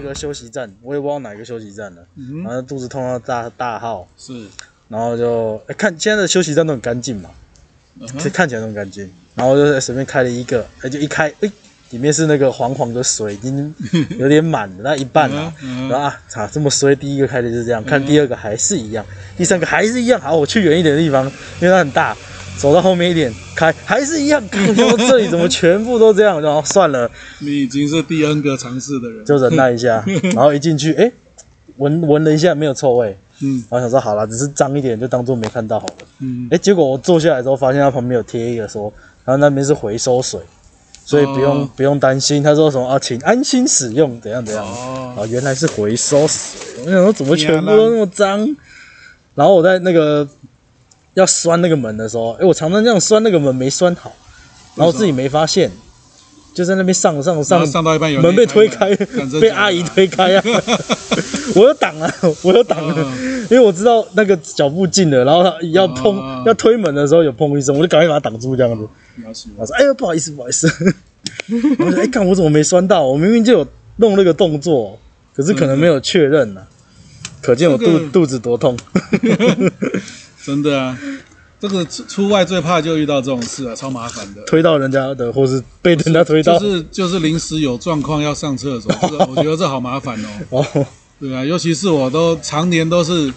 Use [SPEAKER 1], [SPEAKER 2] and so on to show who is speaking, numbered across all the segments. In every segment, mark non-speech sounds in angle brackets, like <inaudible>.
[SPEAKER 1] 个休息站，我也不知道哪个休息站了，
[SPEAKER 2] 嗯
[SPEAKER 1] 然，后肚子痛到大大号，
[SPEAKER 2] 是，
[SPEAKER 1] 然后就、哎看现在的休息站都很干净嘛，
[SPEAKER 2] 嗯
[SPEAKER 1] 这
[SPEAKER 2] 哼，
[SPEAKER 1] 看起来都很干净，然后就是随便开了一个，哎、就一开，哎、里面是那个黄黄的水，已经有点满了，那一半了、
[SPEAKER 2] 嗯哼嗯哼
[SPEAKER 1] 然后啊，操，这么衰，第一个开的就是这样，看第二个还是一样，第三个还是一样，好，我去远一点的地方，因为它很大，走到后面一点开还是一样，看我这里怎么全部都这样，然后算了，
[SPEAKER 2] 你已经是第 N 个尝试的人，
[SPEAKER 1] 就忍耐一
[SPEAKER 2] <laughs>
[SPEAKER 1] 下，然后一进去，哎、闻闻了一下没有臭味，
[SPEAKER 2] 嗯
[SPEAKER 1] 然后想说好了，只是脏一点，就当做没看到好了。
[SPEAKER 2] 嗯，
[SPEAKER 1] 哎、结果我坐下来之后，发现他旁边有贴一个说，然后那边是回收水，所以不用、
[SPEAKER 2] 哦
[SPEAKER 1] 不用担心。他说什么啊，请安心使用，怎样怎样。
[SPEAKER 2] 哦，
[SPEAKER 1] 啊，原来是回收水，我想说怎么全部
[SPEAKER 2] 啊
[SPEAKER 1] 都那么脏。然后我在那个要拴那个门的时候，哎、我常常这样拴那个门没拴好，然后自己没发现，就在那边上上
[SPEAKER 2] 然
[SPEAKER 1] 上
[SPEAKER 2] 后，上到一半有人
[SPEAKER 1] 门被推
[SPEAKER 2] 开
[SPEAKER 1] 开
[SPEAKER 2] 门，干这，
[SPEAKER 1] 被
[SPEAKER 2] 假的
[SPEAKER 1] 阿姨推
[SPEAKER 2] <laughs>
[SPEAKER 1] 开啊！我有挡啊，我有挡啊，
[SPEAKER 2] 嗯
[SPEAKER 1] 因为我知道那个脚步近了，然后他要碰、
[SPEAKER 2] 啊
[SPEAKER 1] 要推门的时候有碰一声，我就赶快把它挡住这样子。
[SPEAKER 2] 了解
[SPEAKER 1] 我说：“哎呦，不好意思，不好意思。” <laughs> 我说：“哎，看我怎么没拴到？我明明就有弄那个动作，可是可能没有确认呢、啊可见我肚、
[SPEAKER 2] 这个
[SPEAKER 1] 肚子多痛。 <laughs>
[SPEAKER 2] 真的啊，这个出出外最怕就遇到这种事啊，超麻烦的。
[SPEAKER 1] 推到人家的，或是被人家推到。
[SPEAKER 2] 就是就是临时有状况要上厕所，
[SPEAKER 1] <laughs>
[SPEAKER 2] 这个我觉得这好麻烦哦。
[SPEAKER 1] 哦，
[SPEAKER 2] 对啊，尤其是我都常年都是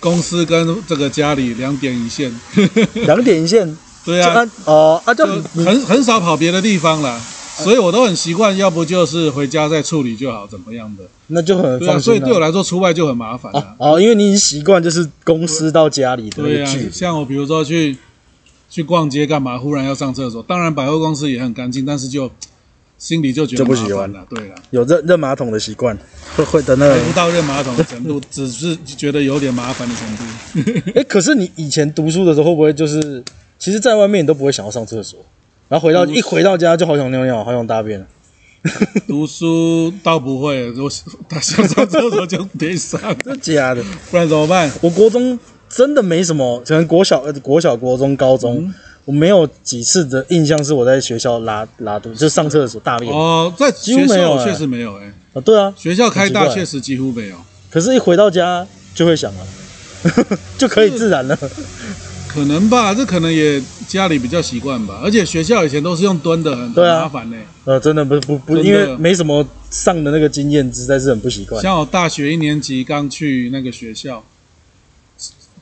[SPEAKER 2] 公司跟这个家里两点一线。 <laughs>
[SPEAKER 1] 两点一线，
[SPEAKER 2] 对
[SPEAKER 1] 就
[SPEAKER 2] 啊，
[SPEAKER 1] 按哦啊，就
[SPEAKER 2] 就很很少跑别的地方啦，所以我都很习惯，要不就是回家再处理就好，怎么样的。
[SPEAKER 1] 那就很
[SPEAKER 2] 对啊，
[SPEAKER 1] 放
[SPEAKER 2] 所以
[SPEAKER 1] 心
[SPEAKER 2] 对
[SPEAKER 1] 了、
[SPEAKER 2] 我来说出外就很麻烦
[SPEAKER 1] 哦
[SPEAKER 2] 啊。
[SPEAKER 1] 哦，因为你已经习惯就是公司到家里的那
[SPEAKER 2] 对
[SPEAKER 1] 个
[SPEAKER 2] 啊
[SPEAKER 1] 距离，，
[SPEAKER 2] 像我比如说去去逛街干嘛，忽然要上厕所，当然百货公司也很干净，但是就心里就觉得
[SPEAKER 1] 就不喜
[SPEAKER 2] 麻
[SPEAKER 1] 欢
[SPEAKER 2] 烦了。对啊了。
[SPEAKER 1] 有认认马桶的习惯，会会的那个
[SPEAKER 2] 还。不到认马桶的程度，只是觉得有点麻烦的程度。
[SPEAKER 1] 哎、可是你以前读书的时候，会不会就是，其实在外面你都不会想要上厕所，然后回到、一回到家就好想尿尿，好想大便。
[SPEAKER 2] 读书倒不会，我他想上厕所就得 <laughs> 上，
[SPEAKER 1] 真的假的？
[SPEAKER 2] 不然怎么办？
[SPEAKER 1] 我国中真的没什么，可能国小、呃国小、国中、高中，
[SPEAKER 2] 嗯
[SPEAKER 1] 我没有几次的印象是我在学校拉拉肚，就上厕所大便。啊、
[SPEAKER 2] 哦，在
[SPEAKER 1] 乎
[SPEAKER 2] 学
[SPEAKER 1] 没有
[SPEAKER 2] 校
[SPEAKER 1] 哎
[SPEAKER 2] 确实没有哎、
[SPEAKER 1] 对啊，
[SPEAKER 2] 学校开
[SPEAKER 1] 很
[SPEAKER 2] 大
[SPEAKER 1] 奇怪
[SPEAKER 2] 确实几乎没有，
[SPEAKER 1] 可是一回到家就会想了， <laughs> 就可以自然了。
[SPEAKER 2] 可能吧，这可能也家里比较习惯吧，而且学校以前都是用蹲的，很很
[SPEAKER 1] 对啊
[SPEAKER 2] 麻烦哎呢、
[SPEAKER 1] 呃，真的不不不，
[SPEAKER 2] 真的
[SPEAKER 1] 因为没什么上的那个经验，实在是很不习惯。
[SPEAKER 2] 像我大学一年级刚去那个学校，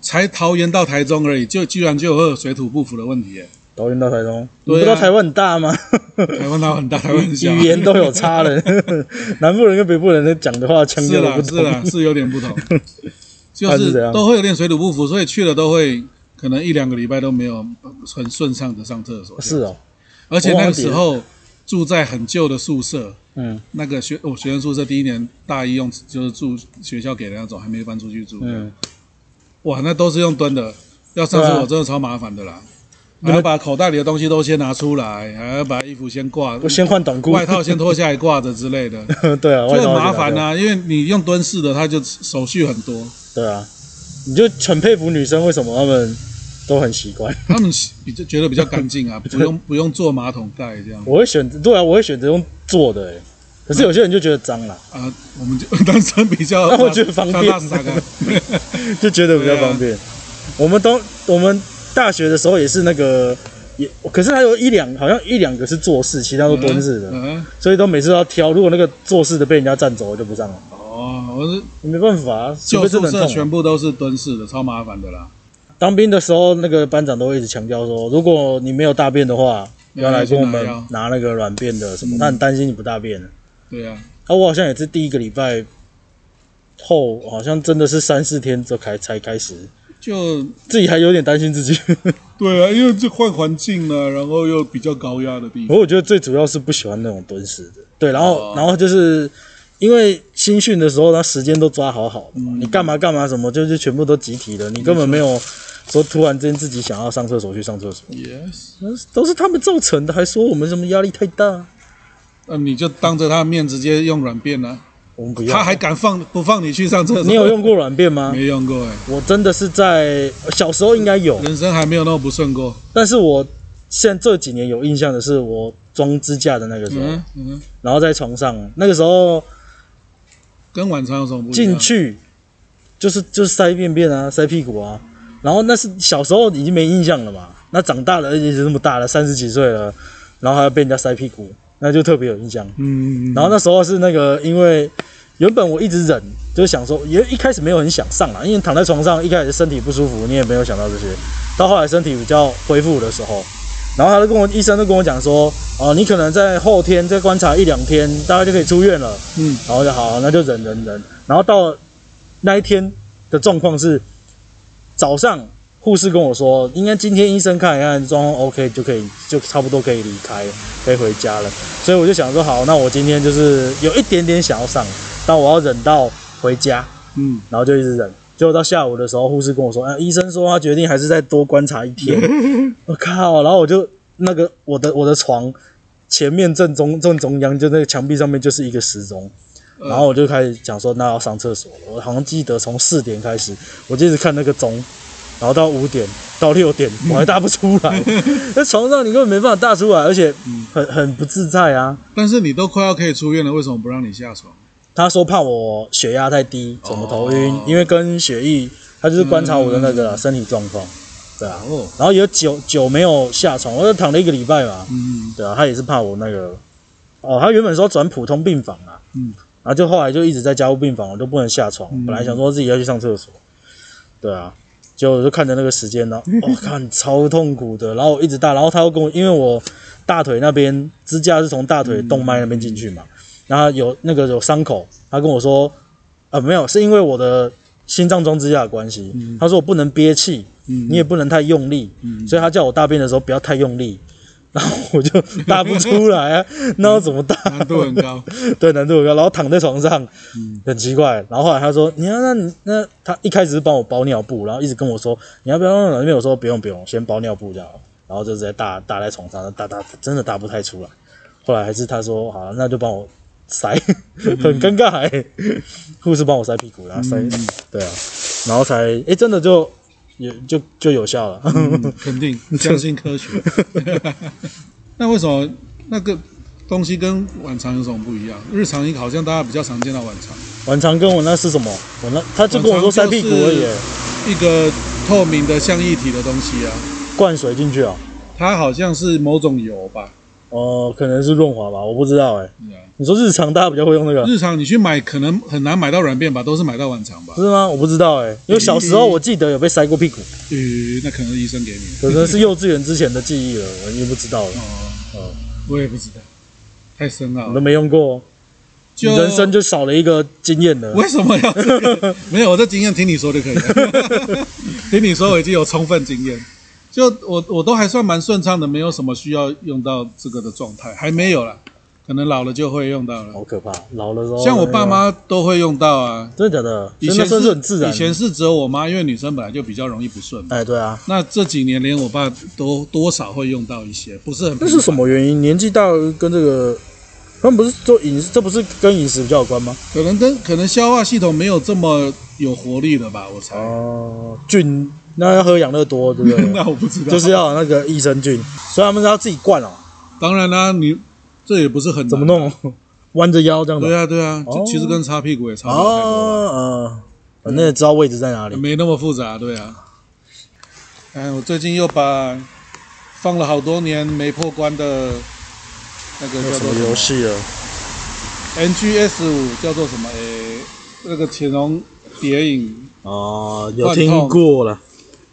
[SPEAKER 2] 才桃园到台中而已，就居然就有水土不服的问题、耶。
[SPEAKER 1] 导演到台中，你
[SPEAKER 2] 对
[SPEAKER 1] 不
[SPEAKER 2] 啊
[SPEAKER 1] 知道台湾很大吗？
[SPEAKER 2] 台湾岛很大，台湾很小，
[SPEAKER 1] <laughs> 语言都有差
[SPEAKER 2] <laughs>
[SPEAKER 1] 了，南部人跟北部人讲的话腔
[SPEAKER 2] 是
[SPEAKER 1] 调都
[SPEAKER 2] 啦
[SPEAKER 1] 不
[SPEAKER 2] 是啦
[SPEAKER 1] 同。
[SPEAKER 2] 是有
[SPEAKER 1] <laughs>
[SPEAKER 2] 点不同，就
[SPEAKER 1] 那是
[SPEAKER 2] 是
[SPEAKER 1] 怎样
[SPEAKER 2] 都会有点水土不服，所以去了都会可能一两个礼拜都没有很顺畅的上厕所。
[SPEAKER 1] 是，哦，
[SPEAKER 2] 而且那个时候住在很旧的宿舍，
[SPEAKER 1] 嗯
[SPEAKER 2] 那个学我学生宿舍第一年大一用就是住学校给的那种，还没搬出去住。
[SPEAKER 1] 嗯，
[SPEAKER 2] 哇，那都是用蹲的，要上
[SPEAKER 1] 对
[SPEAKER 2] 厕所
[SPEAKER 1] 啊
[SPEAKER 2] 真的超麻烦的啦。
[SPEAKER 1] 能
[SPEAKER 2] 还要把口袋里的东西都先拿出来，还要把衣服先挂，
[SPEAKER 1] 我先换短裤，
[SPEAKER 2] 外套先脱下来挂着之类 <laughs> 的。
[SPEAKER 1] <laughs> 对啊，外套
[SPEAKER 2] 就很
[SPEAKER 1] 先
[SPEAKER 2] 麻
[SPEAKER 1] 拿
[SPEAKER 2] 烦
[SPEAKER 1] 掉。
[SPEAKER 2] 啊，因为你用蹲式的，它就手续很多，
[SPEAKER 1] 对啊，你就很佩服女生为什么她们都很习惯。
[SPEAKER 2] 他们比较觉得比较干净啊，不用不用做马桶盖这样
[SPEAKER 1] 我会选择，对啊，我会选择用坐的、欸，可是有些人就觉得脏啦，
[SPEAKER 2] 啊。我们就 <laughs> 男生比 <laughs> 较，
[SPEAKER 1] 那我觉得方便
[SPEAKER 2] 拉撒 <laughs> 干
[SPEAKER 1] 就觉得比较方
[SPEAKER 2] 啊
[SPEAKER 1] 便。我们都我们大学的时候也是那个。也，可是还有一两，好像一两个是坐式，其他都蹲式的，
[SPEAKER 2] 嗯嗯
[SPEAKER 1] 所以都每次都要挑。如果那个坐式的被人家占走，我就不上了。
[SPEAKER 2] 哦，我是
[SPEAKER 1] 没办法、啊，除
[SPEAKER 2] 旧
[SPEAKER 1] 非真的
[SPEAKER 2] 宿
[SPEAKER 1] 很
[SPEAKER 2] 舍
[SPEAKER 1] 痛啊、
[SPEAKER 2] 全部都是蹲式的，超麻烦的啦。
[SPEAKER 1] 当兵的时候，那个班长都会一直强调说，如果你没有大便的话，要来跟我们
[SPEAKER 2] 要嗯来去
[SPEAKER 1] 拿那个软便的什么。他很担心你不大便。
[SPEAKER 2] 对啊，
[SPEAKER 1] 啊，我好像也是第一个礼拜后，好像真的是三四天就开才开始，
[SPEAKER 2] 就
[SPEAKER 1] 自己还有点担心自己。
[SPEAKER 2] 对啊，因为这换环境了，然后又比较高压的地
[SPEAKER 1] 不
[SPEAKER 2] 方。
[SPEAKER 1] 过我觉得最主要是不喜欢那种蹲式的。对，然
[SPEAKER 2] 哦
[SPEAKER 1] 后、然后就是因为新训的时候，他时间都抓好好的嘛，
[SPEAKER 2] 嗯
[SPEAKER 1] 你干嘛干嘛什么，就是全部都集体的，你根本没有说突然之间自己想要上厕所去上厕所。
[SPEAKER 2] Yes，
[SPEAKER 1] 都是他们造成的，还说我们什么压力太大，
[SPEAKER 2] 那啊你就当着他的面直接用软便啦、
[SPEAKER 1] 我们不
[SPEAKER 2] 他
[SPEAKER 1] 要。
[SPEAKER 2] 还敢放不放你去上厕所？
[SPEAKER 1] 你有用过软便吗？
[SPEAKER 2] 没用过哎、
[SPEAKER 1] 我真的是在小时候应该有，
[SPEAKER 2] 人生还没有那么不顺过。
[SPEAKER 1] 但是我现在这几年有印象的是我装支架的那个时候，
[SPEAKER 2] 嗯嗯，
[SPEAKER 1] 然后在床上那个时候，
[SPEAKER 2] 跟晚餐有什么不一
[SPEAKER 1] 进
[SPEAKER 2] 样？
[SPEAKER 1] 去就是就是塞便便啊，塞屁股啊。然后那是小时候已经没印象了嘛，那长大了，而且是那么大了，三十几岁了，然后还要被人家塞屁股，那就特别有印象。
[SPEAKER 2] 嗯，嗯嗯
[SPEAKER 1] 然后那时候是那个，因为原本我一直忍，就是想说，也一开始没有很想上啦，因为躺在床上，一开始身体不舒服，你也没有想到这些。到后来身体比较恢复的时候，然后他就跟我医生就跟我讲说，哦，你可能在后天再观察一两天，大概就可以出院了。
[SPEAKER 2] 嗯，
[SPEAKER 1] 然后就好，那就忍忍忍。然后到那一天的状况是，早上护士跟我说，应该今天医生看一看状况 OK 就可以，就差不多可以离开，可以回家了。所以我就想说，好，那我今天就是有一点点想要上，但我要忍到回家，
[SPEAKER 2] 嗯，
[SPEAKER 1] 然后就一直忍。结果到下午的时候，护士跟我说，啊，医生说他决定还是再多观察一天。
[SPEAKER 2] 嗯
[SPEAKER 1] 我靠！然后我就那个我的我的床前面正中正中央，就那个墙壁上面就是一个时钟。
[SPEAKER 2] 呃
[SPEAKER 1] 然后我就开始讲说，那要上厕所了。我好像记得从四点开始，我就一直看那个钟，然后到五点到六点，我还大不出来。在床上你根本没办法大出来，而且很很不自在啊。
[SPEAKER 2] 但是你都快要可以出院了，为什么不让你下床？
[SPEAKER 1] 他说怕我血压太低，怎么头晕，
[SPEAKER 2] 哦
[SPEAKER 1] 因为跟血液，他就是观察我的那个啦身体状况，对啊。
[SPEAKER 2] 哦，
[SPEAKER 1] 然后有久久没有下床，我就躺了一个礼拜嘛，
[SPEAKER 2] 嗯，
[SPEAKER 1] 对啊，他也是怕我那个，哦，他原本说转普通病房啊，
[SPEAKER 2] 嗯，
[SPEAKER 1] 然后就后来就一直在加护病房，我都不能下床，
[SPEAKER 2] 嗯
[SPEAKER 1] 本来想说自己要去上厕所，对啊，结果我就看着那个时间呢，
[SPEAKER 2] <laughs>
[SPEAKER 1] 我、哦、看超痛苦的，然后我一直大，然后他又跟我，因为我大腿那边支架是从大腿动脉那边进去嘛，
[SPEAKER 2] 嗯
[SPEAKER 1] 然后有那个有伤口，他跟我说，啊没有，是因为我的心脏装支架的关系，他说我不能憋气，
[SPEAKER 2] 嗯
[SPEAKER 1] 你也不能太用力，所以他叫我大便的时候不要太用力，然后我就大不出来啊，那我怎么大？
[SPEAKER 2] 难度很嗯高，
[SPEAKER 1] <laughs> 对，难度很高。然后躺在床上，很奇怪。然后后来他说：“你要那你那他一开始是帮我包尿布，然后一直跟我说你要不要用软便？我说不用不用，先包尿布这样。然后就直接大大在床上，大大真的大不太出来。后来还是他说好，啊那就帮我塞，
[SPEAKER 2] 嗯
[SPEAKER 1] 很尴尬、欸。护士帮我塞屁股，然后塞，对啊，然后才哎、真的就有就就有效了。
[SPEAKER 2] 嗯肯定
[SPEAKER 1] <laughs>
[SPEAKER 2] 相信科学。 <laughs> 那为什么那个东西跟晚餐有什么不一样？日常好像大家比较常见到晚餐，
[SPEAKER 1] 晚肠跟我那是什么？我那他就跟我说塞屁股而已、
[SPEAKER 2] 晚肠一个透明的像液体的东西啊，
[SPEAKER 1] 灌水进去啊。
[SPEAKER 2] 它好像是某种油吧？
[SPEAKER 1] 哦，可能是润滑吧，我不知道哎、
[SPEAKER 2] 对啊
[SPEAKER 1] 你说日常大家比较会用那个
[SPEAKER 2] 日常你去买可能很难买到软便吧，都是买到晚肠吧？
[SPEAKER 1] 是吗？我不知道哎、因为小时候我记得有被塞过屁股，
[SPEAKER 2] 呃，那可能是医生给你的。
[SPEAKER 1] 可能是幼稚园之前的记忆了，我也不知道了，
[SPEAKER 2] 哦，我也不知道，太深奥
[SPEAKER 1] 我都
[SPEAKER 2] 了。
[SPEAKER 1] 没用过，你
[SPEAKER 2] 就
[SPEAKER 1] 人生就少了一个经验了。
[SPEAKER 2] 为什么要、 <laughs> 这个？没有，我这经验听你说就可以了。 <laughs> 听你说，我已经有充分经验。就我我都还算蛮顺畅的，没有什么需要用到这个的状态，还没有啦。可能老了就会用到了，
[SPEAKER 1] 好可怕，老了之后
[SPEAKER 2] 像我爸，妈都会用到啊。
[SPEAKER 1] 真的假的？
[SPEAKER 2] 以
[SPEAKER 1] 所以那
[SPEAKER 2] 前
[SPEAKER 1] 算是很自然
[SPEAKER 2] 以。前是只有我妈，因为女生本来就比较容易不顺嘛。
[SPEAKER 1] 哎，对啊，
[SPEAKER 2] 那这几年连我爸都多少会用到一些，不是很
[SPEAKER 1] 那
[SPEAKER 2] 频
[SPEAKER 1] 是
[SPEAKER 2] 繁
[SPEAKER 1] 什？么原因？年纪大跟这个，他们不是做饮食，这不是跟饮食比较有关吗？
[SPEAKER 2] 可能跟可能消化系统没有这么有活力了吧，我猜。
[SPEAKER 1] 哦、菌，那要喝养乐多，对不对？
[SPEAKER 2] <laughs> 那我不知道，
[SPEAKER 1] 就是要有那个益生菌，所以他们是要自己灌哦。
[SPEAKER 2] 当然啦、你这也不是很难
[SPEAKER 1] 怎么？弄？ <laughs> 弯着腰这样子
[SPEAKER 2] 对。啊，对啊，
[SPEAKER 1] 哦
[SPEAKER 2] 就其实跟擦屁股也差不了太多吧，
[SPEAKER 1] 哦，呃，反正也知道位置在哪里。
[SPEAKER 2] 没那么复杂，对啊。哎，我最近又把放了好多年没破关的那个
[SPEAKER 1] 那
[SPEAKER 2] 叫
[SPEAKER 1] 什
[SPEAKER 2] 做
[SPEAKER 1] 么
[SPEAKER 2] 什么
[SPEAKER 1] 游戏了？
[SPEAKER 2] NGS 五叫做什么？诶，那个潜龙谍影，
[SPEAKER 1] 哦，有听过
[SPEAKER 2] 哦
[SPEAKER 1] 了。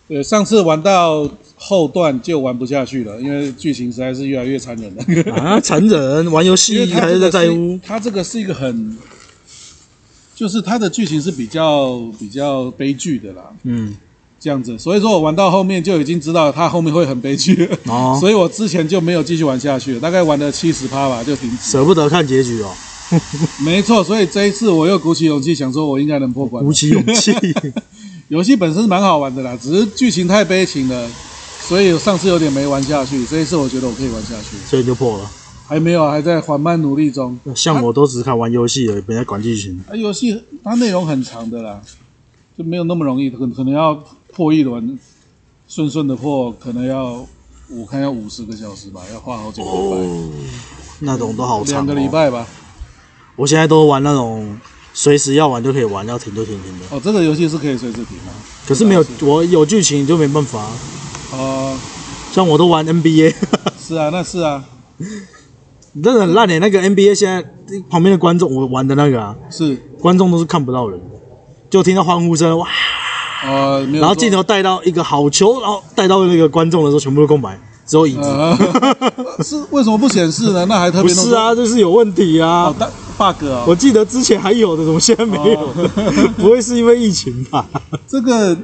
[SPEAKER 2] 对，上次玩到后段就玩不下去了，因为剧情实在是越来越残忍了。
[SPEAKER 1] 啊，残忍！玩游
[SPEAKER 2] <laughs> 因为
[SPEAKER 1] 戏
[SPEAKER 2] 它
[SPEAKER 1] 还
[SPEAKER 2] 这
[SPEAKER 1] 是在
[SPEAKER 2] 个
[SPEAKER 1] 在
[SPEAKER 2] 是
[SPEAKER 1] 乎
[SPEAKER 2] 一，它这个是一个很，就是它的剧情是比较比较悲剧的啦，
[SPEAKER 1] 嗯，
[SPEAKER 2] 这样子。所以说我玩到后面就已经知道它后面会很悲剧了，
[SPEAKER 1] 哦，
[SPEAKER 2] <laughs> 所以我之前就没有继续玩下去了，大概玩了七十趴吧就停止。
[SPEAKER 1] 舍不得看结局
[SPEAKER 2] <laughs>
[SPEAKER 1] 哦，
[SPEAKER 2] 没错，所以这一次我又鼓起勇气想说，我应该能破关
[SPEAKER 1] 鼓。起勇
[SPEAKER 2] <laughs>
[SPEAKER 1] 气。
[SPEAKER 2] 游戏本身是蛮好玩的啦，只是剧情太悲情了，所以上次有点没玩下去，这一次我觉得我可以玩下去，
[SPEAKER 1] 所以就破了。
[SPEAKER 2] 还没有啊，还在缓慢努力中。
[SPEAKER 1] 像我都只看玩游戏而已，没在管剧情。
[SPEAKER 2] 啊，游戏它内容很长的啦，就没有那么容易，可可能要破一轮，顺顺的破，可能要我看要五十个小时吧，要花好几个礼拜，
[SPEAKER 1] 哦那种都好
[SPEAKER 2] 两
[SPEAKER 1] 长
[SPEAKER 2] 个礼
[SPEAKER 1] 哦。
[SPEAKER 2] 拜吧。
[SPEAKER 1] 我现在都玩那种随时要玩就可以玩，要停就停停的。
[SPEAKER 2] 哦，这个游戏是可以随时停啊吗？
[SPEAKER 1] 可是没有我有剧情就没办法啊，
[SPEAKER 2] 哦，
[SPEAKER 1] 像我都玩 NBA，
[SPEAKER 2] 是啊，那是啊，
[SPEAKER 1] <laughs> 真的很烂欸诶。那个 NBA 现在旁边的观众，我玩的那个啊，
[SPEAKER 2] 是，
[SPEAKER 1] 观众都是看不到人的，就听到欢呼声哇，
[SPEAKER 2] 哦，没有
[SPEAKER 1] 然后
[SPEAKER 2] 错
[SPEAKER 1] 镜头带到一个好球，然后带到那个观众的时候，全部都空白，只有椅子。 <laughs>
[SPEAKER 2] 呃是为什么不显示呢？那还特
[SPEAKER 1] 不
[SPEAKER 2] 别弄
[SPEAKER 1] 是啊，这是有问题啊
[SPEAKER 2] 哦，！但 bug 啊、
[SPEAKER 1] 我记得之前还有的，怎么现在没有了？<laughs>
[SPEAKER 2] 哦
[SPEAKER 1] 不会是因为疫情吧？
[SPEAKER 2] 这个，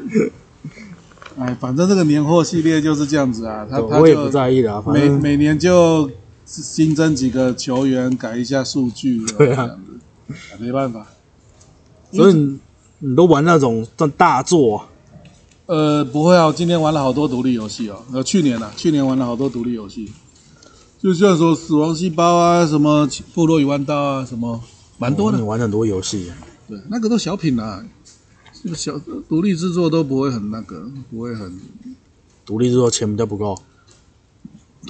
[SPEAKER 2] 哎，反正这个年货系列就是这样子啊，他他
[SPEAKER 1] 我也不
[SPEAKER 2] 就
[SPEAKER 1] 在意啦，反
[SPEAKER 2] 每
[SPEAKER 1] 正
[SPEAKER 2] 每年就新增几个球员，改一下数据，
[SPEAKER 1] 对啊
[SPEAKER 2] 这样子，哎没办法。
[SPEAKER 1] 所以你你都玩那种算大作啊、
[SPEAKER 2] 呃，不会啊，我今年玩了好多独立游戏哦。呃，去年啊，去年玩了好多独立游戏，就像说《死亡细胞》啊，什么《部落与弯刀》啊，什么蛮多的。
[SPEAKER 1] 你玩很多游戏啊、
[SPEAKER 2] 对，那个都小品啊，这个小独立制作都不会很那个，不会很。
[SPEAKER 1] 独立制作钱比较不够，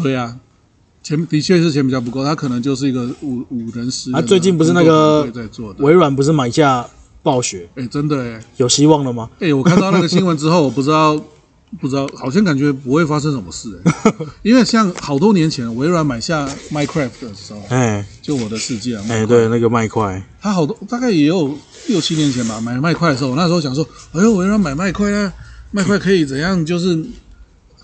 [SPEAKER 2] 对啊，钱的确是钱比较不够，他可能就是一个五五人十人的
[SPEAKER 1] 啊最近不是那个
[SPEAKER 2] 工作团队在做的，
[SPEAKER 1] 微软不是买下暴雪，
[SPEAKER 2] 哎，真的哎，
[SPEAKER 1] 有希望了吗？
[SPEAKER 2] 哎，我看到那个新闻之后，我不知道。不知道，好像感觉不会发生什么
[SPEAKER 1] <laughs>
[SPEAKER 2] 事、哎因为像好多年前微软买下 Minecraft 的时候，
[SPEAKER 1] 哎
[SPEAKER 2] 就我的世界啊，
[SPEAKER 1] 哎，对，那个麦块，
[SPEAKER 2] 他好多大概也有六七年前吧，买麦块的时候，我那时候想说，哎呦，微软买麦块啊，麦块可以怎样，就是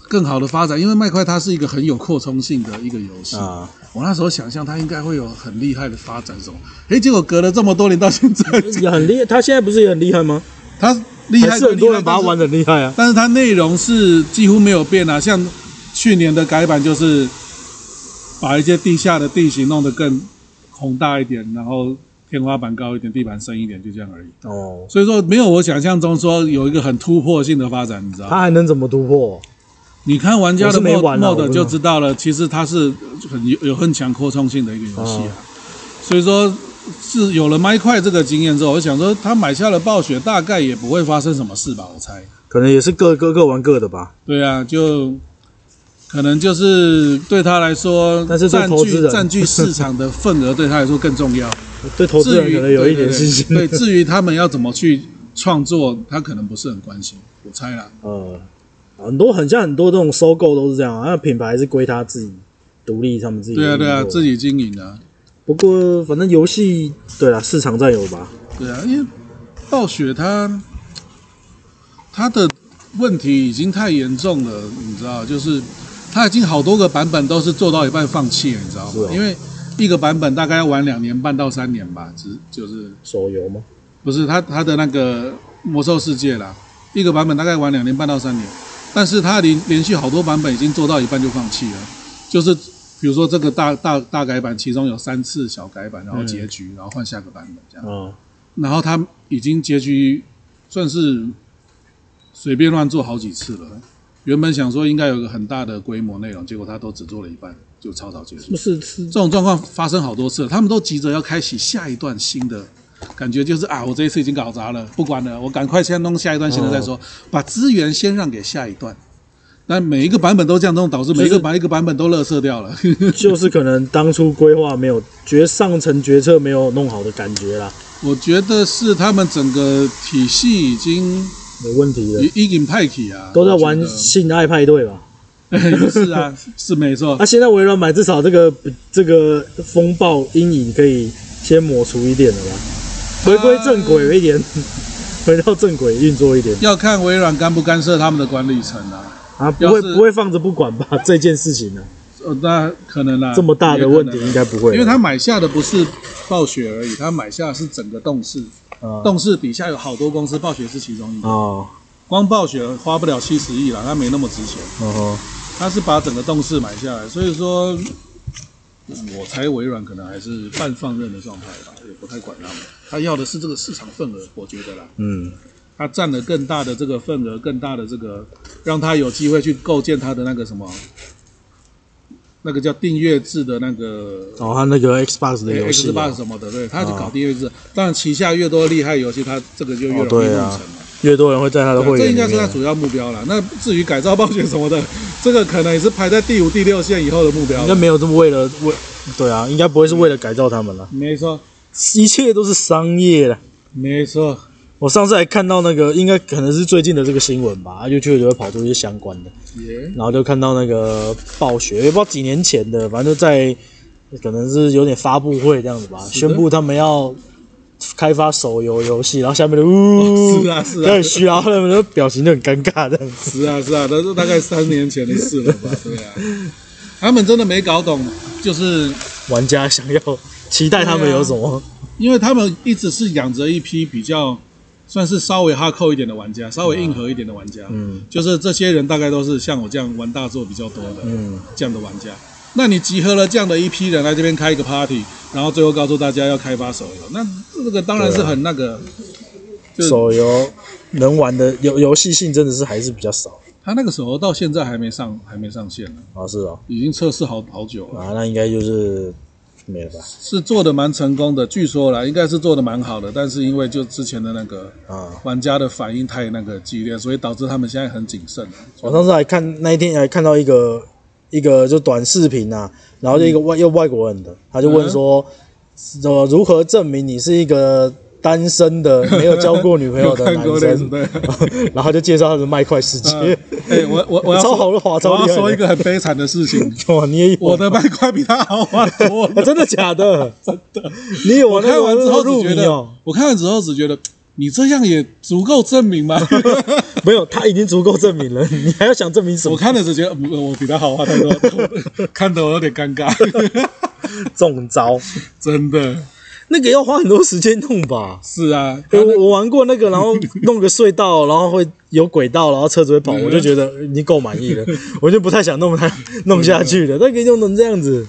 [SPEAKER 2] 更好的发展，因为麦块它是一个很有扩充性的一个游戏。
[SPEAKER 1] 啊
[SPEAKER 2] 我那时候想象它应该会有很厉害的发展什么，哎，结果隔了这么多年到现在，
[SPEAKER 1] 也很厉害，他现在不是也很厉害吗？
[SPEAKER 2] 它厉害
[SPEAKER 1] 还是
[SPEAKER 2] 归
[SPEAKER 1] 很
[SPEAKER 2] 厉
[SPEAKER 1] 多
[SPEAKER 2] 害，
[SPEAKER 1] 人把它玩的厉害啊。
[SPEAKER 2] 但是它内容是几乎没有变啊，像去年的改版就是把一些地下的地形弄得更宏大一点，然后天花板高一点，地板深一点，就这样而已。
[SPEAKER 1] 哦，
[SPEAKER 2] 所以说没有我想象中说有一个很突破性的发展，你知道？
[SPEAKER 1] 他还能怎么突破？
[SPEAKER 2] 你看玩家
[SPEAKER 1] 我是
[SPEAKER 2] 的
[SPEAKER 1] 没
[SPEAKER 2] mod
[SPEAKER 1] 玩啊我不知
[SPEAKER 2] mod
[SPEAKER 1] 道
[SPEAKER 2] 就知道了，其实它是很有有很强扩充性的一个游戏
[SPEAKER 1] 哦
[SPEAKER 2] 啊。所以说是有了麦块这个经验之后，我想说他买下了暴雪，大概也不会发生什么事吧，我猜。
[SPEAKER 1] 可能也是各各各玩各的吧。
[SPEAKER 2] 对啊，就可能就是对他来说，
[SPEAKER 1] 但是做
[SPEAKER 2] 占
[SPEAKER 1] 投资
[SPEAKER 2] 据
[SPEAKER 1] 人
[SPEAKER 2] 占据市场的份额对他来说更重要。
[SPEAKER 1] 对 <laughs> 投资
[SPEAKER 2] 至
[SPEAKER 1] 人
[SPEAKER 2] 于
[SPEAKER 1] 可能有一点信心。
[SPEAKER 2] 对对对，至于他们要怎么去创作，他可能不是很关心，我猜啦。
[SPEAKER 1] 呃，很多很像很多这种收购都是这样啊，那品牌是归他自己独立，他们自己
[SPEAKER 2] 对啊，对啊，自
[SPEAKER 1] 己。
[SPEAKER 2] 己经营啊，
[SPEAKER 1] 不过反正游戏对啦，市场占有吧。
[SPEAKER 2] 对啊，因为暴雪它它的问题已经太严重了，你知道，就是它已经好多个版本都是做到一半放弃了，你知道
[SPEAKER 1] 是
[SPEAKER 2] 吗
[SPEAKER 1] 哦？
[SPEAKER 2] 因为一个版本大概要玩两年半到三年吧，只就是
[SPEAKER 1] 手游吗？
[SPEAKER 2] 不是它它的那个魔兽世界啦，一个版本大概玩两年半到三年，但是它连连续好多版本已经做到一半就放弃了，就是比如说这个大大大改版，其中有三次小改版，然后结局，然后换下个版本这样，
[SPEAKER 1] 啊、
[SPEAKER 2] 然后它已经结局算是随便乱做好几次了。原本想说应该有个很大的规模内容，结果它都只做了一半就草草结束
[SPEAKER 1] 不。是是
[SPEAKER 2] 这种状况发生好多次了，他们都急着要开启下一段新的，感觉就是啊，我这一次已经搞砸了，不管了，我赶快先弄下一段新的再说，
[SPEAKER 1] 哦
[SPEAKER 2] 把资源先让给下一段。但每一个版本都这样弄，导致每一
[SPEAKER 1] 就
[SPEAKER 2] 个
[SPEAKER 1] 是
[SPEAKER 2] 把一个版本都垃圾掉了。 <laughs>
[SPEAKER 1] 就是可能当初规划没有决上层决策没有弄好的感觉啦，
[SPEAKER 2] 我觉得是他们整个体系已经
[SPEAKER 1] 没问题的，
[SPEAKER 2] 已已经派起啊，
[SPEAKER 1] 都在
[SPEAKER 2] 我觉
[SPEAKER 1] 玩
[SPEAKER 2] 得
[SPEAKER 1] 性爱派对吧？
[SPEAKER 2] <laughs> 是啊，是没错
[SPEAKER 1] 啊，。现在微软买至少这个这个风暴阴影可以先抹除一点了
[SPEAKER 2] 啊
[SPEAKER 1] 吧，回归正轨一点，回到正轨运作一点。
[SPEAKER 2] 要看微软干不干涉他们的管理层啊。
[SPEAKER 1] 啊，不会
[SPEAKER 2] 要是
[SPEAKER 1] 不会放着不管
[SPEAKER 2] <laughs>
[SPEAKER 1] 吧？这件事情呢、
[SPEAKER 2] 呃，那可能啦，
[SPEAKER 1] 这么大的问题
[SPEAKER 2] 也可能啦啊
[SPEAKER 1] 应该不会
[SPEAKER 2] 因为他买下的不是暴雪而已，他买下是整个动视，
[SPEAKER 1] 啊？
[SPEAKER 2] 动视底下有好多公司，暴雪是其中一个。
[SPEAKER 1] 哦，
[SPEAKER 2] 光暴雪花不了七十亿啦，它没那么值钱，
[SPEAKER 1] 哦，
[SPEAKER 2] 它是把整个动视买下来，所以说，我猜微软可能还是半放任的状态吧，也不太管他们。他要的是这个市场份额，我觉得啦，
[SPEAKER 1] 嗯，
[SPEAKER 2] 他占了更大的这个份额，更大的这个，让他有机会去构建他的那个什么，那个叫订阅制的那个
[SPEAKER 1] 哦，他那个 Xbox 的游戏、
[SPEAKER 2] Xbox
[SPEAKER 1] 啊，
[SPEAKER 2] 什么的，对，他就搞订阅制。当然，旗下越多厉害的游戏，他这个就越容
[SPEAKER 1] 哦
[SPEAKER 2] 易
[SPEAKER 1] 对
[SPEAKER 2] 弄
[SPEAKER 1] 啊
[SPEAKER 2] 成嘛。
[SPEAKER 1] 越多人会在他的
[SPEAKER 2] 对
[SPEAKER 1] 会
[SPEAKER 2] 这
[SPEAKER 1] 员
[SPEAKER 2] 应
[SPEAKER 1] 里
[SPEAKER 2] 该是他
[SPEAKER 1] 面。
[SPEAKER 2] 主要目标了。那至于改造暴雪什么的，这个可能也是排在第五、第六线以后的目标
[SPEAKER 1] 应该。没有这么为了为，对啊，应该不会是为了改造他们了，
[SPEAKER 2] 没错，
[SPEAKER 1] 一切都是商业的，
[SPEAKER 2] 没错，
[SPEAKER 1] 我上次还看到那个，应该可能是最近的这个新闻吧，YouTube 啊就会跑出一些相关的，
[SPEAKER 2] 耶，
[SPEAKER 1] 然后就看到那个暴雪，也不知道几年前的，反正就在可能是有点发布会这样子吧，
[SPEAKER 2] 的
[SPEAKER 1] 宣布他们要开发手游游戏，然后下面的呜、
[SPEAKER 2] 是啊是啊
[SPEAKER 1] 开始虚，然后他们的表情就很尴尬这样
[SPEAKER 2] <laughs>
[SPEAKER 1] 子。
[SPEAKER 2] 是啊是啊，那是大概三年前的事了吧？对啊，他们真的没搞懂，就是
[SPEAKER 1] 玩家想要期待他们有什么？
[SPEAKER 2] 因为他们一直是养着一批比较算是稍微哈扣一点的玩家，稍微硬核一点的玩家，
[SPEAKER 1] 嗯
[SPEAKER 2] 就是这些人大概都是像我这样玩大作比较多的，
[SPEAKER 1] 嗯，
[SPEAKER 2] 这样的玩家。那你集合了这样的一批人来这边开一个 party，然后最后告诉大家要开发手游，那这个当然是很那个，啊就是
[SPEAKER 1] 手游能玩的游游戏性真的是还是比较少
[SPEAKER 2] 他那个手游到现在还没上，还没上线呢，
[SPEAKER 1] 啊，是哦，
[SPEAKER 2] 已经测试好好久了，
[SPEAKER 1] 啊，那应该就是没了吧？
[SPEAKER 2] 是做的蛮成功的，据说啦，应该是做的蛮好的，但是因为就之前的那个
[SPEAKER 1] 啊，
[SPEAKER 2] 玩家的反应太那个激烈，所以导致他们现在很谨慎。
[SPEAKER 1] 我上次还看那一天还看到一个一个就短视频啊，然后就一个外
[SPEAKER 2] 嗯
[SPEAKER 1] 又外国人的，他就问说，呃，如何证明你是一个单身的没有交过女朋友的
[SPEAKER 2] <laughs> 有看过
[SPEAKER 1] 男
[SPEAKER 2] 类似
[SPEAKER 1] 生？<laughs>
[SPEAKER 2] 对。
[SPEAKER 1] 然后就介绍他的卖块世界，
[SPEAKER 2] 哎、我我 <laughs> 我要
[SPEAKER 1] 超
[SPEAKER 2] 说
[SPEAKER 1] 好的话，超
[SPEAKER 2] 我要
[SPEAKER 1] 厉害
[SPEAKER 2] 说
[SPEAKER 1] 的
[SPEAKER 2] 一个很悲惨的事情，
[SPEAKER 1] <laughs> 哇，你也有。
[SPEAKER 2] 我的麦块比他好玩多 <laughs> 了
[SPEAKER 1] <laughs> 真的假的？真的，你有
[SPEAKER 2] 我
[SPEAKER 1] 玩
[SPEAKER 2] 看完之后
[SPEAKER 1] 入
[SPEAKER 2] 只
[SPEAKER 1] 迷
[SPEAKER 2] 觉得，
[SPEAKER 1] 哦？ <laughs>
[SPEAKER 2] 我看完之后只觉得，你这样也足够证明吗？ <laughs>
[SPEAKER 1] 没有，他已经足够证明了，你还要想证明什
[SPEAKER 2] 我
[SPEAKER 1] 么？
[SPEAKER 2] 看了只觉得嗯我比他好玩太多， <laughs> 看得我有点尴尬， <laughs>
[SPEAKER 1] 中招，
[SPEAKER 2] 真的
[SPEAKER 1] 那个要花很多时间弄吧？
[SPEAKER 2] 是啊，
[SPEAKER 1] 我我玩过那个，然后弄个隧道，然后会有轨道，然后车子会跑，
[SPEAKER 2] 嗯
[SPEAKER 1] 我就觉得已经够满
[SPEAKER 2] <laughs>
[SPEAKER 1] 意了，我就不太想弄它弄下去了。那个弄成这样子，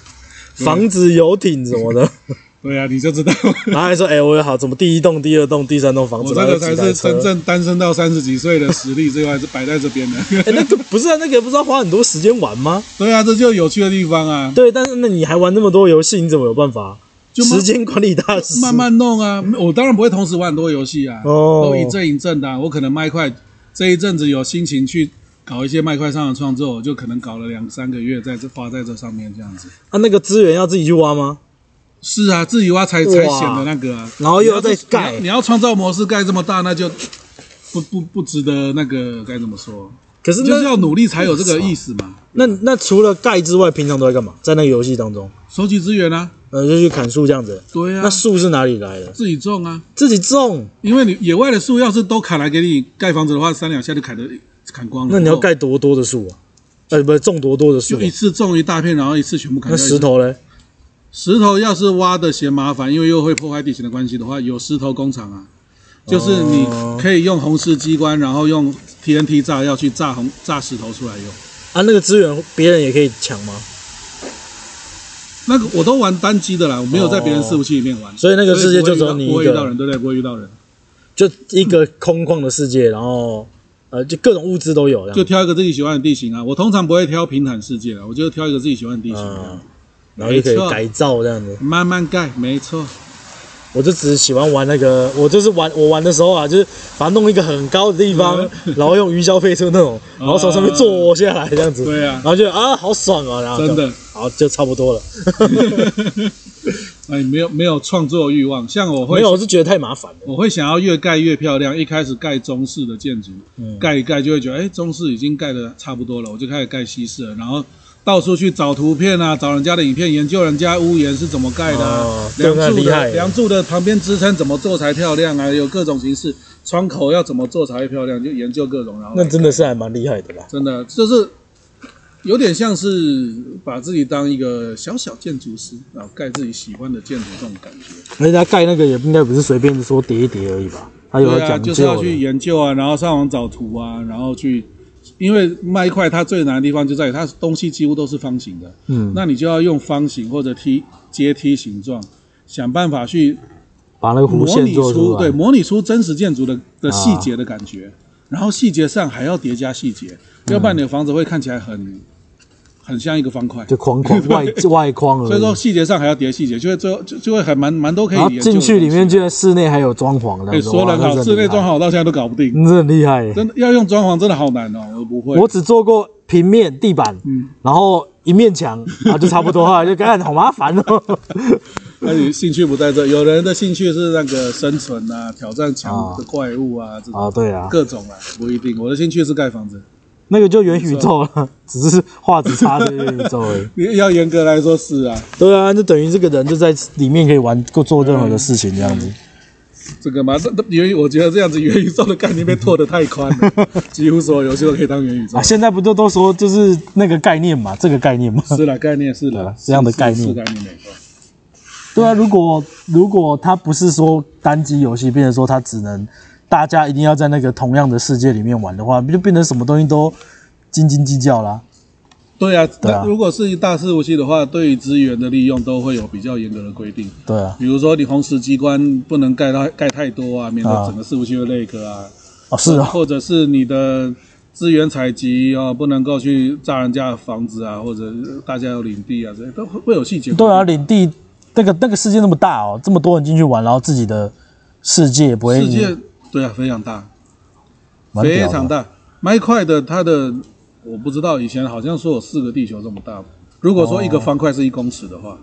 [SPEAKER 1] 房子、游艇什么的，
[SPEAKER 2] 对啊，你就知道，
[SPEAKER 1] 然后还说：“哎、我好，怎么第一栋、第二栋、第三栋房
[SPEAKER 2] <laughs> 我
[SPEAKER 1] 子？”
[SPEAKER 2] 这
[SPEAKER 1] 然
[SPEAKER 2] 个
[SPEAKER 1] 后
[SPEAKER 2] 才
[SPEAKER 1] 有几台
[SPEAKER 2] 是
[SPEAKER 1] 车
[SPEAKER 2] 真正单身到三十几岁的实力，这块是摆在这边的。
[SPEAKER 1] 哎、那个不是啊，那个不是要花很多时间玩吗？
[SPEAKER 2] <laughs> 对啊，这就是有趣的地方啊，
[SPEAKER 1] 对，但是那你还玩那么多游戏，你怎么有办法？
[SPEAKER 2] 就慢
[SPEAKER 1] 时间管理大师，
[SPEAKER 2] 慢慢弄啊。我当然不会同时玩很多游戏啊，
[SPEAKER 1] 哦
[SPEAKER 2] 都一阵一阵的啊、我可能麦块这一阵子有心情去搞一些麦块上的创作，我就可能搞了两三个月在这花在这上面这样子。
[SPEAKER 1] 啊，那个资源要自己去挖吗？
[SPEAKER 2] 是啊，自己挖才才显得那个、啊，
[SPEAKER 1] 然后又要再
[SPEAKER 2] 你
[SPEAKER 1] 盖
[SPEAKER 2] 你要你要创造模式盖这么大，那就不不不值得那个该怎么说，
[SPEAKER 1] 可是
[SPEAKER 2] 就是
[SPEAKER 1] 那
[SPEAKER 2] 要努力才有这个意思嘛。
[SPEAKER 1] 那那除了盖之外，平常都在干嘛？在那个游戏当中，
[SPEAKER 2] 收集资源啊，
[SPEAKER 1] 呃，就去砍树这样子。
[SPEAKER 2] 对啊
[SPEAKER 1] 那，树是哪里来的？
[SPEAKER 2] 自己种啊，
[SPEAKER 1] 自己种？
[SPEAKER 2] 因为你野外的树要是都砍来给你盖房子的话，三两下就砍得砍光了。
[SPEAKER 1] 那你要盖多多的树啊？呃，不是种多多的树
[SPEAKER 2] 就
[SPEAKER 1] 啊、
[SPEAKER 2] 一次哦种一大片，然后一次全部砍
[SPEAKER 1] 那
[SPEAKER 2] 掉。
[SPEAKER 1] 石头嘞？
[SPEAKER 2] 石头要是挖的嫌麻烦，因为又会破坏地形的关系的话，有石头工厂啊，就是你可以用红石机关，然后用 TNT 炸药去炸红炸石头出来用。
[SPEAKER 1] 啊，那个资源别人也可以抢吗？
[SPEAKER 2] 那个我都玩单机的啦，我没有在别人伺服器里面玩，
[SPEAKER 1] 所以那个世界就只有
[SPEAKER 2] 所以
[SPEAKER 1] 你
[SPEAKER 2] 不会
[SPEAKER 1] 一
[SPEAKER 2] 遇到
[SPEAKER 1] 个，
[SPEAKER 2] 不会遇到人，对不对？不会遇到人，
[SPEAKER 1] 就一个空旷的世界，然后呃，就各种物资都有，这
[SPEAKER 2] 就
[SPEAKER 1] 样
[SPEAKER 2] 挑一个自己喜欢的地形啊。我通常不会挑平坦世界啦，我就挑一个自己喜欢的地形啊、
[SPEAKER 1] 嗯然后就可
[SPEAKER 2] 没
[SPEAKER 1] 以
[SPEAKER 2] 错
[SPEAKER 1] 改造这样子。
[SPEAKER 2] 慢慢盖，没错。
[SPEAKER 1] 我就只喜欢玩那个，我就是玩我玩的时候啊，就是把它弄一个很高的地方，
[SPEAKER 2] 嗯
[SPEAKER 1] 然后用鱼胶飞车那
[SPEAKER 2] <laughs>
[SPEAKER 1] 种，然后从上面坐下来这样子，
[SPEAKER 2] 对啊
[SPEAKER 1] 然，后就啊好爽啊，然后就
[SPEAKER 2] 真
[SPEAKER 1] <laughs>
[SPEAKER 2] 的，
[SPEAKER 1] 好就差不
[SPEAKER 2] <laughs>
[SPEAKER 1] 多了。
[SPEAKER 2] 哎，没有没有创作欲望，像我会
[SPEAKER 1] 没有，我是觉得太麻烦了。
[SPEAKER 2] 我会想要越盖越漂亮。一开始盖中式的建筑，
[SPEAKER 1] 嗯
[SPEAKER 2] 盖一盖就会觉得，哎，中式已经盖的差不多了，我就开始盖西式了。然后到处去找图片啊，找人家的影片，研究人家屋檐是怎么盖的、啊，
[SPEAKER 1] 哦
[SPEAKER 2] 梁
[SPEAKER 1] 这个
[SPEAKER 2] 柱
[SPEAKER 1] 厉害
[SPEAKER 2] 的梁柱的旁边支撑怎么做才漂亮啊，有各种形式，窗口要怎么做才会漂亮，就研究各种。然后
[SPEAKER 1] 那真的是还蛮厉害的啦。
[SPEAKER 2] 真的就是有点像是把自己当一个小小建筑师，然后盖自己喜欢的建筑这种感觉。
[SPEAKER 1] 人家盖那个也应该不是随便说叠一叠而已吧？它有它
[SPEAKER 2] 对啊，
[SPEAKER 1] 讲
[SPEAKER 2] 就是要
[SPEAKER 1] 究
[SPEAKER 2] 去
[SPEAKER 1] 的。
[SPEAKER 2] 研究啊，然后上网找图啊，然后去，因为麦块它最难的地方就在于它东西几乎都是方形的，
[SPEAKER 1] 嗯，
[SPEAKER 2] 那你就要用方形或者梯阶梯形状，想办法去
[SPEAKER 1] 把那个弧
[SPEAKER 2] 模
[SPEAKER 1] 线
[SPEAKER 2] 拟
[SPEAKER 1] 做
[SPEAKER 2] 出
[SPEAKER 1] 出
[SPEAKER 2] 对
[SPEAKER 1] 来。啊
[SPEAKER 2] 模拟出真实建筑的的细节的感觉，然后细节上还要叠加细节，
[SPEAKER 1] 嗯
[SPEAKER 2] 要不然你的房子会看起来很很像一个方块。
[SPEAKER 1] 就框框
[SPEAKER 2] <laughs>
[SPEAKER 1] 外外框而
[SPEAKER 2] 所以说
[SPEAKER 1] 已。
[SPEAKER 2] 细节上还要叠细节，就会最后就就会还蛮蛮多可以
[SPEAKER 1] 然后
[SPEAKER 2] 研究的
[SPEAKER 1] 进
[SPEAKER 2] 东西。
[SPEAKER 1] 去里面，啊居然室内还有装潢的
[SPEAKER 2] 哎，，说
[SPEAKER 1] 哇
[SPEAKER 2] 了好，室内装，潢我到现在都搞不定。
[SPEAKER 1] 那真的很厉害嗯真的很厉害耶。
[SPEAKER 2] 真的要用装潢真的好嗯难哦，我不会。
[SPEAKER 1] 我只做过平面、啊 <laughs> 地板，然后一面墙，然后就差不多了，就干好麻烦哦。 <laughs>
[SPEAKER 2] 那你兴趣不在这，有人的兴趣是那个生存啊，挑战强的怪物啊，这种
[SPEAKER 1] 啊，对啊，
[SPEAKER 2] 各种啊，不一定。我的兴趣是盖房子，
[SPEAKER 1] 那个就元宇宙了，只是画质差是元宇宙
[SPEAKER 2] <laughs>
[SPEAKER 1] 而已。
[SPEAKER 2] 你要严格来说是啊，
[SPEAKER 3] 对啊，就等于这个人就在里面可以玩做做任何的事情这样子。
[SPEAKER 2] 这个嘛，但但元宇，我觉得这样子元宇宙的概念被拓得太宽
[SPEAKER 1] <laughs>
[SPEAKER 2] 了，几乎所有游戏都可以当元宇宙
[SPEAKER 1] 啊，。现在不就都说就是那个概念嘛，这个概
[SPEAKER 2] <laughs>
[SPEAKER 1] 念嘛。
[SPEAKER 2] 是啦，概念是
[SPEAKER 1] 对
[SPEAKER 2] 啦
[SPEAKER 1] 啊，这样的
[SPEAKER 2] 是
[SPEAKER 1] 概念
[SPEAKER 2] 是概念没错。
[SPEAKER 1] 对啊，如果如果它不是说单机游戏，变成说它只能大家一定要在那个同样的世界里面玩的话，就变成什么东西都斤斤计较啦。
[SPEAKER 2] 对啊，
[SPEAKER 1] 对啊
[SPEAKER 2] 那如果是一大事务器的话，对于资源的利用都会有比较严格的规定，
[SPEAKER 1] 对啊，
[SPEAKER 2] 比如说你红石机关不能盖到盖太多啊，免得
[SPEAKER 1] 啊
[SPEAKER 2] 整个事务器会累壳啊。
[SPEAKER 1] 哦是啊，
[SPEAKER 2] 或者是你的资源采集啊、不能够去炸人家的房子啊，或者大家有领地啊，这些都会会有细节。
[SPEAKER 1] 对啊，，领地那个那个世界那么大哦，这么多人进去玩，然后自己的世界也不会
[SPEAKER 2] 世界对啊非常大，
[SPEAKER 1] 蛮屌
[SPEAKER 2] 非
[SPEAKER 1] 的
[SPEAKER 2] 常大。麦块的它的我不知道，以前好像说有四个地球这么大。如果说一个方块是一公尺的话，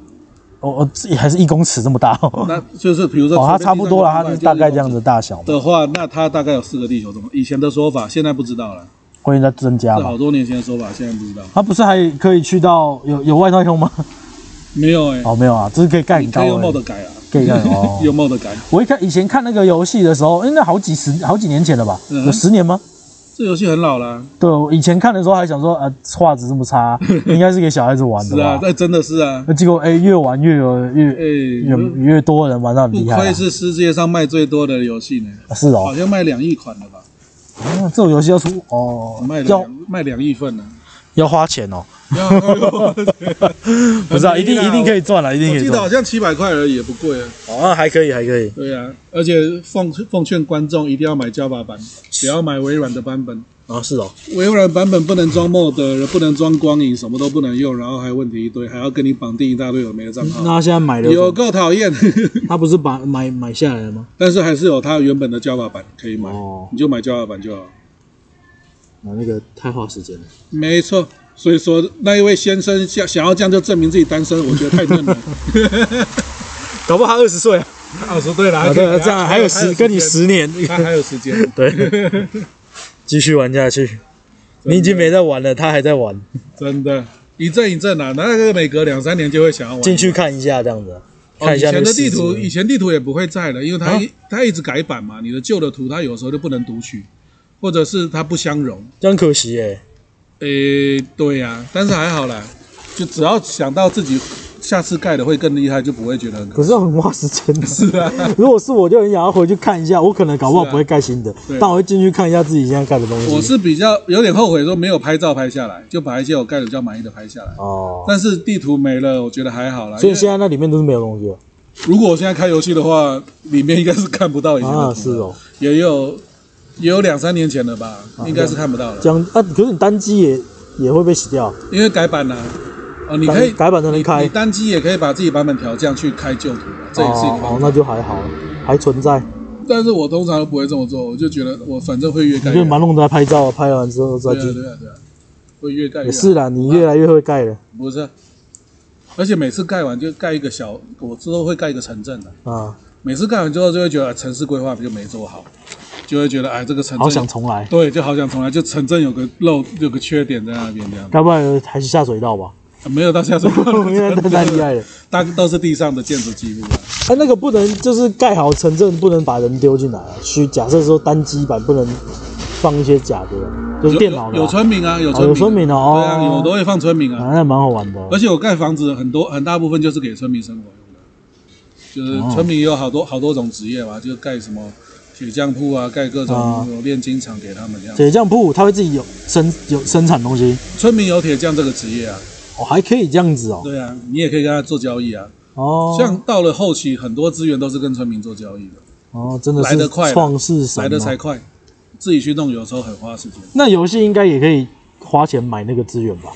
[SPEAKER 1] 哦哦，自己还是一公尺这么大
[SPEAKER 2] <laughs>
[SPEAKER 1] 哦，
[SPEAKER 2] 那就是比如说
[SPEAKER 1] 哦它
[SPEAKER 2] 随便地
[SPEAKER 1] 差不多了，
[SPEAKER 2] 上
[SPEAKER 1] 它
[SPEAKER 2] 一
[SPEAKER 1] 就
[SPEAKER 2] 个
[SPEAKER 1] 是
[SPEAKER 2] 方块
[SPEAKER 1] 大概这样
[SPEAKER 2] 一公
[SPEAKER 1] 的大小
[SPEAKER 2] 尺
[SPEAKER 1] 嘛，
[SPEAKER 2] 的话，那它大概有四个地球这么。以前的说法，现在不知道了，
[SPEAKER 1] 会在增加
[SPEAKER 2] 是
[SPEAKER 1] 嘛
[SPEAKER 2] 好。多年前的说法，现在不知道。
[SPEAKER 1] 它不是还可以去到有有外太空吗？
[SPEAKER 2] 没有哎、
[SPEAKER 1] 哦，没有啊，这是可以盖
[SPEAKER 2] 你
[SPEAKER 1] 很高
[SPEAKER 2] 可以用
[SPEAKER 1] 而
[SPEAKER 2] mod
[SPEAKER 1] 已，
[SPEAKER 2] 改啊，。
[SPEAKER 1] 可以盖哦
[SPEAKER 2] <laughs> 用 mod 改。
[SPEAKER 1] 我一看以前看那个游戏的时候，应该好几十好几年前了吧？
[SPEAKER 2] 嗯
[SPEAKER 1] 有十年吗？
[SPEAKER 2] 这游戏很老啦、
[SPEAKER 1] 对，我以前看的时候还想说，啊，画质这么
[SPEAKER 2] <laughs>
[SPEAKER 1] 差，应该是给小孩子玩的
[SPEAKER 2] 是啊
[SPEAKER 1] 吧，？
[SPEAKER 2] 那真的是啊，
[SPEAKER 1] <laughs> 那结果哎，越玩越有
[SPEAKER 2] 哎、
[SPEAKER 1] 越越越多人玩到很
[SPEAKER 2] 不
[SPEAKER 1] 厉害
[SPEAKER 2] 愧
[SPEAKER 1] 啊。
[SPEAKER 2] 是世界上卖最多的游戏呢，
[SPEAKER 1] 是哦
[SPEAKER 2] 好，像卖两亿款了吧？
[SPEAKER 1] 啊这种游戏要出哦，
[SPEAKER 2] 卖
[SPEAKER 1] 要
[SPEAKER 2] 两卖两亿份
[SPEAKER 1] <laughs>
[SPEAKER 2] 呢、哎
[SPEAKER 3] 要花钱
[SPEAKER 2] <laughs>
[SPEAKER 3] 哦，
[SPEAKER 2] 要我
[SPEAKER 3] 不是啊，一定一定可以赚了，一定可以
[SPEAKER 2] 记得好
[SPEAKER 3] 赚。
[SPEAKER 2] 像七百块而已，也不贵啊。
[SPEAKER 3] 哦，那还可以，还可以。
[SPEAKER 2] 对啊，而且奉奉劝观众一定要买 Java 版，不要买微软的版本。
[SPEAKER 3] 哦，是哦，
[SPEAKER 2] 微软版本不能装 mod，不能装光影，什么都不能用，然后还问题一堆，还要跟你绑定一大堆有没的账号，
[SPEAKER 1] 他现在买
[SPEAKER 2] 啊有够讨厌。 <laughs>
[SPEAKER 1] 他不是把买买下来了吗？
[SPEAKER 2] 但是还是有它原本的 Java 版可以买，
[SPEAKER 1] 哦
[SPEAKER 2] 你就买 Java 版就好。
[SPEAKER 1] 啊，那个太花时间了。
[SPEAKER 2] 没错，所以说那一位先生想想要这样就证明自己单身，我觉得太嫩了。
[SPEAKER 3] 搞不好二十岁啊。
[SPEAKER 2] <laughs> 二十对了，
[SPEAKER 3] 啊，对啊，这样还有十跟你，十年，
[SPEAKER 2] <laughs> 他还有时间。
[SPEAKER 3] 对，继续玩下去。你已经没在玩了，他还在玩，
[SPEAKER 2] <laughs> 真的，一阵一阵啊，那个每隔两三年就会想要玩
[SPEAKER 3] 进去看一下这样子，
[SPEAKER 2] 哦
[SPEAKER 3] 看一下
[SPEAKER 2] 以
[SPEAKER 3] 那
[SPEAKER 2] 前
[SPEAKER 3] 个啊
[SPEAKER 2] 的
[SPEAKER 3] 世界
[SPEAKER 2] 地图，以前地图也不会在了，因为它一它一直改版嘛，你的旧的图它有时候就不能读取，或者是它不相容。
[SPEAKER 3] 这样可惜哎。
[SPEAKER 2] 诶，对呀，但是还好啦，就只要想到自己下次盖的会更厉害，就不会觉得很可
[SPEAKER 1] 可是很花时间 <laughs> 的。
[SPEAKER 2] 是啊。
[SPEAKER 1] 如果是我，就很想要回去看一下。我可能搞不好
[SPEAKER 2] 是啊
[SPEAKER 1] 不会盖新的，
[SPEAKER 2] 对
[SPEAKER 1] 但我会进去看一下自己现在盖的东西。
[SPEAKER 2] 我是比较有点后悔说没有拍照拍下来，就把一些我盖的比较满意的拍下来。
[SPEAKER 1] 哦，
[SPEAKER 2] 但是地图没了，我觉得还好啦。
[SPEAKER 1] 所以
[SPEAKER 2] 因为
[SPEAKER 1] 现在那里面都是没有东西哦了
[SPEAKER 2] 如果我现在开游戏的话，里面应该是看不到以前的图
[SPEAKER 1] 啊。
[SPEAKER 2] 了
[SPEAKER 1] 是哦，啊
[SPEAKER 2] 也有也有两三年前了吧，应该是看不到了
[SPEAKER 1] 这，样啊，可是你单机也也会被洗掉，
[SPEAKER 2] 因为改版了、哦，你可
[SPEAKER 1] 改
[SPEAKER 2] 以
[SPEAKER 1] 改版才能开
[SPEAKER 2] 你。单机也可以把自己版本调降去开旧图了，这也是一个
[SPEAKER 1] 哦，
[SPEAKER 2] 方
[SPEAKER 1] 哦
[SPEAKER 2] 法。
[SPEAKER 1] 那就还好，还存在。
[SPEAKER 2] 但是我通常都不会这么做，我就觉得我反正会越
[SPEAKER 1] 你
[SPEAKER 2] 盖越
[SPEAKER 1] 就
[SPEAKER 2] 好。
[SPEAKER 1] 蛮弄的，拍照，拍完之后再
[SPEAKER 2] 对啊
[SPEAKER 1] 进。
[SPEAKER 2] 对啊对啊，会越盖越
[SPEAKER 1] 也
[SPEAKER 2] 好
[SPEAKER 1] 是啦，你越来越会盖了
[SPEAKER 2] 不是？而且每次盖完就盖一个小，我之后会盖一个城镇的。
[SPEAKER 1] 啊，
[SPEAKER 2] 每次盖完之后就会觉得、哎城市规划就没做好，就会觉得哎这个城镇
[SPEAKER 1] 好想重来，
[SPEAKER 2] 对，就好想重来，就城镇有个漏有个缺点在那边这样，
[SPEAKER 1] 该不然还是下水道 <laughs> 吧？
[SPEAKER 2] 啊没有到下水
[SPEAKER 1] <laughs>
[SPEAKER 2] 道，
[SPEAKER 1] 因为太厉害了。
[SPEAKER 2] 大都是地上的建筑记录啊。
[SPEAKER 1] 哎，那个不能就是盖好城镇，不能把人丢进来啊。虚假设说单机版不能放一些假的，就是电脑的啊、
[SPEAKER 2] 有有村民啊，有村
[SPEAKER 1] 哦有村民
[SPEAKER 2] 啊
[SPEAKER 1] 的哦
[SPEAKER 2] 对啊，有我都会放村民啊。
[SPEAKER 1] 啊，那蛮好玩的哦。
[SPEAKER 2] 而且我盖房子很多很大部分就是给村民生活用的，
[SPEAKER 1] 哦
[SPEAKER 2] 就是村民有好多好多种职业嘛，就盖什么铁匠铺啊，盖各
[SPEAKER 1] 啊
[SPEAKER 2] 种炼金厂给他们这样。
[SPEAKER 1] 铁匠铺它会自己有生有生产东西，
[SPEAKER 2] 村民有铁匠这个职业啊，
[SPEAKER 1] 哦，还可以这样子哦。
[SPEAKER 2] 对啊，你也可以跟他做交易啊。
[SPEAKER 1] 哦，
[SPEAKER 2] 像到了后期，很多资源都是跟村民做交易的，
[SPEAKER 1] 哦，真的
[SPEAKER 2] 来
[SPEAKER 1] 是
[SPEAKER 2] 得快啦
[SPEAKER 1] 创世神、
[SPEAKER 2] 来的才
[SPEAKER 1] 哦。
[SPEAKER 2] 快，自己去弄有时候很花时间。
[SPEAKER 1] 那游戏应该也可以花钱买那个资源吧？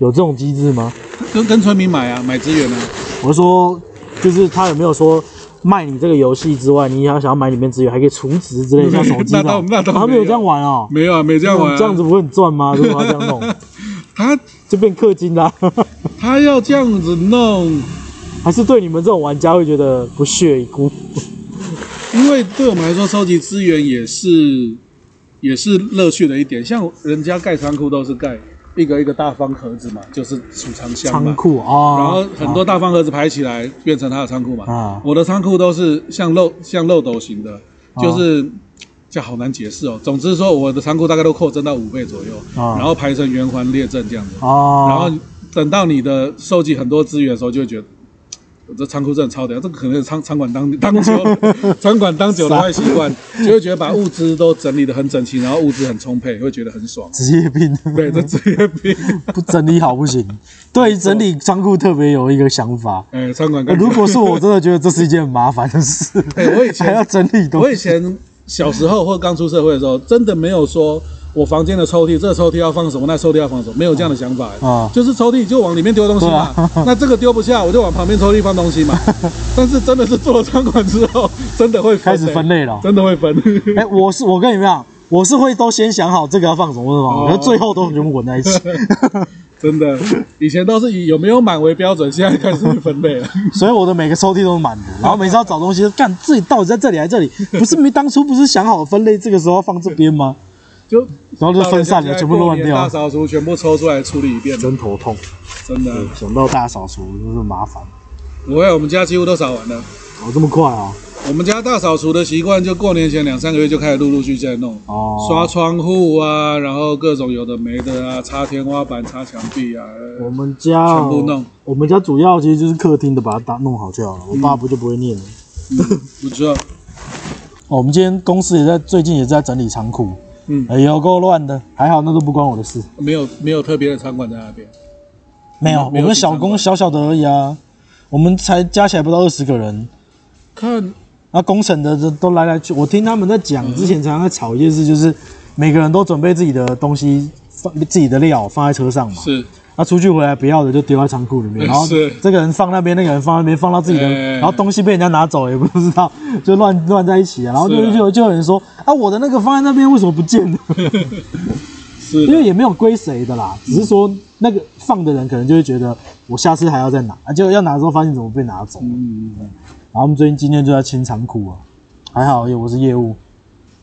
[SPEAKER 1] 有这种机制吗？
[SPEAKER 2] 跟跟村民买啊，买资源啊，
[SPEAKER 1] 我是说，就是他有没有说卖你这个游戏之外，你要想要买里面资源，还可以储值之类的，像手机
[SPEAKER 2] 嗯那倒那倒没有
[SPEAKER 1] 他没有这样玩哦。
[SPEAKER 2] 没有啊，没这样玩、啊，
[SPEAKER 1] 这样子不会很赚吗？如果要这样弄， <laughs>
[SPEAKER 2] 他
[SPEAKER 1] 就变氪金啦。 <laughs>
[SPEAKER 2] 他要这样子弄，
[SPEAKER 1] 还是对你们这种玩家会觉得不屑一顾？
[SPEAKER 2] 因为对我们来说，收集资源也是也是乐趣的一点。像人家盖仓库都是盖一个一个大方盒子嘛，就是储藏箱
[SPEAKER 1] 仓
[SPEAKER 2] 嘛。
[SPEAKER 1] 库啊，
[SPEAKER 2] 然后很多大方盒子排起来变成他的仓库嘛。
[SPEAKER 1] 啊
[SPEAKER 2] 我的仓库都是像漏像漏斗型的，就是这好难解释哦。总之说，我的仓库大概都扩增到五倍左右，
[SPEAKER 1] 啊
[SPEAKER 2] 然后排成圆环列阵这样子。
[SPEAKER 1] 啊，
[SPEAKER 2] 然后等到你的收集很多资源的时候，就会觉得。我这仓库真的超屌，这个可能是仓仓管当当久 <laughs> 了，仓管当久了坏习惯，就会觉得把物资都整理得很整齐，然后物资很充沛，会觉得很爽。
[SPEAKER 1] 职业病，
[SPEAKER 2] 对，这职业
[SPEAKER 1] <laughs>
[SPEAKER 2] 病。
[SPEAKER 1] 不整理好不行。 <laughs> 对于整理仓库特别有一个想法。
[SPEAKER 2] 哎，仓管干
[SPEAKER 1] 如果是我，真的觉得这是一件很麻烦的事。
[SPEAKER 2] <laughs> 哎我以前
[SPEAKER 1] <laughs> 还要整理东
[SPEAKER 2] <laughs> 我
[SPEAKER 1] 西，
[SPEAKER 2] 以前小时候或刚出社会的时候，真的没有说我房间的抽屉，这个抽屉要放什么，那抽屉要放什么，没有这样的想法。
[SPEAKER 1] 啊
[SPEAKER 2] 就是抽屉就往里面丢东西嘛，
[SPEAKER 1] 对啊
[SPEAKER 2] <laughs> 那这个丢不下，我就往旁边抽屉放东西
[SPEAKER 1] <laughs>
[SPEAKER 2] 嘛。但是真的是做了仓管之后，真的会分
[SPEAKER 1] 开始分类了
[SPEAKER 2] 真的会分。
[SPEAKER 1] <laughs> 哎、我是我跟你们讲，我是会都先想好这个要放什么，
[SPEAKER 2] 哦
[SPEAKER 1] 什么，然后最后都全部混在一
[SPEAKER 2] <laughs>
[SPEAKER 1] 起。 <laughs>
[SPEAKER 2] 真的，以前都是以有没有满为标准，现在开始会分类了。
[SPEAKER 1] 所以我的每个抽屉都是满的，然后每次要找东西，干自己到底在这里还是这里？不是没当初不是想好分类，这个时候要放这边吗？
[SPEAKER 2] 就
[SPEAKER 1] 然后 <laughs> 就分散了，全部都乱
[SPEAKER 2] 大
[SPEAKER 1] 掉，
[SPEAKER 2] 扫除全部抽出来处理一遍，
[SPEAKER 1] 真头痛。嗯
[SPEAKER 2] 真的。
[SPEAKER 1] 想到大扫除就是麻烦，
[SPEAKER 2] 我我们家几乎都扫完了。
[SPEAKER 1] 哦，这么快啊？
[SPEAKER 2] 我们家大扫除的习惯，就过年前两三个月就开始陆陆续续在弄，
[SPEAKER 1] 哦，
[SPEAKER 2] 刷窗户啊，然后各种有的没的啊，擦天花板、擦墙壁啊，
[SPEAKER 1] 我们家哦
[SPEAKER 2] 全部弄
[SPEAKER 1] 我们家主要其实就是客厅的，把它打弄好就好了。我
[SPEAKER 2] 嗯
[SPEAKER 1] 爸不就不会念了。
[SPEAKER 2] 不知道，
[SPEAKER 1] 哦，我们今天公司也在最近也在整理仓库，
[SPEAKER 2] 嗯，
[SPEAKER 1] 哎有够乱的，还好那都不关我的事。
[SPEAKER 2] 没有没有特别的场馆在那边，
[SPEAKER 1] 没有，
[SPEAKER 2] 没有
[SPEAKER 1] 我们小工
[SPEAKER 2] 地
[SPEAKER 1] 小小的而已啊，我们才加起来不到二十个人，
[SPEAKER 2] 看
[SPEAKER 1] 那工程的都都来来去，我听他们在讲之前，常常在吵一件事，就是每个人都准备自己的东西，放自己的料放在车上嘛，
[SPEAKER 2] 是
[SPEAKER 1] 那出去回来不要的就丢在仓库里面，
[SPEAKER 2] 嗯
[SPEAKER 1] 然后
[SPEAKER 2] 是
[SPEAKER 1] 这个人放那边，那个人放那边，放到自己的，
[SPEAKER 2] 哎
[SPEAKER 1] 然后东西被人家拿走也不知道， <laughs> 就乱乱在一起啊。然后就是
[SPEAKER 2] 啊
[SPEAKER 1] 就就有人说啊，我的那个放在那边为什么不见了？
[SPEAKER 2] <laughs> 是
[SPEAKER 1] 因为也没有归谁的啦，只是说那个放的人可能就会觉得我下次还要再拿，啊结果要拿的时候发现怎么被拿走了。
[SPEAKER 2] 嗯，
[SPEAKER 1] 然后我们最近今天就在清仓库啊，还好我是业务，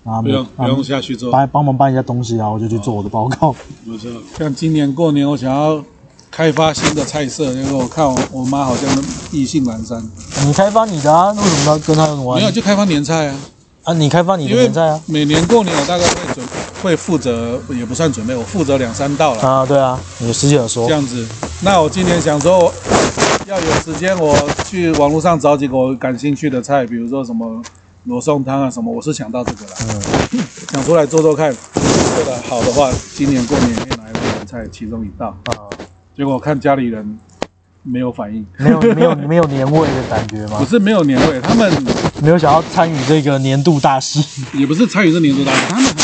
[SPEAKER 1] 啊，
[SPEAKER 2] 不用不
[SPEAKER 1] 啊
[SPEAKER 2] 用下去做，
[SPEAKER 1] 帮帮忙搬一下东西啊，我就去做我的报告。
[SPEAKER 2] 不知道。像今年过年我想要开发新的菜色，结果我看我我妈好像意兴阑珊，
[SPEAKER 1] 你开发你的啊，为什么要跟他有关
[SPEAKER 2] 没有就开发年菜啊，
[SPEAKER 1] 啊，你开发你的
[SPEAKER 2] 因为
[SPEAKER 1] 年菜啊，
[SPEAKER 2] 每年过年我大概会准会负责，也不算准备，我负责两三道了。
[SPEAKER 1] 啊，对啊，你的师姐有说
[SPEAKER 2] 这，样子，那我今年想说，要有时间我去网络上找几个我感兴趣的菜，比如说什么罗宋汤啊什么，我是想到这个啦，想出来做做看。做的好的话，今年过年可以拿来做年菜其中一道。
[SPEAKER 1] 啊，
[SPEAKER 2] 结果我看家里人没有反应，
[SPEAKER 1] 没有没有没有年味的感觉
[SPEAKER 2] 不
[SPEAKER 1] 吗？
[SPEAKER 2] 是没有年味，他们
[SPEAKER 1] 没有想要参与这个年度大戏，
[SPEAKER 2] 也不是参与这年度大事，他们很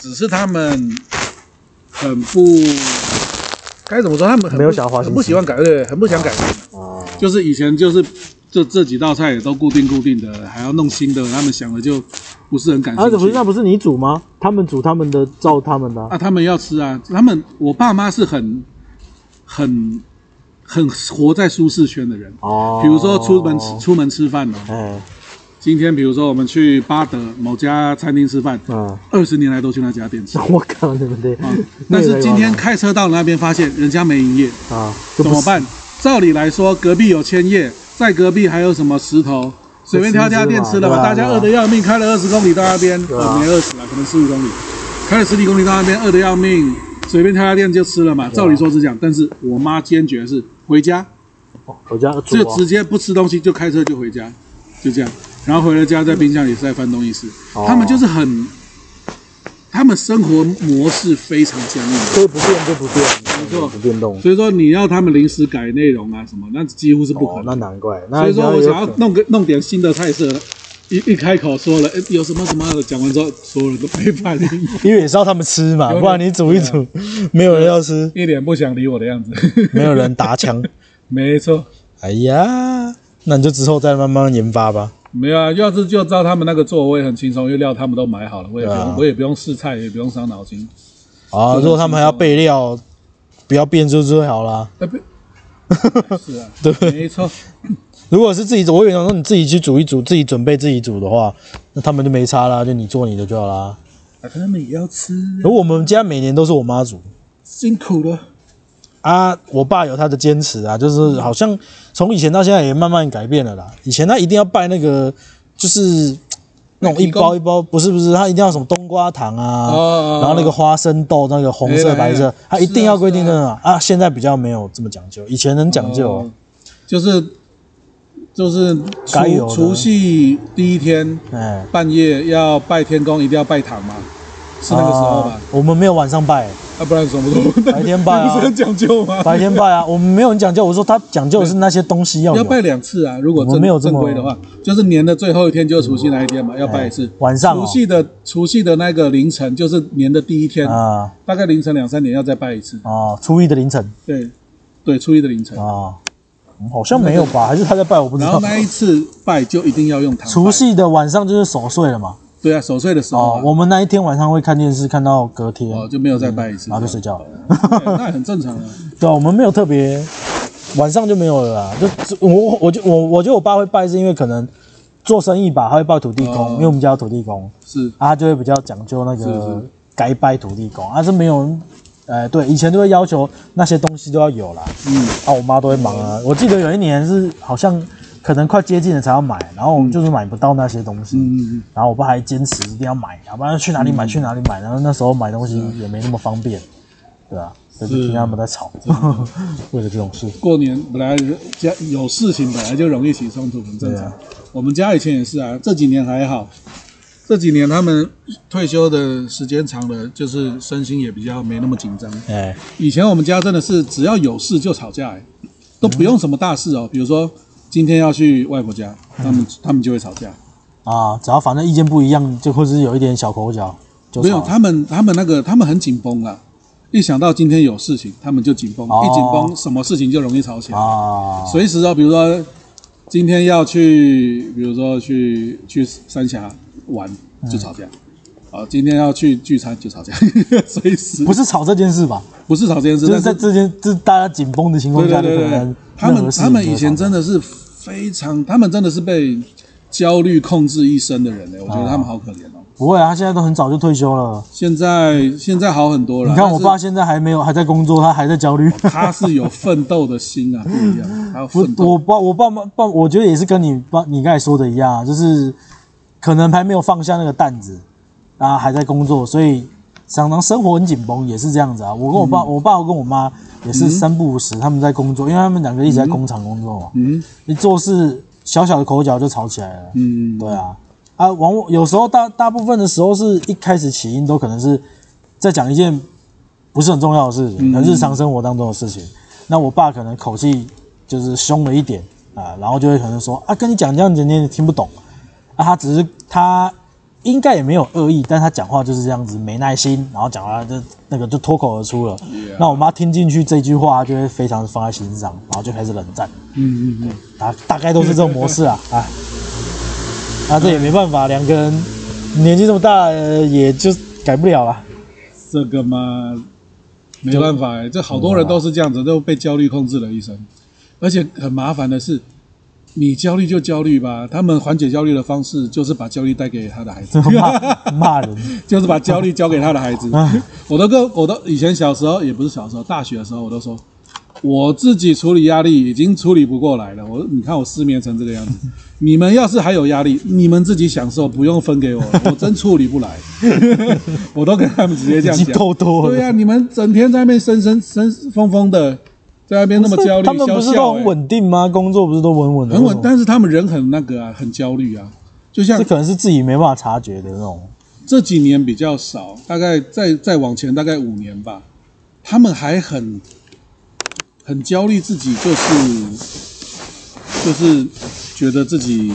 [SPEAKER 2] 只是他们很不该怎么说，他们很不
[SPEAKER 1] 没有想要花心思
[SPEAKER 2] 很不喜欢改，对，很不想改变。
[SPEAKER 1] 啊，
[SPEAKER 2] 就是以前就是这这几道菜也都固定固定的，还要弄新的，他们想的就不是很感
[SPEAKER 1] 啊，
[SPEAKER 2] 兴
[SPEAKER 1] 这不是
[SPEAKER 2] 趣。
[SPEAKER 1] 那不是你煮吗？他们煮他们的，照他们的啊
[SPEAKER 2] 啊，他们要吃啊，他们我爸妈是很很很活在舒适圈的人。
[SPEAKER 1] 哦
[SPEAKER 2] 啊比如说出门吃，出门吃饭哦，
[SPEAKER 1] 哎，
[SPEAKER 2] 今天比如说我们去巴德某家餐厅吃饭，
[SPEAKER 1] 嗯，
[SPEAKER 2] 二十年来都去那家店吃，
[SPEAKER 1] <laughs> 我靠，对不 <laughs> 对？
[SPEAKER 2] 啊但是今天开车到那边发现人家没营业，
[SPEAKER 1] 啊，
[SPEAKER 2] 怎么办？照理来说，隔壁有千叶，在隔壁还有什么石头，随便挑家店吃了吧。
[SPEAKER 1] 对啊
[SPEAKER 2] 大家饿得要命，开了二十公里到那边，
[SPEAKER 1] 对啊
[SPEAKER 2] 呃，没二十啊，可能十五公里，开了十几公里到那边，饿得要命，随便挑家店就吃了
[SPEAKER 1] 啊
[SPEAKER 2] 嘛。照理说是这样，但是我妈坚决是回家
[SPEAKER 1] 我家煮啊
[SPEAKER 2] 就直接不吃东西，就开车就回家，就这样。然后回了家，在冰箱里再翻东西吃。
[SPEAKER 1] 哦
[SPEAKER 2] 他们就是很，他们生活模式非常僵硬。
[SPEAKER 1] 可以不变就不变，没
[SPEAKER 2] 错哦
[SPEAKER 1] 不变动。
[SPEAKER 2] 所以说你要他们临时改内容啊什么，那几乎是不可
[SPEAKER 1] 哦
[SPEAKER 2] 能，的。
[SPEAKER 1] 那难怪。那
[SPEAKER 2] 所以说我
[SPEAKER 1] 有 <laughs>
[SPEAKER 2] 想要
[SPEAKER 1] 可能
[SPEAKER 2] 弄个弄点新的菜色，一一开口说了、诶有什么什么的，讲完之后，所有人都 <laughs> 没反应，
[SPEAKER 1] 因为也是要他们吃嘛，
[SPEAKER 2] 有点
[SPEAKER 1] 不然你煮一煮，没有人要吃，
[SPEAKER 2] 一脸不想理我的样子。 <laughs>
[SPEAKER 1] 没有人打枪。
[SPEAKER 2] 没错，
[SPEAKER 1] 哎呀，那你就之后再慢慢研发吧。
[SPEAKER 2] 没有啊，要是就照他们那个做，我也很轻松，因为料他们都买好了，我也不用、
[SPEAKER 1] 对啊
[SPEAKER 2] 我也不用试菜，也不用伤脑筋。
[SPEAKER 1] 啊，如果他们还要备料，不要变就最好啦。
[SPEAKER 2] 哎、不， <laughs> 是啊，
[SPEAKER 1] 对不对？
[SPEAKER 2] 没错，
[SPEAKER 1] 如果是自己煮，我有想说你自己去煮一煮，自己准备自己煮的话，那他们就没差啦，就你做你的就好啦。
[SPEAKER 2] 啊他们也要吃，
[SPEAKER 1] 而我们家每年都是我妈煮
[SPEAKER 2] 辛苦了。
[SPEAKER 1] 啊，我爸有他的坚持啊，就是好像从以前到现在也慢慢改变了啦。以前他一定要拜那个，就是那种一包一包，不是不是，他一定要什么冬瓜糖啊，
[SPEAKER 2] 哦
[SPEAKER 1] 然后那个花生豆那个红
[SPEAKER 2] 哎
[SPEAKER 1] 色
[SPEAKER 2] 呀
[SPEAKER 1] 白
[SPEAKER 2] 哎
[SPEAKER 1] 色
[SPEAKER 2] 呀，
[SPEAKER 1] 他一定要规定
[SPEAKER 2] 是啊
[SPEAKER 1] 的啊啊。现在比较没有这么讲究，以前很讲究
[SPEAKER 2] 哦，就是就是
[SPEAKER 1] 该有
[SPEAKER 2] 除
[SPEAKER 1] 的
[SPEAKER 2] 除夕第一天
[SPEAKER 1] 哎，
[SPEAKER 2] 半夜要拜天公，一定要拜堂嘛，是那个时候吧
[SPEAKER 1] 啊？我们没有晚上拜。
[SPEAKER 2] 啊，不然什么都
[SPEAKER 1] 白天拜啊
[SPEAKER 2] <laughs> 不是很讲究吗？
[SPEAKER 1] 白天拜
[SPEAKER 2] <laughs>
[SPEAKER 1] 啊，我们没有人讲究。我说他讲究的是那些东西要有
[SPEAKER 2] 要拜两次啊，如果
[SPEAKER 1] 我
[SPEAKER 2] 正
[SPEAKER 1] 没有这
[SPEAKER 2] 正
[SPEAKER 1] 么嗯
[SPEAKER 2] 规的话，就是年的最后一天，就是除夕那一天嘛，要拜一次。
[SPEAKER 1] 晚上哦
[SPEAKER 2] 除夕的除夕的那个凌晨，就是年的第一天，
[SPEAKER 1] 啊
[SPEAKER 2] 大概凌晨两三点要再拜一次。
[SPEAKER 1] 啊，初一的凌晨
[SPEAKER 2] 对，对，初一的凌晨。
[SPEAKER 1] 啊，嗯好像没有
[SPEAKER 2] <laughs>
[SPEAKER 1] 吧？还是他在拜？我不知
[SPEAKER 2] 然
[SPEAKER 1] 道
[SPEAKER 2] 后。那一次拜就一定要用糖。
[SPEAKER 1] 除，夕的晚上就是守岁了嘛。
[SPEAKER 2] 对啊，守岁的时候
[SPEAKER 1] 哦
[SPEAKER 2] 啊，
[SPEAKER 1] 我们那一天晚上会看电视，看到隔天，
[SPEAKER 2] 哦就没有再拜一次，
[SPEAKER 1] 嗯啊然后就睡觉了。
[SPEAKER 2] 对那很正常啊。
[SPEAKER 1] 对啊，我们没有特别，晚上就没有了啦。就只我我就我我觉得我爸会拜，是因为可能做生意吧，他会拜土地公，
[SPEAKER 2] 哦
[SPEAKER 1] 因为我们家有土地公。
[SPEAKER 2] 是
[SPEAKER 1] 啊，他就会比较讲究那
[SPEAKER 2] 是
[SPEAKER 1] 个
[SPEAKER 2] 是
[SPEAKER 1] 该拜土地公，啊是没有人，呃，对，以前都会要求那些东西都要有啦，
[SPEAKER 2] 嗯，
[SPEAKER 1] 啊，我妈都会忙啊。我记得有一年是好像可能快接近了才要买，然后我们就是买不到那些东西，
[SPEAKER 2] 嗯
[SPEAKER 1] 然后我爸还坚持一定要买，要不然去哪里买、去哪里买，然后那时候买东
[SPEAKER 2] 啊
[SPEAKER 1] 西也没那么方便，对啊，所以就是听他们在吵， <laughs> 为了这种事，
[SPEAKER 2] 过年本来家有事情本来就容易起冲突，很正常。
[SPEAKER 1] 对啊
[SPEAKER 2] 我们家以前也是啊，这几年还好，这几年他们退休的时间长了，就是身心也比较没那么紧张。
[SPEAKER 1] 哎、
[SPEAKER 2] 以前我们家真的是只要有事就吵架、欸，都不用什么大事哦，比如说今天要去外婆家，他
[SPEAKER 1] 嗯
[SPEAKER 2] 们、他们就会吵架。
[SPEAKER 1] 啊，只要反正意见不一样，就或者是有一点小口角，就
[SPEAKER 2] 没有，
[SPEAKER 1] 吵了
[SPEAKER 2] 他们他们那个他们很紧绷啊，一想到今天有事情，他们就紧绷，
[SPEAKER 1] 哦
[SPEAKER 2] 一紧绷什么事情就容易吵起来。
[SPEAKER 1] 啊，
[SPEAKER 2] 随时哦，比如说今天要去，比如说去去三峡玩
[SPEAKER 1] 嗯
[SPEAKER 2] 就吵架，啊、今天要去聚餐就吵架， <laughs> 随时
[SPEAKER 1] 不是吵这件事吧？
[SPEAKER 2] 不是吵这件事，
[SPEAKER 1] 就
[SPEAKER 2] 但
[SPEAKER 1] 是在这件，就是大家紧绷的情况
[SPEAKER 2] 对
[SPEAKER 1] 下，
[SPEAKER 2] 对
[SPEAKER 1] 就
[SPEAKER 2] 对
[SPEAKER 1] 可
[SPEAKER 2] 对
[SPEAKER 1] 能
[SPEAKER 2] 对，他们
[SPEAKER 1] 任何事
[SPEAKER 2] 他们
[SPEAKER 1] 情
[SPEAKER 2] 以前
[SPEAKER 1] 都会
[SPEAKER 2] 真的是非常，他们真的是被焦虑控制一生的人欸呢、我觉得他们好可怜哦。
[SPEAKER 1] 不会啊，他现在都很早就退休了。
[SPEAKER 2] 现在现在好很多了，
[SPEAKER 1] 你看我
[SPEAKER 2] 但
[SPEAKER 1] 爸
[SPEAKER 2] 啊是
[SPEAKER 1] 现在还没有，还在工作，他还在焦虑。
[SPEAKER 2] <laughs> 他是有奋斗的心啊，不一样，他有
[SPEAKER 1] 我
[SPEAKER 2] 奋斗
[SPEAKER 1] 我爸我爸妈爸，我觉得也是跟你爸你刚才说的一样啊，就是可能还没有放下那个担子，啊，还在工作，所以常常生活很紧绷，也是这样子啊。我跟我
[SPEAKER 2] 嗯
[SPEAKER 1] 爸，我爸跟我妈也是三不五时，他们在工作，因为他们两个一直在工厂工作嘛，
[SPEAKER 2] 嗯
[SPEAKER 1] 一做事小小的口角就吵起来了。
[SPEAKER 2] 嗯，
[SPEAKER 1] 对啊，啊，往往有时候大大部分的时候是一开始起因都可能是在讲一件不是很重要的事情，
[SPEAKER 2] 嗯
[SPEAKER 1] 可能日常生活当中的事情。那我爸可能口气就是凶了一点啊，然后就会可能说啊，跟你讲这样子你也听不懂啊，他只是他应该也没有恶意，但他讲话就是这样子没耐心，然后讲话就那个就脱口而出了。
[SPEAKER 2] Yeah
[SPEAKER 1] 那我妈听进去这句话，她就会非常放在心上，然后就开始冷战。
[SPEAKER 2] 嗯嗯嗯，
[SPEAKER 1] 大啊大概都是这种模
[SPEAKER 2] <laughs>
[SPEAKER 1] 式啊，啊，那这也没办法，两个人年纪这么大，呃也就改不了了。
[SPEAKER 2] <laughs> 这个嘛，没办法、欸，这好多人都是这样子，都被焦虑控制了一生。而且很麻烦的是，你焦虑就焦虑吧，他们缓解焦虑的方式就是把焦虑带给他的
[SPEAKER 1] <laughs>
[SPEAKER 2] 孩子，
[SPEAKER 1] 骂骂人，
[SPEAKER 2] <laughs> 就是把焦虑交给他的孩子。
[SPEAKER 1] 啊
[SPEAKER 2] <laughs> 我都跟我都以前小时候也不是小时候，大学的时候我都说，我自己处理压力已经处理不过来了。我你看我失眠成这个样子，你们要是还有压力，你们自己享受，不用分给我，我真处理不来。 <laughs> 我都跟他们直接
[SPEAKER 1] 已
[SPEAKER 2] 这样
[SPEAKER 1] 经
[SPEAKER 2] 讲。
[SPEAKER 1] 够多
[SPEAKER 2] 对
[SPEAKER 1] 了。
[SPEAKER 2] 呀、你们整天在那边生生生疯疯的，在那边那么焦虑，
[SPEAKER 1] 他们不是
[SPEAKER 2] 笑笑
[SPEAKER 1] 都很稳定吗？工作不是都稳稳
[SPEAKER 2] 欸
[SPEAKER 1] 的？
[SPEAKER 2] 很
[SPEAKER 1] 为什
[SPEAKER 2] 稳
[SPEAKER 1] 么，
[SPEAKER 2] 但是他们人很那个啊，很焦虑啊。就像
[SPEAKER 1] 这可能是自己没办法察觉的那种。
[SPEAKER 2] 这几年比较少，大概再再往前大概五年吧，他们还很很焦虑自己，就是就是觉得自己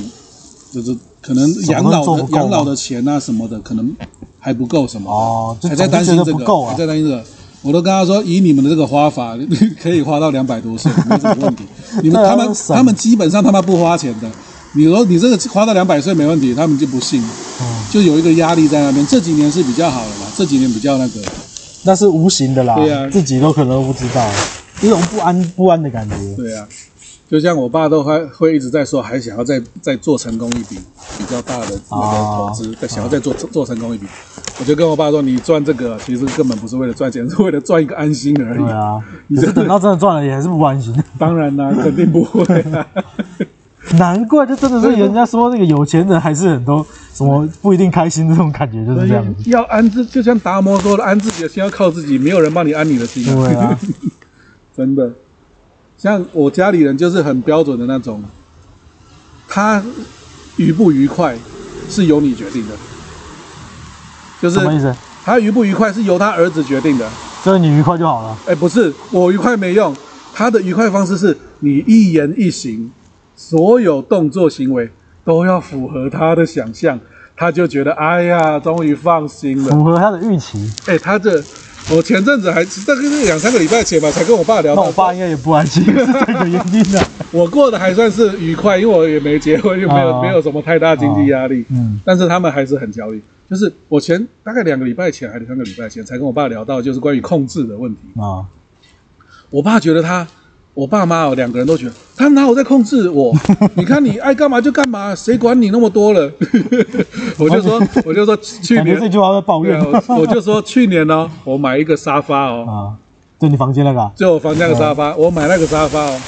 [SPEAKER 2] 就是可能
[SPEAKER 1] 么都
[SPEAKER 2] 养老
[SPEAKER 1] 做
[SPEAKER 2] 的
[SPEAKER 1] 不够吗
[SPEAKER 2] 养老的钱啊什么的，可能还不够什么的，
[SPEAKER 1] 哦就
[SPEAKER 2] 还在担心
[SPEAKER 1] 总是
[SPEAKER 2] 这
[SPEAKER 1] 觉得
[SPEAKER 2] 个，
[SPEAKER 1] 不够啊
[SPEAKER 2] 还在担心这个。我都跟他说，以你们的这个花法， <laughs> 可以花到两百多岁，没什么
[SPEAKER 1] <laughs>
[SPEAKER 2] 问题。你们
[SPEAKER 1] 对啊
[SPEAKER 2] 他们
[SPEAKER 1] 省
[SPEAKER 2] 他们基本上他妈不花钱的。你说你这个花到两百岁没问题，他们就不信。就有一个压力在那边。这几年是比较好了啦，这几年比较那个，
[SPEAKER 1] 那是无形的啦
[SPEAKER 2] 对啊，
[SPEAKER 1] 自己都可能不知道。一种不安不安的感觉。
[SPEAKER 2] 对啊，就像我爸都还会一直在说，还想要再再做成功一笔比较大的那个投资，再想要再做做成功一笔。我就跟我爸说，你赚这个其实根本不是为了赚钱，是为了赚一个安心而
[SPEAKER 1] 对
[SPEAKER 2] 已。
[SPEAKER 1] 啊，可是等到真的赚了，也还是不安
[SPEAKER 2] <laughs>
[SPEAKER 1] 心。
[SPEAKER 2] 当然啦、肯定不会啊。
[SPEAKER 1] 难怪，就真的是人家说那个有钱人还是很多什么不一定开心这种感觉，就是这样子。
[SPEAKER 2] 要安自，就像达摩说的，安自己的心要靠自己，没有人帮你安你的心、
[SPEAKER 1] 对啊，
[SPEAKER 2] <laughs> 真的，像我家里人就是很标准的那种，他愉不愉快是由你决定的，就是
[SPEAKER 1] 什么意思？
[SPEAKER 2] 他愉不愉快是由他儿子决定的。
[SPEAKER 1] 就是你愉快就好了。
[SPEAKER 2] 哎，不是，我愉快没用，他的愉快方式是你一言一行，所有动作行为都要符合他的想象，他就觉得哎呀，终于放心了。
[SPEAKER 1] 符合他的预期，
[SPEAKER 2] 哎、他这，我前阵子还大概是两三个礼拜前吧，才跟我爸聊
[SPEAKER 1] 那
[SPEAKER 2] 到，
[SPEAKER 1] 我爸应该也不安心，是这个原因
[SPEAKER 2] <laughs>
[SPEAKER 1] 的。
[SPEAKER 2] 我过得还算是愉快，因为我也没结婚，又没有、
[SPEAKER 1] 哦
[SPEAKER 2] 没有什么太大经济压力，
[SPEAKER 1] 嗯，
[SPEAKER 2] 但是他们还是很焦虑。就是我前大概两个礼拜前还是三个礼拜前才跟我爸聊到，就是关于控制的问题。
[SPEAKER 1] 啊，
[SPEAKER 2] 我爸觉得他，我爸妈哦两个人都觉得他哪有在控制我？ <laughs> 你看你爱干嘛就干嘛，谁管你那么多了？ <laughs> 我就说，我就说去
[SPEAKER 1] 感觉这
[SPEAKER 2] 年，
[SPEAKER 1] 句话在抱
[SPEAKER 2] 对
[SPEAKER 1] 怨
[SPEAKER 2] 啊我我就说去年呢、我买一个沙发哦，
[SPEAKER 1] <laughs> 啊，就你房间那个啊
[SPEAKER 2] 就我房间那个沙发，我买那个沙发哦，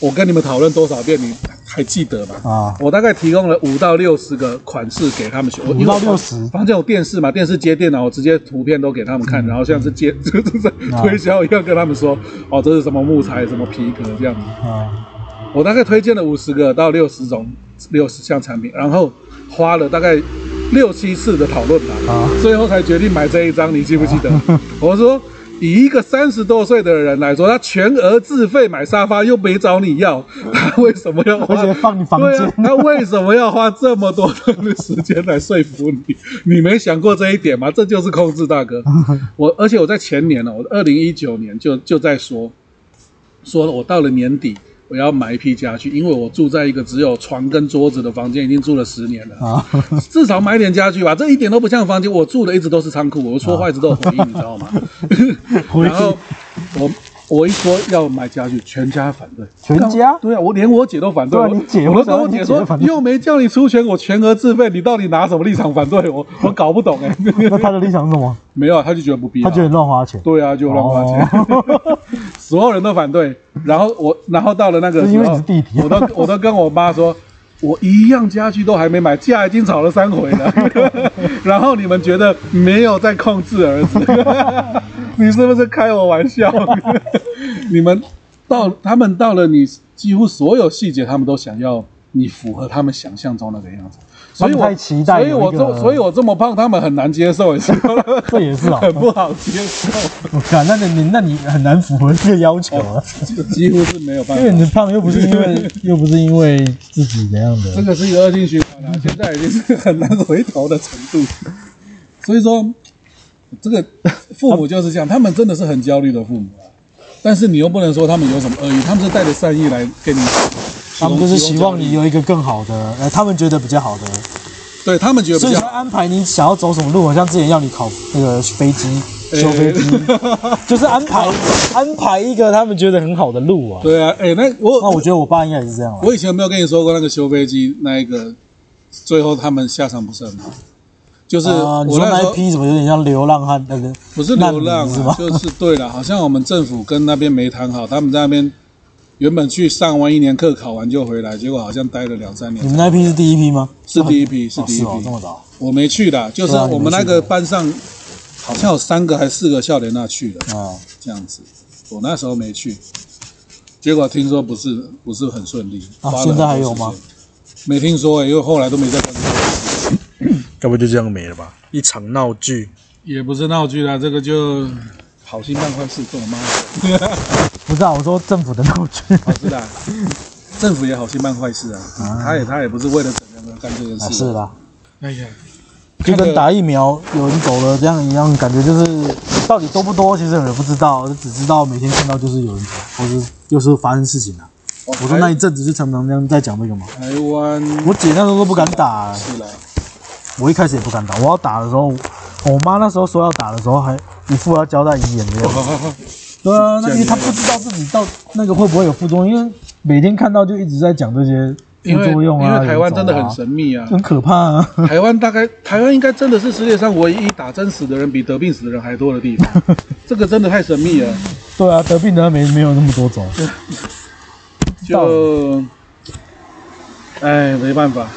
[SPEAKER 2] 我跟你们讨论多少遍，你还记得吗？
[SPEAKER 1] 啊，
[SPEAKER 2] 我大概提供了五到六十个款式给他们选，我
[SPEAKER 1] 五到六十
[SPEAKER 2] 房间有电视嘛，电视接电脑，我直接图片都给他们
[SPEAKER 1] 嗯
[SPEAKER 2] 看，然后像是接就是在
[SPEAKER 1] 啊
[SPEAKER 2] 推销一样跟他们说，哦，这是什么木材，什么皮革这样子。
[SPEAKER 1] 啊，
[SPEAKER 2] 我大概推荐了五十个到六十种六十项产品，然后花了大概六七次的讨论吧，
[SPEAKER 1] 啊
[SPEAKER 2] 最后才决定买这一张。你记不记得？
[SPEAKER 1] <laughs>
[SPEAKER 2] 我说，以一个三十多岁的人来说，他全额自费买沙发，又没找你要，他为什么要花？
[SPEAKER 1] 而且放你房
[SPEAKER 2] 对
[SPEAKER 1] 间
[SPEAKER 2] 啊，他为什么要花这么多的时间来说服你？你没想过这一点吗？这就是控制
[SPEAKER 1] <laughs>
[SPEAKER 2] 大哥。我而且我在前年哦，我二零一九年就就在说，说我到了年底我要买一批家具，因为我住在一个只有床跟桌子的房间，已经住了十年了。
[SPEAKER 1] <laughs> 啊，
[SPEAKER 2] 至少买点家具吧，这一点都不像房间。我住的一直都是仓库，我
[SPEAKER 1] 啊
[SPEAKER 2] 说话一直都有回音，你知
[SPEAKER 1] <laughs>
[SPEAKER 2] 道吗？
[SPEAKER 1] 回
[SPEAKER 2] 然后
[SPEAKER 1] 去
[SPEAKER 2] 我我一说要买家具，全家反对。
[SPEAKER 1] 全家
[SPEAKER 2] 对啊，我连我姐都反对。
[SPEAKER 1] 对啊
[SPEAKER 2] 我
[SPEAKER 1] 你姐
[SPEAKER 2] 我
[SPEAKER 1] 为
[SPEAKER 2] 都
[SPEAKER 1] 什么
[SPEAKER 2] 跟我
[SPEAKER 1] 你姐
[SPEAKER 2] 姐说
[SPEAKER 1] 反，对
[SPEAKER 2] 又没叫你出钱，我全额自费，你到底拿什么立场反对我？我搞不懂哎、 <laughs>
[SPEAKER 1] 那他的立场是什么？
[SPEAKER 2] 没有啊，他就觉得不必要。
[SPEAKER 1] 他觉得乱花钱，
[SPEAKER 2] 对啊，就乱花钱，
[SPEAKER 1] 哦
[SPEAKER 2] <laughs> 所有人都反对。然后我，然后到了那个时候，
[SPEAKER 1] 是因为你是弟弟
[SPEAKER 2] 我都我都跟我妈说，我一样家具都还没买，架已经吵了三回了。 <laughs> 然后你们觉得没有在控制儿子， <laughs> 你是不是开我玩笑？ <laughs> 你们到他们到了你几乎所有细节，他们都想要你符合他们想象中那个样子。所以
[SPEAKER 1] 他
[SPEAKER 2] 我
[SPEAKER 1] 们太期待
[SPEAKER 2] 所以
[SPEAKER 1] 有一
[SPEAKER 2] 我
[SPEAKER 1] 个
[SPEAKER 2] 这所以我这么胖，他们很难接受，你知
[SPEAKER 1] <laughs>
[SPEAKER 2] 道吗？
[SPEAKER 1] 这也
[SPEAKER 2] <laughs>
[SPEAKER 1] 是啊。
[SPEAKER 2] 很不好接受。
[SPEAKER 1] 我看，那你那你很难符合这个要求啊，
[SPEAKER 2] 几乎是没有办
[SPEAKER 1] 因为
[SPEAKER 2] 法。
[SPEAKER 1] 你胖又不是因
[SPEAKER 2] <laughs>
[SPEAKER 1] 为又不是因为自己怎样
[SPEAKER 2] 这
[SPEAKER 1] 的，
[SPEAKER 2] 个是啊一个恶性循环啊，现在已经是很难回头的程度。所以说，这个父母就是这样，他们真的是很焦虑的父母啊。但是你又不能说他们有什么恶意，他们是带着善意来跟你。
[SPEAKER 1] 他们就是希望你有一个更好的，呃，他们觉得比较好的，
[SPEAKER 2] 对他们觉得
[SPEAKER 1] 所
[SPEAKER 2] 比
[SPEAKER 1] 以
[SPEAKER 2] 较
[SPEAKER 1] 才安排你想要走什么路。好像之前要你考那个飞机，修飞机，
[SPEAKER 2] 哎 <laughs>
[SPEAKER 1] <laughs> 就是安排安排一个他们觉得很好的路啊。
[SPEAKER 2] 对啊，哎、那我
[SPEAKER 1] 那我觉得我爸应该也是这样啊。
[SPEAKER 2] 我以前有没有跟你说过那个修飞机那一个，最后他们下场不是很好，就是
[SPEAKER 1] 啊，你说
[SPEAKER 2] 我
[SPEAKER 1] 那
[SPEAKER 2] 时
[SPEAKER 1] 一
[SPEAKER 2] 候
[SPEAKER 1] 批怎么有点像流浪汉那个？
[SPEAKER 2] 不是流
[SPEAKER 1] 难
[SPEAKER 2] 浪
[SPEAKER 1] 民是
[SPEAKER 2] 啊
[SPEAKER 1] 吗，
[SPEAKER 2] 就是对了，好像我们政府跟那边没谈好，他们在那边原本去上完一年课，考完就回来，结果好像待了两三
[SPEAKER 1] 你
[SPEAKER 2] 年，
[SPEAKER 1] 们那一批是第一批吗？
[SPEAKER 2] 是第一批，是
[SPEAKER 1] 嗯哦
[SPEAKER 2] 第一
[SPEAKER 1] 是哦，
[SPEAKER 2] 批
[SPEAKER 1] 这，么早
[SPEAKER 2] 我没去的，就是
[SPEAKER 1] 对啊你没
[SPEAKER 2] 我们那
[SPEAKER 1] 去
[SPEAKER 2] 个班上好像有三个还是四个笑脸那去的
[SPEAKER 1] 啊？
[SPEAKER 2] 这样子，我那时候没去，结果听说不是不是很顺利，
[SPEAKER 1] 啊
[SPEAKER 2] 花了
[SPEAKER 1] 现在
[SPEAKER 2] 很
[SPEAKER 1] 还
[SPEAKER 2] 多
[SPEAKER 1] 有
[SPEAKER 2] 时
[SPEAKER 1] 吗
[SPEAKER 2] 间？没听说、欸，因为后来都没再关注。
[SPEAKER 3] 该不就这样没了吧？一场闹剧，
[SPEAKER 2] 也不是闹剧啦，这个就好心办坏事，跟我妈
[SPEAKER 1] 不是啊，我说政府的闹
[SPEAKER 2] <laughs>
[SPEAKER 1] 剧。啊
[SPEAKER 2] 哦是的，政府也好心办坏事啊，他也他也不是为了怎样而干这件
[SPEAKER 1] 啊，
[SPEAKER 2] 事。
[SPEAKER 1] 是，啦，
[SPEAKER 2] 哎呀，
[SPEAKER 1] 就跟打疫苗有人走了这样一样，感觉就是到底多不多，其实我也不知道，只知道每天看到就是有人走，或是有时候发生事情啊了、
[SPEAKER 2] 我
[SPEAKER 1] 我说那一阵子就常常这样在讲这个嘛。
[SPEAKER 2] 哦台湾
[SPEAKER 1] 我姐那时候都不敢打、
[SPEAKER 2] 是啦，
[SPEAKER 1] 我一开始也不敢打。我要打的时候，我妈那时候说要打的时候还一副要交代遗言的样子。
[SPEAKER 4] 对啊，那因为他不知道自己到那个会不会有副作用，因为每天看到就一直在讲这些
[SPEAKER 2] 因为
[SPEAKER 4] 副作用啊，
[SPEAKER 2] 因为台湾
[SPEAKER 4] 有什
[SPEAKER 2] 真
[SPEAKER 4] 么
[SPEAKER 2] 的
[SPEAKER 4] 啊
[SPEAKER 2] 很神秘啊，
[SPEAKER 4] 很可怕啊。
[SPEAKER 2] 台湾大概台湾应该真的是世界上唯一打针死的人比得病死的人还多的
[SPEAKER 4] <laughs>
[SPEAKER 2] 地方，这个真的太神秘了。
[SPEAKER 4] 对啊，得病的没没有那么多种。
[SPEAKER 2] 就，哎，没办法，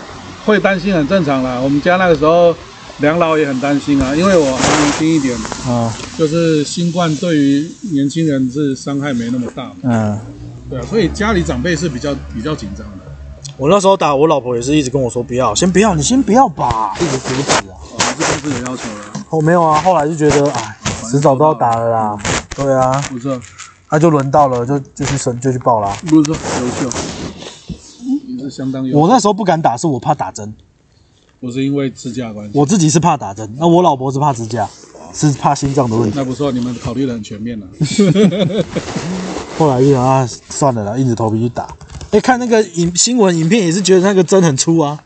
[SPEAKER 2] 会担心很正常啦。我们家那个时候，梁老也很担心啊，因为我还年轻一点，
[SPEAKER 4] 啊，
[SPEAKER 2] 就是新冠对于年轻人是伤害没那么大嘛，
[SPEAKER 4] 嗯，
[SPEAKER 2] 对啊，所以家里长辈是比较比较紧张的。
[SPEAKER 1] 我那时候打，我老婆也是一直跟我说不要，先不要，你先不要吧，一直阻止啊。
[SPEAKER 2] 哦，这是自己的要求了，
[SPEAKER 1] 哦，没有啊，后来就觉得，哎，迟早都要打了啦。对啊，
[SPEAKER 2] 不错，
[SPEAKER 1] 那、就轮到了，就就去生就去报啦。
[SPEAKER 2] 不错，优秀，你是相当优
[SPEAKER 4] 我
[SPEAKER 2] 秀。
[SPEAKER 4] 那时候不敢打，是我怕打针，
[SPEAKER 2] 不是因为支架关系，
[SPEAKER 4] 我自己是怕打针，那我老婆是怕支架，是怕心脏的问题。
[SPEAKER 2] 那不错，你们考虑的很全面了。啊
[SPEAKER 4] 后来就想啊，
[SPEAKER 1] 算了啦，硬着头皮去打。哎、看那个影新闻影片也是觉得那个针很粗啊，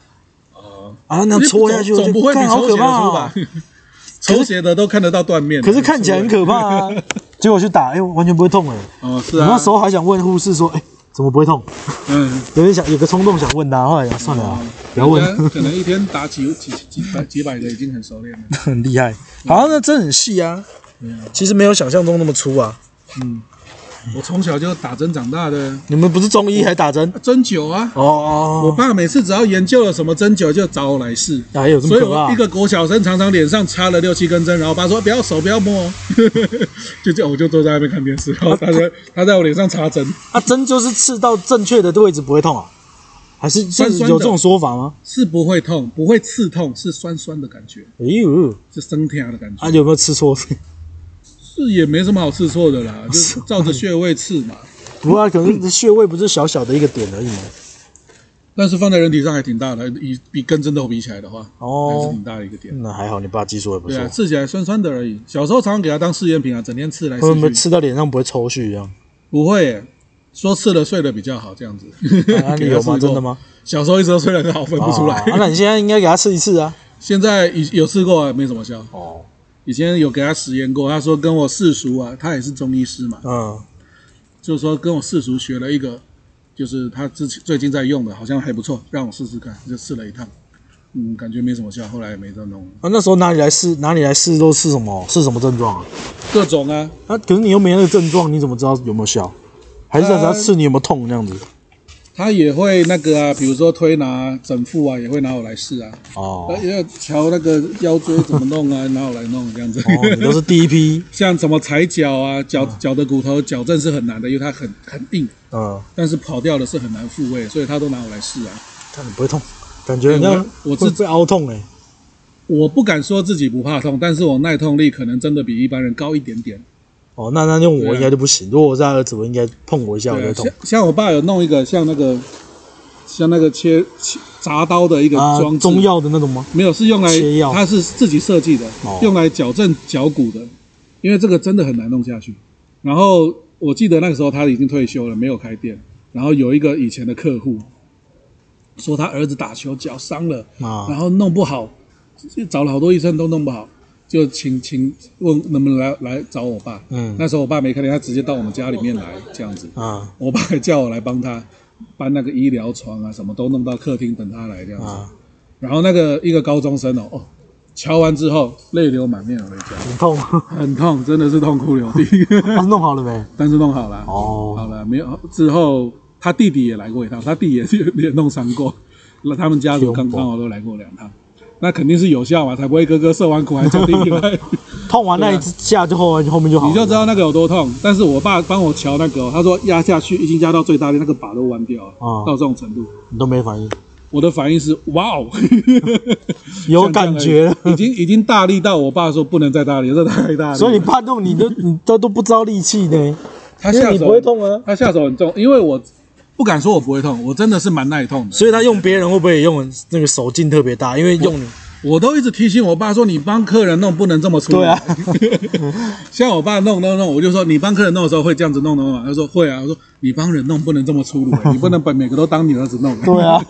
[SPEAKER 2] 哦，
[SPEAKER 1] 啊， <laughs> 那戳下去我
[SPEAKER 2] 总
[SPEAKER 1] 就
[SPEAKER 2] 不会比
[SPEAKER 1] 看好
[SPEAKER 2] 抽血
[SPEAKER 1] 可
[SPEAKER 2] 的
[SPEAKER 1] 怕、
[SPEAKER 2] 粗
[SPEAKER 1] 啊
[SPEAKER 2] 吧？？抽血的都看得到断面，
[SPEAKER 1] 可是看起来很可怕
[SPEAKER 2] <laughs>
[SPEAKER 1] 啊。
[SPEAKER 4] 结果去打，哎、完全不会痛哎、
[SPEAKER 2] 哦，是
[SPEAKER 4] 我
[SPEAKER 2] 啊，
[SPEAKER 4] 那时候还想问护士说，哎、怎么不会痛？
[SPEAKER 2] 嗯，
[SPEAKER 4] 有点想有个冲动想问他，后来想算了啊、不要
[SPEAKER 2] 人
[SPEAKER 4] 问，
[SPEAKER 2] 家可能一天打几几几百几百个已经很熟练了。
[SPEAKER 1] 很厉害。好，那针很细啊，其实没有想象中那么粗啊。
[SPEAKER 2] 我从小就打针长大的，
[SPEAKER 1] 你们不是中医还打针？
[SPEAKER 2] 针灸啊，我
[SPEAKER 1] 哦，
[SPEAKER 2] 爸每次只要研究了什么针灸，就找我来试。
[SPEAKER 1] 还有这么
[SPEAKER 2] 所以
[SPEAKER 1] 可
[SPEAKER 2] 我
[SPEAKER 1] 怕啊
[SPEAKER 2] 一？个国小生常常脸上插了六七根针，然后我爸说不要手不要摸哦， <laughs> 就这样我就坐在那边看电视，然后他在他在我脸上插针，
[SPEAKER 1] 啊，针就是刺到正确的位置不会痛啊？还是是
[SPEAKER 2] 酸酸的
[SPEAKER 1] 有这种说法吗？
[SPEAKER 2] 是不会痛，不会刺痛，是酸酸的感觉，
[SPEAKER 1] 哎呦，
[SPEAKER 2] 是生疼的感觉
[SPEAKER 1] 啊，，有没有吃错？
[SPEAKER 2] 是也没什么好刺错的啦，就是照着穴位刺嘛。
[SPEAKER 1] <laughs> <laughs> 不啊，可能穴位不是小小的一个点而已吗？
[SPEAKER 2] 但是放在人体上还挺大的，以比跟针头比起来的话，还是
[SPEAKER 1] 哦
[SPEAKER 2] 挺，大的一个点。
[SPEAKER 1] 那还好，你爸技术也不
[SPEAKER 2] 对
[SPEAKER 1] 错
[SPEAKER 2] 啊，。刺起来酸酸的而已。小时候常常给它当试验品啊，整天刺来
[SPEAKER 1] 会不会
[SPEAKER 2] 刺去。
[SPEAKER 1] 吃到脸上不会抽搐一 <laughs> 样？
[SPEAKER 2] 不会耶，说刺了睡得比较好这样子。
[SPEAKER 1] 啊，
[SPEAKER 2] <laughs>
[SPEAKER 1] 你有吗？真的吗？
[SPEAKER 2] 小时候一直都睡得很好，分不出来。
[SPEAKER 1] 哦啊，那你现在应该给他吃一次啊。
[SPEAKER 2] <laughs> 现在以有试过啊，没什么效。
[SPEAKER 1] 哦，
[SPEAKER 2] 以前有给他实验过，他说跟我四叔啊，他也是中医师嘛，
[SPEAKER 1] 嗯，
[SPEAKER 2] 就是说跟我四叔学了一个，就是他之前最近在用的，好像还不错，让我试试看，就试了一趟。嗯，感觉没什么效，后来也没再弄了。
[SPEAKER 1] 啊，那时候哪里来试？哪里来试都是什么？是什么症状啊？
[SPEAKER 2] 各种啊，
[SPEAKER 1] 啊，可是你又没那个症状，你怎么知道有没有
[SPEAKER 2] 呃
[SPEAKER 1] 效？还是只要刺你有没有痛那样子？
[SPEAKER 2] 他也会那个啊，比如说推拿、整腹啊，也会拿我来试啊，
[SPEAKER 1] 哦
[SPEAKER 2] 呃，也有瞧那个腰椎怎么弄啊， <laughs> 拿我来弄这样子。
[SPEAKER 1] 哦，你都是第一批，
[SPEAKER 2] 像什么踩脚啊，脚脚的骨头矫正是很难的，因为它很很硬，
[SPEAKER 1] 嗯，
[SPEAKER 2] 但是跑掉了是很难复位，所以他都拿我来试啊。
[SPEAKER 1] 但你不会痛，感觉好像
[SPEAKER 2] 我我
[SPEAKER 1] 会
[SPEAKER 2] 自
[SPEAKER 1] 被凹痛哎、欸。
[SPEAKER 2] 我不敢说自己不怕痛，但是我耐痛力可能真的比一般人高一点点。
[SPEAKER 1] 哦，那那用
[SPEAKER 2] 对
[SPEAKER 1] 我
[SPEAKER 2] 啊
[SPEAKER 1] 应该就不行。如果我是他儿子，我应该碰我一下我就会
[SPEAKER 2] 对、啊，
[SPEAKER 1] 痛
[SPEAKER 2] 像。像我爸有弄一个像那个像那个切切铡刀的一个
[SPEAKER 1] 啊
[SPEAKER 2] 装，置，
[SPEAKER 1] 中药的那种吗？
[SPEAKER 2] 没有，是用来
[SPEAKER 1] 切药
[SPEAKER 2] 它是自己设计的，
[SPEAKER 1] 哦
[SPEAKER 2] 用来矫正脚骨的，因为这个真的很难弄下去。然后我记得那个时候他已经退休了，没有开店。然后有一个以前的客户说他儿子打球脚伤了，
[SPEAKER 1] 啊
[SPEAKER 2] 然，后弄不好，就找了好多医生都弄不好，就请请问能不能来来找我爸。
[SPEAKER 1] 嗯
[SPEAKER 2] 那时候我爸没开店，他直接到我们家里面来这样子。
[SPEAKER 1] 啊
[SPEAKER 2] 我爸还叫我来帮他搬那个医疗床啊，什么都弄到客厅等他来这样子。
[SPEAKER 1] 啊，
[SPEAKER 2] 然后那个一个高中生哦，哦，瞧完之后泪流满面回家，
[SPEAKER 1] 很痛。 <laughs> 啊
[SPEAKER 2] 很痛，真的是痛哭流涕。 <laughs>
[SPEAKER 1] 弄好了没？
[SPEAKER 2] 但是弄好了，
[SPEAKER 1] 哦，
[SPEAKER 2] 好了，没有之后，他弟弟也来过一趟，他弟也是也弄伤过，那他们家族刚刚好都来过两趟，那肯定是有效嘛，才不会哥哥受完苦还叫弟弟来，
[SPEAKER 1] 痛完那一下就后后面就好了。
[SPEAKER 2] 你就知道那个有多痛。但是我爸帮我瞧那个哦、他说压下去已经压到最大力，那个把都弯掉了，
[SPEAKER 1] 哦
[SPEAKER 2] 到这种程度，
[SPEAKER 1] 你都没反应，
[SPEAKER 2] 我的反应是哇哦，
[SPEAKER 1] <laughs> 有感觉了。
[SPEAKER 2] 已经已经大力到我爸说不能再大力，这太大力了。
[SPEAKER 1] 所以你怕痛，你都你都都不知道力气呢，
[SPEAKER 2] 他
[SPEAKER 1] 因为
[SPEAKER 2] 下
[SPEAKER 1] 你
[SPEAKER 2] 手
[SPEAKER 1] 不会痛啊。
[SPEAKER 2] 他下手很重，因为我不敢说我不会痛，我真的是蛮耐痛的。
[SPEAKER 1] 所以他用别人会不会也用那个手劲特别大？因为用你
[SPEAKER 2] 我都一直提醒我爸说，你帮客人弄不能这么粗。
[SPEAKER 1] 对啊，
[SPEAKER 2] <laughs> 像我爸弄弄弄，我就说你帮客人弄的时候会这样子弄弄嘛，他说会啊，我说你帮人弄不能这么粗鲁、欸你不能把每个都当你儿子弄。欸
[SPEAKER 1] 对啊，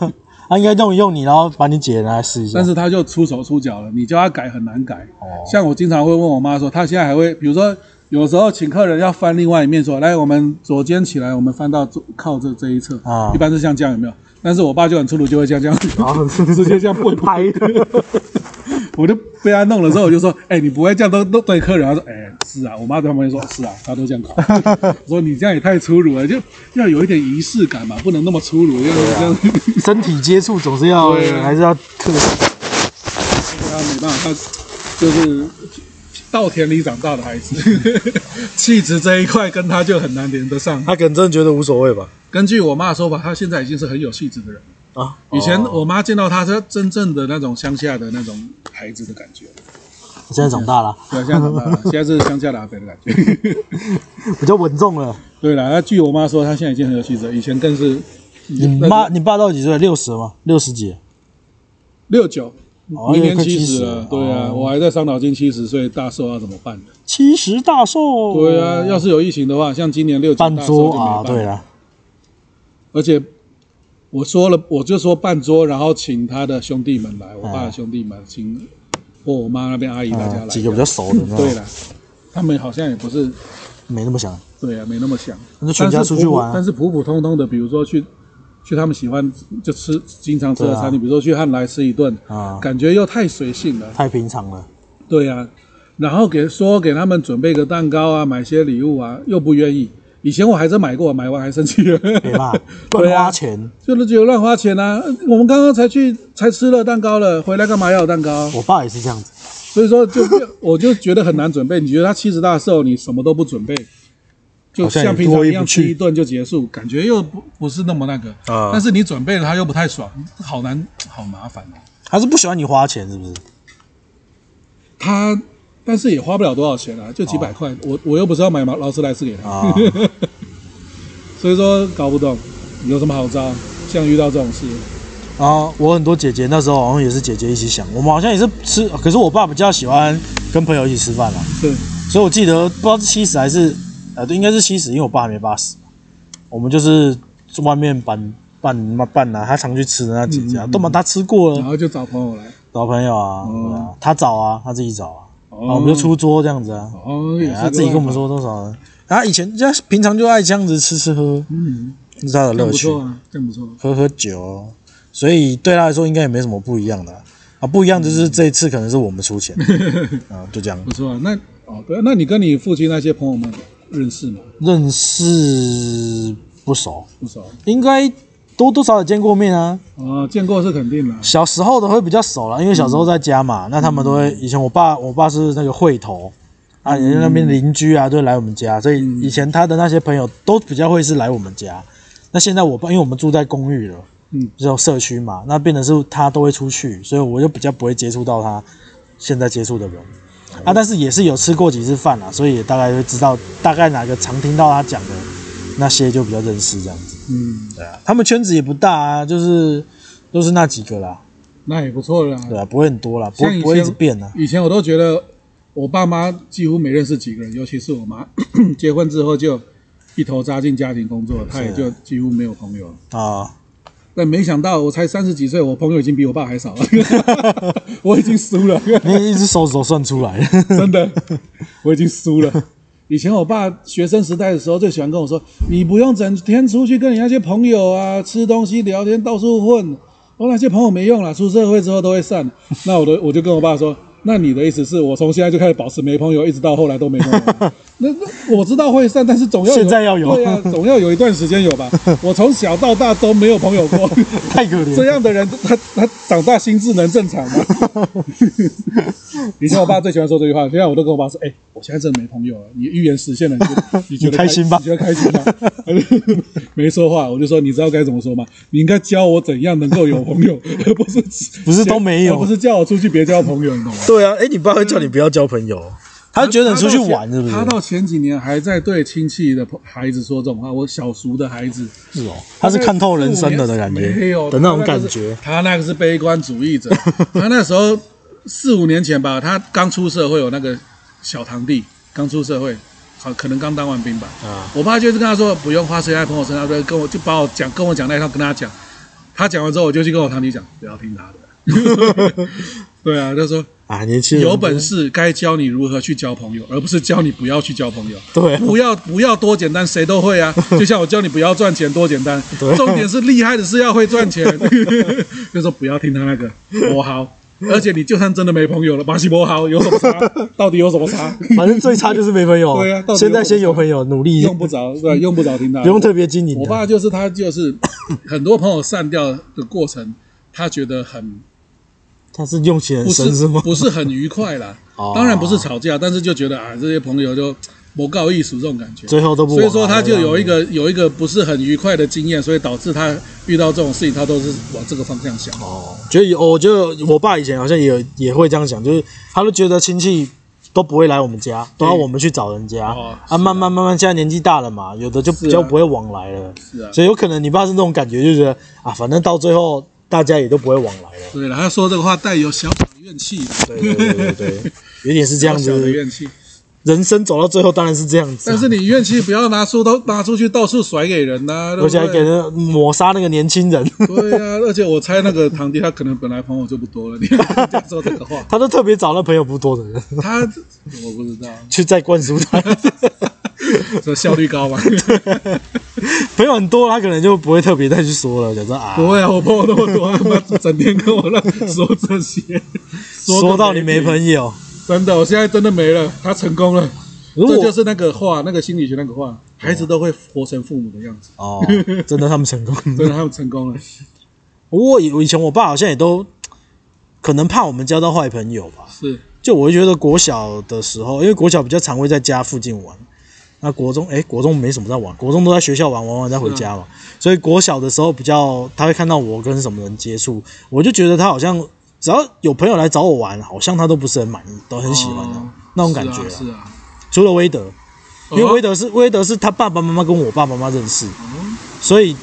[SPEAKER 1] 他应该用一用你，然后把你姐拿来试一下
[SPEAKER 2] 但。是他就出手出脚了，你叫他改很难改。像我经常会问我妈说，她现在还会，比如说有时候请客人要翻另外一面说，来，我们左肩起来，我们翻到左靠这这一侧
[SPEAKER 1] 啊
[SPEAKER 2] 一般是像这样有没有？但是我爸就很粗鲁，就会这样这 <laughs> 样，
[SPEAKER 1] 然后
[SPEAKER 2] 直接这样跪
[SPEAKER 1] 拍，
[SPEAKER 2] 我就被他弄了之后，我就说，哎、你不会这样都都对客人？他说，哎、是啊，我妈在旁边说，是啊，他都这样搞。 <laughs> 我说你这样也太粗鲁了，就要有一点仪式感嘛，不能那么粗鲁，要这样。
[SPEAKER 1] 身体接触总是要
[SPEAKER 2] 对啊
[SPEAKER 1] 还是要克制。
[SPEAKER 2] 他没办法，他就是稻田里长大的孩子， <laughs> 气质这一块跟他就很难连得上。
[SPEAKER 3] 他可能真的觉得无所谓吧。
[SPEAKER 2] 根据我妈的说法，他现在已经是很有气质的人了。
[SPEAKER 3] 啊，
[SPEAKER 2] 以前
[SPEAKER 3] 哦
[SPEAKER 2] 我妈见到他，是真正的那种乡下的那种孩子的感觉。
[SPEAKER 1] 现在长大了，
[SPEAKER 2] 对啊，现在长大了，现在是乡下的阿伯的感觉。 <laughs>
[SPEAKER 1] 比较稳重了。
[SPEAKER 2] 对了，那据我妈说，她现在已经很有气质了，以前更是
[SPEAKER 1] 你妈，你爸到底几岁？六十吗？六十几？
[SPEAKER 2] 六九，
[SPEAKER 1] 哦
[SPEAKER 2] 明年
[SPEAKER 1] 快
[SPEAKER 2] 七十
[SPEAKER 1] 70
[SPEAKER 2] 了。对啊，
[SPEAKER 1] 哦
[SPEAKER 2] 我还在伤脑筋，七十岁大寿要怎么办？
[SPEAKER 1] 七十大寿。
[SPEAKER 2] 对啊，要是有疫情的话，像今年六九
[SPEAKER 1] 哦办
[SPEAKER 2] 大寿
[SPEAKER 1] 桌
[SPEAKER 2] 就没
[SPEAKER 1] 啊，
[SPEAKER 2] 办
[SPEAKER 1] 对了，
[SPEAKER 2] 而且我说了，我就说办桌，然后请他的兄弟们
[SPEAKER 1] 啊
[SPEAKER 2] 来，我爸的兄弟们，请或我妈那边阿姨大家来。
[SPEAKER 1] 嗯几个比较熟的，
[SPEAKER 2] <laughs> 对
[SPEAKER 1] 了，
[SPEAKER 2] 了，他们好像也不是
[SPEAKER 1] 没那么想。
[SPEAKER 2] 对啊，没那么想。
[SPEAKER 1] 那就全家出去玩啊
[SPEAKER 2] 但是普普但是普普通通的，比如说去去他们喜欢就吃经常吃的
[SPEAKER 1] 对啊
[SPEAKER 2] 餐厅，比如说去汉来吃一顿，
[SPEAKER 1] 啊，
[SPEAKER 2] 感觉又太随性了。
[SPEAKER 1] 太平常了。
[SPEAKER 2] 对呀、然后给说给他们准备个蛋糕啊，买些礼物啊，又不愿意。以前我还真买过，买完还生气了。？
[SPEAKER 1] 对吧
[SPEAKER 2] <laughs>
[SPEAKER 1] 乱
[SPEAKER 2] 对
[SPEAKER 1] 花
[SPEAKER 2] 啊，
[SPEAKER 1] 钱。
[SPEAKER 2] 就是只有乱花钱啊！我们刚刚才去才吃了蛋糕了，回来干嘛要有蛋糕？
[SPEAKER 1] 我爸也是这样子，
[SPEAKER 2] 所以说就我就觉得很难准备。你觉得他七十大寿，你什么都不准备，就
[SPEAKER 3] 好像
[SPEAKER 2] 像
[SPEAKER 3] 也
[SPEAKER 2] 平常
[SPEAKER 3] 过意
[SPEAKER 2] 一
[SPEAKER 3] 不
[SPEAKER 2] 样
[SPEAKER 3] 去
[SPEAKER 2] 吃一顿就结束，感觉又不不是那么那个。
[SPEAKER 3] 啊
[SPEAKER 2] 但是你准备了，他又不太爽，好难，好麻烦啊。
[SPEAKER 1] 还是不喜欢你花钱，是不是？
[SPEAKER 2] 他但是也花不了多少钱啊，就几百块。我我又不是要买劳劳斯莱斯给他，
[SPEAKER 1] 啊，
[SPEAKER 2] <laughs> 所以说搞不懂有什么好招。像遇到这种事，
[SPEAKER 1] 然后我很多姐姐那时候好像也是姐姐一起想，我们好像也是吃，可是我爸比较喜欢跟朋友一起吃饭嘛，啊
[SPEAKER 2] 对，
[SPEAKER 1] 所以我记得不知道是七十还是呃对，应该是七十，因为我爸还没八十，我们就是住外面办办办啊，他常去吃的那几家，
[SPEAKER 2] 嗯嗯嗯
[SPEAKER 1] 都把他吃过
[SPEAKER 2] 然
[SPEAKER 1] 了，
[SPEAKER 2] 后就找朋友来，
[SPEAKER 1] 找朋友啊，
[SPEAKER 2] 哦
[SPEAKER 1] 对啊，他找啊，他自己找啊，然
[SPEAKER 2] 哦
[SPEAKER 1] 后我们就出桌这样子啊，
[SPEAKER 2] 哦，
[SPEAKER 1] 对
[SPEAKER 2] 也
[SPEAKER 1] 啊
[SPEAKER 2] 是
[SPEAKER 1] 他自己跟我们
[SPEAKER 2] 说。
[SPEAKER 1] 说多少呢？啊他以前人家平常就爱这样子吃吃喝，
[SPEAKER 2] 嗯，
[SPEAKER 1] 这是他的
[SPEAKER 2] 这样
[SPEAKER 1] 乐
[SPEAKER 2] 不
[SPEAKER 1] 趣。
[SPEAKER 2] 错啊，这样不错。
[SPEAKER 1] 喝喝酒，所以对他来说应该也没什么不一样的啦啊。不一样就是这一次可能是我们 <laughs> 出钱啊，就这样
[SPEAKER 2] 不。错啊，那哦对啊，那你跟你父亲那些朋友们认识吗？
[SPEAKER 1] 认识不熟，
[SPEAKER 2] 不熟
[SPEAKER 1] 应该多多少少见过面啊。
[SPEAKER 2] 啊，见过是肯定啦。
[SPEAKER 1] 小时候的会比较熟了，因为小时候在家嘛，那他们都会。以前我爸，我爸是那个会头啊，人家那边邻居啊，都会来我们家，所以以前他的那些朋友都比较会是来我们家。那现在我爸，因为我们住在公寓了，
[SPEAKER 2] 嗯，
[SPEAKER 1] 只有社区嘛，那变得是他都会出去，所以我就比较不会接触到他现在接触的人啊，但是也是有吃过几次饭啦，所以也大概会知道大概哪个常听到他讲的那些就比较认识这样子。
[SPEAKER 2] 嗯，
[SPEAKER 1] 对啊，他们圈子也不大啊，就是都是那几个啦，
[SPEAKER 2] 那也不错啦。
[SPEAKER 1] 对啊，不会很多啦，不
[SPEAKER 2] 像
[SPEAKER 1] 会
[SPEAKER 2] 以
[SPEAKER 1] 不会一直
[SPEAKER 2] 前
[SPEAKER 1] 变啊。
[SPEAKER 2] 以前我都觉得我爸妈几乎没认识几个人，尤其是我妈 <coughs> 结婚之后就一头扎进家庭工作，她也
[SPEAKER 1] 是
[SPEAKER 2] 就
[SPEAKER 1] 啊
[SPEAKER 2] 几乎没有朋友了。 <laughs>
[SPEAKER 1] 啊，
[SPEAKER 2] 但没想到，我才三十几岁，我朋友已经比我爸还少了， <laughs> 我已经输了。
[SPEAKER 1] 因为一只手指头算出来，
[SPEAKER 2] <laughs> 真的，我已经输了。以前我爸学生时代的时候，最喜欢跟我说：“你不用整天出去跟你那些朋友啊吃东西聊天，到处混。”我那些朋友没用了，出社会之后都会 <laughs> 散。那我的我就跟我爸说：“那你的意思是我从现在就开始保持没朋友，一直到后来都没朋友？”那那我知道会散，但是总要有
[SPEAKER 1] 现在要有
[SPEAKER 2] 对啊，总要有一段时间有吧。我从小到大都没有朋友过，
[SPEAKER 1] 太可怜
[SPEAKER 2] 这
[SPEAKER 3] 啊
[SPEAKER 1] 了。
[SPEAKER 2] 样的人，他他长大心智能正常吗？ <laughs> 以前我爸最喜欢说这句话，现在我都跟我爸说：“哎、我现在真的没朋友了。”你预言实现了，你觉
[SPEAKER 1] <laughs>
[SPEAKER 2] 得你觉得
[SPEAKER 1] 开心吧
[SPEAKER 2] 你觉得开心吗？ <laughs> 没说话，我就说你知道该怎么说吗？你应该教我怎样能够有朋友，而不是
[SPEAKER 1] <laughs> 不是都没有
[SPEAKER 2] 而不是叫我出去别交朋友，你懂吗？
[SPEAKER 3] 对啊，哎，你爸会叫你不要交朋友，
[SPEAKER 1] 他就觉得你出去玩是不是？
[SPEAKER 2] 他到前几年还在对亲戚的孩子说这种话，我小叔的孩子。
[SPEAKER 1] 是哦，他是看透人生的的感
[SPEAKER 2] 没
[SPEAKER 1] 觉
[SPEAKER 2] 有
[SPEAKER 1] 的那种感觉。
[SPEAKER 2] 哦他那个是悲观主
[SPEAKER 1] <laughs>
[SPEAKER 2] 义者，他那时候四五年前吧，他刚出社会，有那个小堂弟刚出社会，好可能刚当完兵吧。
[SPEAKER 1] 啊。
[SPEAKER 2] 我爸就是跟他说不用花钱在朋友身上，对，跟我就把我讲跟我讲那一套跟他讲，他讲完之后我就去跟我堂弟讲，不要听他的。 <laughs> 对啊，他说
[SPEAKER 1] 啊，年轻人
[SPEAKER 2] 有本事该教你如何去交朋友，而不是教你不要去交朋友。
[SPEAKER 1] 对
[SPEAKER 2] <laughs>
[SPEAKER 1] 啊
[SPEAKER 2] 不要不要多简单，谁都会
[SPEAKER 1] <laughs>
[SPEAKER 2] 啊。就像我教你不要赚钱，多简单。
[SPEAKER 1] 啊
[SPEAKER 2] 重点是厉害的是要会赚钱。 <laughs> 就说不要听他那个我好，而且你就算真的没朋友了，巴西博好有什么差？到底有什么
[SPEAKER 1] <laughs>
[SPEAKER 2] 差？
[SPEAKER 1] 反正最差就是没朋友。
[SPEAKER 2] 对啊到底
[SPEAKER 1] 现在
[SPEAKER 2] 有
[SPEAKER 1] 先有朋友，努力
[SPEAKER 2] 用不着，对，啊用不着听他的。
[SPEAKER 1] 不用特别经营
[SPEAKER 2] 我
[SPEAKER 1] 的。
[SPEAKER 2] 爸就是他，就是 <coughs> 很多朋友散掉的过程，他觉得很
[SPEAKER 1] 他是用起来
[SPEAKER 2] 不
[SPEAKER 1] 很深
[SPEAKER 2] 是
[SPEAKER 1] 是吗？
[SPEAKER 2] 不是很愉快啦
[SPEAKER 1] <laughs> 哦。
[SPEAKER 2] 当然不是吵架，但是就觉得啊，这些朋友就不告艺术这种感觉。
[SPEAKER 1] 最后都不啊玩
[SPEAKER 2] 所
[SPEAKER 1] 了。
[SPEAKER 2] 以说他就有一个有一个不是很愉快的经验，所以导致他遇到这种事情，他都是往这个方向想。
[SPEAKER 1] 哦，觉得有，我觉得我爸以前好像也有也会这样想，就是他都觉得亲戚都不会来我们家，都要我们去找人家
[SPEAKER 2] 哦
[SPEAKER 1] 啊。慢慢慢慢，现在年纪大了嘛，有的就比较不会往来了，
[SPEAKER 2] 是啊
[SPEAKER 1] 所以有可能你爸是那种感觉，就觉得啊，反正到最后大家也都不会往来了。
[SPEAKER 2] 对了，他说这个话带有小小的怨气，
[SPEAKER 1] 对对对对对，有点是这
[SPEAKER 2] 小
[SPEAKER 1] 样
[SPEAKER 2] 小的
[SPEAKER 1] 子。
[SPEAKER 2] 怨气。
[SPEAKER 1] 人生走到最后当然是这样子啊、
[SPEAKER 2] 但是你怨气不要拿出都拿出去到处甩给人呐、
[SPEAKER 1] 而
[SPEAKER 2] 对不
[SPEAKER 1] 且还给
[SPEAKER 2] 对？
[SPEAKER 1] 人抹杀那个年轻人，
[SPEAKER 2] 对呀、而且我猜那个堂弟他可能本来朋友就不多了，你 <laughs> 还这样说这个话，
[SPEAKER 1] 他都特别找那朋友不多的人
[SPEAKER 2] 他我不知道，
[SPEAKER 1] 去再灌输他。
[SPEAKER 2] 这效率高吧？
[SPEAKER 1] 朋友很多，他可能就不会特别再去说了，假装啊，
[SPEAKER 2] <laughs> 不会啊，我朋友那么多，他妈整天跟我那说这些，说
[SPEAKER 1] 说
[SPEAKER 2] 个
[SPEAKER 1] 到你没朋友。
[SPEAKER 2] 真的，我现在真的没了，他成功了。
[SPEAKER 1] 如
[SPEAKER 2] 这
[SPEAKER 1] 果
[SPEAKER 2] 就是那个话，那个心理学那个话，孩子都会活成父母的样子。
[SPEAKER 1] 哦， <laughs> 真的他们成功。
[SPEAKER 2] 真的，他们成
[SPEAKER 1] <laughs>
[SPEAKER 2] 功了。
[SPEAKER 1] 我以以前我爸好像也都可能怕我们交到坏朋友吧。
[SPEAKER 2] 是，
[SPEAKER 1] 就我会觉得国小的时候，因为国小比较常会在家附近玩，那国中哎、国中没什么在玩，国中都在学校玩，玩完再回家嘛。
[SPEAKER 2] 嗯
[SPEAKER 1] 所以国小的时候比较他会看到我跟什么人接触，我就觉得他好像只要有朋友来找我玩，好像他都不是很满意，都很喜欢的、
[SPEAKER 2] 哦
[SPEAKER 1] 那种感觉、
[SPEAKER 2] 是啊，是啊
[SPEAKER 1] 除了威德，因为
[SPEAKER 2] 哦
[SPEAKER 1] 威德是威德是他爸爸妈妈跟我爸爸妈妈认识，所以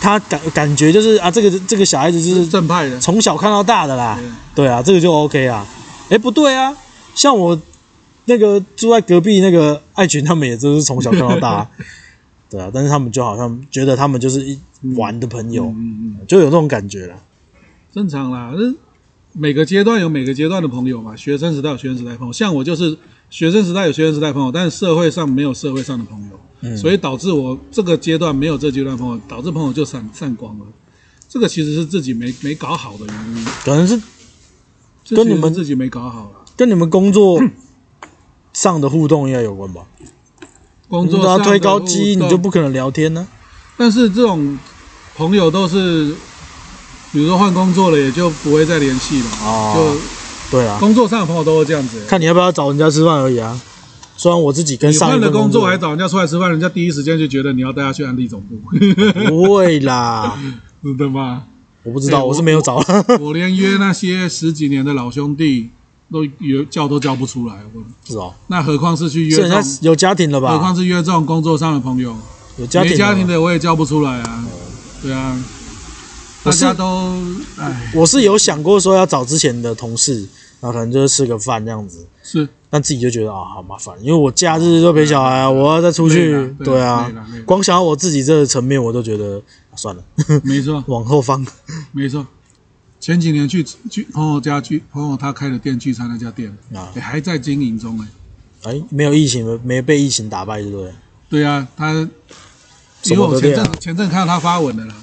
[SPEAKER 1] 他感感觉就是啊，这个这个小孩子就是
[SPEAKER 2] 是正派的，
[SPEAKER 1] 从小看到大的啦，对啊，这个就 OK 啊。哎，不对啊，像我那个住在隔壁那个爱群，他们也就是从小看到大
[SPEAKER 2] <laughs>
[SPEAKER 1] 啊，对啊，但是他们就好像觉得他们就是一玩的朋友，
[SPEAKER 2] 嗯嗯，
[SPEAKER 1] 就有这种感觉了。
[SPEAKER 2] 正常啦。这每个阶段有每个阶段的朋友嘛，学生时代有学生时代朋友，像我就是学生时代有学生时代朋友，但是社会上没有社会上的朋友，
[SPEAKER 1] 嗯
[SPEAKER 2] 所以导致我这个阶段没有这阶段朋友，导致朋友就散散光了。这个其实是自己没没搞好的原因，
[SPEAKER 1] 可能是
[SPEAKER 2] 这
[SPEAKER 1] 跟你
[SPEAKER 2] 其实
[SPEAKER 1] 们
[SPEAKER 2] 是自己没搞好啊了。
[SPEAKER 1] 跟你们工作上的互动应该有关吧？
[SPEAKER 2] 工
[SPEAKER 1] 你
[SPEAKER 2] 作
[SPEAKER 1] 都要
[SPEAKER 2] 上
[SPEAKER 1] 推高
[SPEAKER 2] 机
[SPEAKER 1] 机，你就不可能聊天呢、
[SPEAKER 2] 但是这种朋友都是，比如说换工作了，也就不会再联系了。
[SPEAKER 1] 哦
[SPEAKER 2] 就
[SPEAKER 1] 对啊，
[SPEAKER 2] 工作上的朋友都会这样子。
[SPEAKER 1] 看你要不要找人家吃饭而已啊。虽然我自己跟
[SPEAKER 2] 你
[SPEAKER 1] 上
[SPEAKER 2] 换
[SPEAKER 1] 一
[SPEAKER 2] 了
[SPEAKER 1] 份
[SPEAKER 2] 工
[SPEAKER 1] 作
[SPEAKER 2] 作还找人家出来吃饭，人家第一时间就觉得你要带他去安利总
[SPEAKER 1] <laughs>
[SPEAKER 2] 部，
[SPEAKER 1] 不会啦，
[SPEAKER 2] 是的吗？
[SPEAKER 1] 我不知道，
[SPEAKER 2] 哎我
[SPEAKER 1] 我是没有找。啊
[SPEAKER 2] 我连约那些十几年的老兄弟都有叫都叫不出来，我
[SPEAKER 1] <laughs> 是哦，
[SPEAKER 2] 那何况是去约
[SPEAKER 1] 是人
[SPEAKER 2] 这
[SPEAKER 1] 家
[SPEAKER 2] 种，
[SPEAKER 1] 有家庭了
[SPEAKER 2] 何况
[SPEAKER 1] 吧？
[SPEAKER 2] 是约这种工作上的朋友，
[SPEAKER 1] 有家庭了，
[SPEAKER 2] 没家庭的我也叫不出来啊。对啊，大
[SPEAKER 1] 我是
[SPEAKER 2] 家都哎
[SPEAKER 1] 我是有想过说要找之前的同事，然后可能就是吃个饭这样子，
[SPEAKER 2] 是
[SPEAKER 1] 但自己就觉得啊好麻烦，因为我假日都陪小孩啊，我要再出
[SPEAKER 2] 累啦
[SPEAKER 1] 去，
[SPEAKER 2] 对
[SPEAKER 1] 对
[SPEAKER 2] 累啦
[SPEAKER 1] 啊
[SPEAKER 2] 累啦，
[SPEAKER 1] 光想到我自己这个层面，我都觉得啊算了， <laughs>
[SPEAKER 2] 没错。
[SPEAKER 1] 往后放。
[SPEAKER 2] 没错，前几年去去朋友家去朋友他开的店聚餐那家店，
[SPEAKER 1] 啊
[SPEAKER 2] 也还在经营中哎。
[SPEAKER 1] 哎，没有疫情，没没被疫情打败，对不对？
[SPEAKER 2] 对啊，他
[SPEAKER 1] 什
[SPEAKER 2] 因为
[SPEAKER 1] 么都嗯
[SPEAKER 2] 我前
[SPEAKER 1] 对啊
[SPEAKER 2] 阵前阵看到他发文的啦，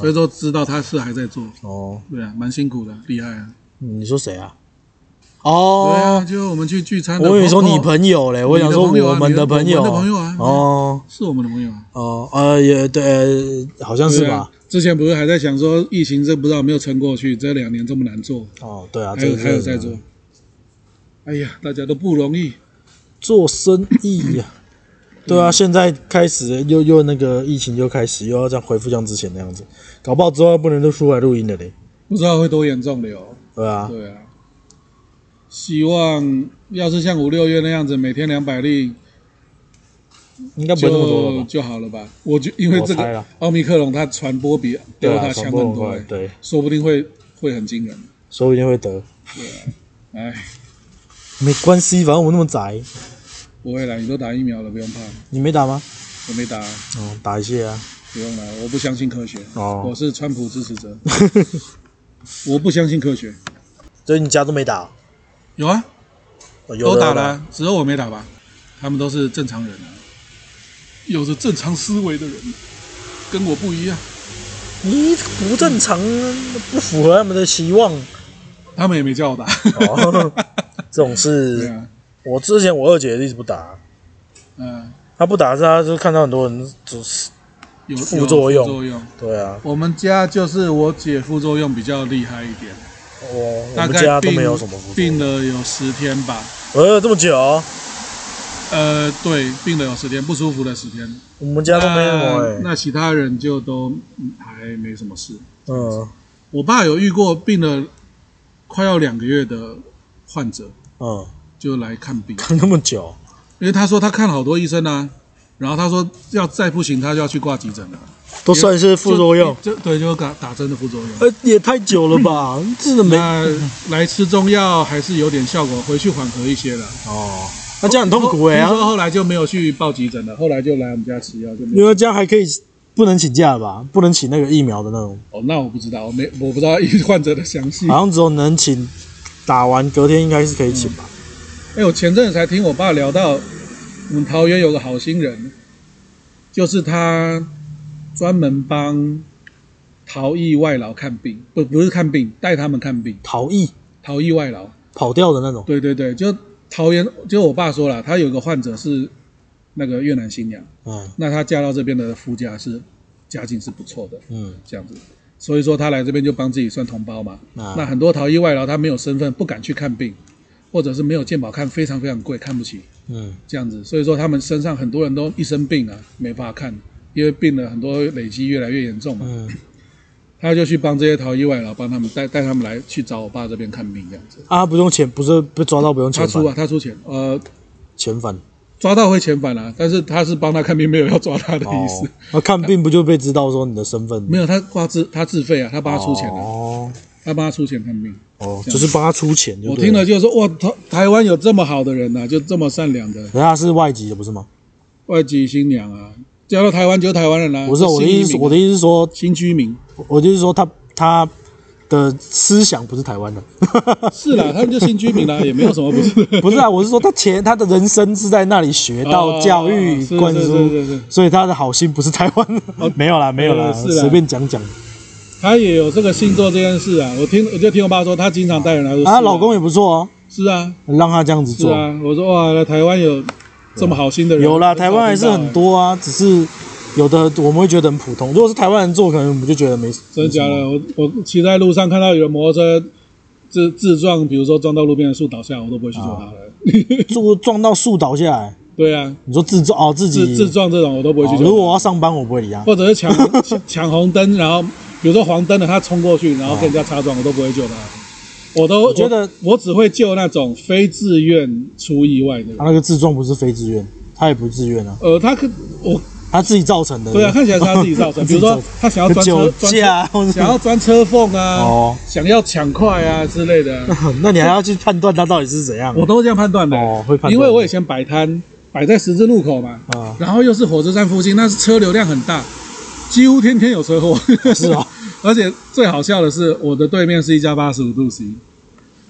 [SPEAKER 2] 所以说知道他是还在做。
[SPEAKER 1] 哦，
[SPEAKER 2] 对啊，蛮辛苦的，厉害啊！
[SPEAKER 1] 你说谁啊？
[SPEAKER 2] 对啊，
[SPEAKER 1] 哦，
[SPEAKER 2] 就我们去聚餐的，
[SPEAKER 1] 我以为说你
[SPEAKER 2] 友
[SPEAKER 1] 朋友嘞，我想说
[SPEAKER 2] 你的朋友啊
[SPEAKER 1] 我们的朋友
[SPEAKER 2] 你的我们的朋友啊
[SPEAKER 1] 哦。
[SPEAKER 2] 是我们的朋友啊，
[SPEAKER 1] 哦，呃，也对，呃好像是
[SPEAKER 2] 对啊
[SPEAKER 1] 吧？？
[SPEAKER 2] 之前不是还在想说疫情这不知道有没有撑过去，这两年这么难做，
[SPEAKER 1] 哦，对啊，
[SPEAKER 2] 还有
[SPEAKER 1] 这个
[SPEAKER 2] 还有
[SPEAKER 1] 是
[SPEAKER 2] 在做。哎呀，大家都不容易，
[SPEAKER 1] 做生意呀、
[SPEAKER 2] <laughs>
[SPEAKER 1] 对
[SPEAKER 2] 嗯
[SPEAKER 1] 啊，现在开始又又那个疫情又开始，又要这样恢复像之前那样子，搞不好之后不能都出来录音了嘞，
[SPEAKER 2] 不知道会多严重的哟。
[SPEAKER 1] 对啊，
[SPEAKER 2] 对啊，希望要是像五六月那样子，每天两百例
[SPEAKER 1] 应该不会那么多了
[SPEAKER 2] 就
[SPEAKER 1] 吧？
[SPEAKER 2] 就好了吧？我就因为这
[SPEAKER 1] 我猜
[SPEAKER 2] 个
[SPEAKER 1] 啦
[SPEAKER 2] 奥密克戎它传播比
[SPEAKER 1] 对
[SPEAKER 2] Delta
[SPEAKER 1] 啊，
[SPEAKER 2] 强
[SPEAKER 1] 传
[SPEAKER 2] 很
[SPEAKER 1] 播很
[SPEAKER 2] 多、
[SPEAKER 1] 快，
[SPEAKER 2] 欸，
[SPEAKER 1] 对，
[SPEAKER 2] 说不定会会很惊人。
[SPEAKER 1] 说不定会得，
[SPEAKER 2] 哎，
[SPEAKER 1] 没关系，反正我那么宅，
[SPEAKER 2] 不会啦，你都打疫苗了，不用怕。
[SPEAKER 1] 你没打吗？
[SPEAKER 2] 我没打，
[SPEAKER 1] 哦，打一下啊， <laughs>
[SPEAKER 2] 不用啦，我不相信科学。
[SPEAKER 1] 哦
[SPEAKER 2] 我是川普支持者，我不相信科学。
[SPEAKER 1] 所以你家都没打，
[SPEAKER 2] 有啊，
[SPEAKER 1] 哦有
[SPEAKER 2] 都打
[SPEAKER 1] 有
[SPEAKER 2] 了啊，只有我没打吧？他们都是正常人啊，有着正常思维的人，跟我不一样，
[SPEAKER 1] 你不正常，不符合他们的期望。
[SPEAKER 2] 他们也没叫我打。
[SPEAKER 1] 哦这种
[SPEAKER 2] <laughs> 对
[SPEAKER 1] 事，
[SPEAKER 2] 啊，
[SPEAKER 1] 我之前我二姐一直不打，
[SPEAKER 2] 嗯，
[SPEAKER 1] 她不打是她就是看到很多人就是
[SPEAKER 2] 有有
[SPEAKER 1] 副作用
[SPEAKER 2] 副作用。
[SPEAKER 1] 对啊，
[SPEAKER 2] 我们家就是我姐副作用比较厉害一点，
[SPEAKER 1] 我我
[SPEAKER 2] 大
[SPEAKER 1] 们
[SPEAKER 2] 概
[SPEAKER 1] 家都
[SPEAKER 2] 病
[SPEAKER 1] 没有什么副作用，
[SPEAKER 2] 病了有十天吧。
[SPEAKER 1] 呃，这么久，
[SPEAKER 2] 呃，对，病了有十天，不舒服了十天。
[SPEAKER 1] 我们家都没什么
[SPEAKER 2] 那
[SPEAKER 1] 哎，
[SPEAKER 2] 那其他人就都嗯还没什么事。
[SPEAKER 1] 嗯
[SPEAKER 2] 我爸有遇过病了快要两个月的患者，
[SPEAKER 1] 嗯，
[SPEAKER 2] 就来看病，
[SPEAKER 1] 看那么久，
[SPEAKER 2] 因为他说他看好多医生啊，然后他说要再不行他就要去挂急诊了。
[SPEAKER 1] 都算是副作用，
[SPEAKER 2] 就对，就打打针的副作用。
[SPEAKER 1] 呃， <laughs> 也太久了吧，真的没
[SPEAKER 2] 那来吃中药还是有点效果，回去缓和一些了。
[SPEAKER 1] 哦，那这样很痛苦哎
[SPEAKER 2] 听
[SPEAKER 1] 啊
[SPEAKER 2] 说后来就没有去报急诊了，后来就来我们家吃药就没
[SPEAKER 1] 因
[SPEAKER 2] 有。
[SPEAKER 1] 为这样还可以不能请假吧？不能请那个疫苗的那种，
[SPEAKER 2] 哦，那我不知道，我没我不知道患者的详细。
[SPEAKER 1] 好像只有能请打完隔天应该是可以请吧？
[SPEAKER 2] 哎、我前阵子才听我爸聊到，我们桃园有个好心人，就是他专门帮逃逸外劳看病，不不是看病，带他们看病，
[SPEAKER 1] 逃逸
[SPEAKER 2] 逃逸外劳。
[SPEAKER 1] 跑掉的那种，
[SPEAKER 2] 对对对，就桃园，就我爸说了，他有个患者是那个越南新娘，
[SPEAKER 1] 嗯
[SPEAKER 2] 那她嫁到这边的夫家是家境是不错的，
[SPEAKER 1] 嗯，
[SPEAKER 2] 这样子，所以说她来这边就帮自己算同胞嘛。
[SPEAKER 1] 啊
[SPEAKER 2] 那很多逃逸外劳，他没有身份，不敢去看病，或者是没有健保看，非常非常贵，看不起。
[SPEAKER 1] 嗯，
[SPEAKER 2] 这样子，所以说他们身上很多人都一生病啊，没办法看，因为病了很多累积越来越严重嘛。
[SPEAKER 1] 嗯，
[SPEAKER 2] 他就去帮这些逃逸外劳，帮他们带带他们来去找我爸这边看病这样子。
[SPEAKER 1] 啊，他不用钱，不是被抓到不用
[SPEAKER 2] 他
[SPEAKER 1] 遣
[SPEAKER 2] 出
[SPEAKER 1] 返，
[SPEAKER 2] 啊，他出钱，呃，
[SPEAKER 1] 遣返
[SPEAKER 2] 抓到会遣返啦、但是他是帮他看病， <laughs> 没有要抓他的
[SPEAKER 1] 哦
[SPEAKER 2] 意思，，
[SPEAKER 1] 那
[SPEAKER 2] <laughs>
[SPEAKER 1] 看病不就被知道说你的身份
[SPEAKER 2] 没有他挂自他自费啊，他帮他出钱啊，
[SPEAKER 1] 哦
[SPEAKER 2] 他帮他出钱看病。
[SPEAKER 1] 哦，就是帮他出钱就
[SPEAKER 2] 我
[SPEAKER 1] 对
[SPEAKER 2] 听了，就说哇，台台湾有这么好的人呐、啊就这么善良的
[SPEAKER 1] 人家是外籍的不是吗？
[SPEAKER 2] 外籍新娘啊，嫁到台湾就是台湾人啦、啊
[SPEAKER 1] 不是我的意思，我的
[SPEAKER 2] 意
[SPEAKER 1] 意思是说，
[SPEAKER 2] 新居民。
[SPEAKER 1] 我就是说他他的思想不是台湾的， <laughs>
[SPEAKER 2] 是啦，他们就新居民啦、也没有什么不是。
[SPEAKER 1] 不
[SPEAKER 2] <laughs>
[SPEAKER 1] 是啊，我是说他前他的人生是在那里学到教
[SPEAKER 2] 哦
[SPEAKER 1] 育
[SPEAKER 2] 是
[SPEAKER 1] 灌
[SPEAKER 2] 是
[SPEAKER 1] 输
[SPEAKER 2] 是，是是
[SPEAKER 1] 所以他的好心不是台湾的， <laughs> 没有啦，没有啦，
[SPEAKER 2] 哦是啊啦
[SPEAKER 1] 随便讲讲。
[SPEAKER 2] 他也有这个星座这件事啊。我听我就听我爸说，他经常带人来说，
[SPEAKER 1] 啊，
[SPEAKER 2] 是
[SPEAKER 1] 老公也不错哦，
[SPEAKER 2] 是啊
[SPEAKER 1] 让他这样子
[SPEAKER 2] 是
[SPEAKER 1] 做。
[SPEAKER 2] 啊。我说哇，台湾有这么好心的人，
[SPEAKER 1] 有啦，
[SPEAKER 2] 很少
[SPEAKER 1] 台湾还是
[SPEAKER 2] 听到
[SPEAKER 1] 很，多啊，只是有的我们会觉得很普通。如果是台湾人做，可能我们就觉得没
[SPEAKER 2] 真的假的？我我骑在路上看到有人摩托车自自撞，比如说撞到路边的树倒下，我都不会去救他的。
[SPEAKER 1] 撞撞到树倒下来。
[SPEAKER 2] <laughs> 对啊，
[SPEAKER 1] 你说自撞哦，自己
[SPEAKER 2] 自自撞这种我都不会去
[SPEAKER 1] 哦
[SPEAKER 2] 救他。
[SPEAKER 1] 如果我要上班，我不会理他。
[SPEAKER 2] 或者是抢 <laughs> 抢红灯，然后比如说黄灯的，他冲过去，然后跟人家擦撞，我都不会救他。我都
[SPEAKER 1] 我觉得
[SPEAKER 2] 我我只会救那种非自愿出意外的人
[SPEAKER 1] 他。那个自撞不是非自愿，他也不自愿啊，
[SPEAKER 2] 呃，他可我
[SPEAKER 1] 他自己造成的。
[SPEAKER 2] 对啊，看起来是他自己造
[SPEAKER 1] <laughs>
[SPEAKER 2] 成，
[SPEAKER 1] 自
[SPEAKER 2] 比
[SPEAKER 1] 己
[SPEAKER 2] 如
[SPEAKER 1] 造
[SPEAKER 2] 说
[SPEAKER 1] 成
[SPEAKER 2] 他想要钻
[SPEAKER 1] <laughs>
[SPEAKER 2] 车
[SPEAKER 1] 酒
[SPEAKER 2] 钻
[SPEAKER 1] 驾或者
[SPEAKER 2] 车，想要钻车缝啊，
[SPEAKER 1] 哦， <laughs>
[SPEAKER 2] 想要抢快啊之类的啊，
[SPEAKER 1] 那你还要去判断他到底是怎
[SPEAKER 2] <laughs>
[SPEAKER 1] 样？
[SPEAKER 2] 我都是这样判断的。
[SPEAKER 1] 嗯哦会判断
[SPEAKER 2] 因为我以前摆摊摆在十字路口嘛，
[SPEAKER 1] 啊，
[SPEAKER 2] 然后又是火车站附近，那是车流量很大，几乎天天有车祸。
[SPEAKER 1] 是啊，
[SPEAKER 2] <laughs> 而且最好笑的是，我的对面是一家八十五度 C，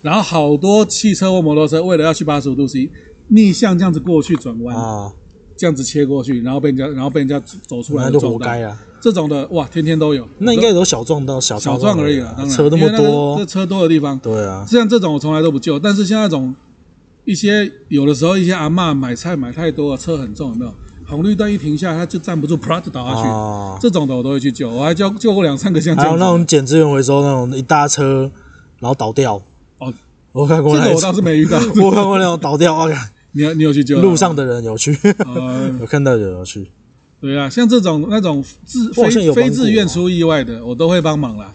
[SPEAKER 2] 然后好多汽车或摩托车为了要去八十五度 C，逆向这样子过去转弯，
[SPEAKER 1] 啊，
[SPEAKER 2] 这样子切过去，然后被人家然后被人家走出来
[SPEAKER 1] 那
[SPEAKER 2] 的
[SPEAKER 1] 就活
[SPEAKER 2] 撞到
[SPEAKER 1] 该。啊。
[SPEAKER 2] 这种的哇，天天都有。
[SPEAKER 1] 那应该有小撞到小
[SPEAKER 2] 小
[SPEAKER 1] 擦
[SPEAKER 2] 撞而已
[SPEAKER 1] 啊
[SPEAKER 2] 啦，当然
[SPEAKER 1] 车那么
[SPEAKER 2] 因为这
[SPEAKER 1] 多，
[SPEAKER 2] 车多的地方，
[SPEAKER 1] 对啊，
[SPEAKER 2] 像这种我从来都不救。但是像那种一些有的时候一些阿嬷买菜买太多了，啊车很重，有没有？红绿灯一停下，他就站不住，啪就倒下去。
[SPEAKER 1] 啊，
[SPEAKER 2] 这种的我都会去救，我还救救过两三个像这
[SPEAKER 1] 还有啊
[SPEAKER 2] 样
[SPEAKER 1] 那
[SPEAKER 2] 子
[SPEAKER 1] 种捡资源回收那种一大车，然后倒掉。
[SPEAKER 2] 哦，
[SPEAKER 1] 我看过
[SPEAKER 2] 这
[SPEAKER 1] 那
[SPEAKER 2] 个
[SPEAKER 1] 一
[SPEAKER 2] 我
[SPEAKER 1] 种
[SPEAKER 2] 倒是
[SPEAKER 1] <laughs>
[SPEAKER 2] 没遇到。
[SPEAKER 1] 我看过那种倒
[SPEAKER 2] <laughs>
[SPEAKER 1] 掉，啊，
[SPEAKER 2] 你有你有去救啊
[SPEAKER 1] 路上的人有去，
[SPEAKER 2] 哦
[SPEAKER 1] <laughs> 有看到有有去，
[SPEAKER 2] 对啊，像这种那种自
[SPEAKER 1] <laughs> 我好像
[SPEAKER 2] 非
[SPEAKER 1] 有帮
[SPEAKER 2] 非自
[SPEAKER 1] 过
[SPEAKER 2] 愿
[SPEAKER 1] 哦
[SPEAKER 2] 出意外的，我都会帮忙啦。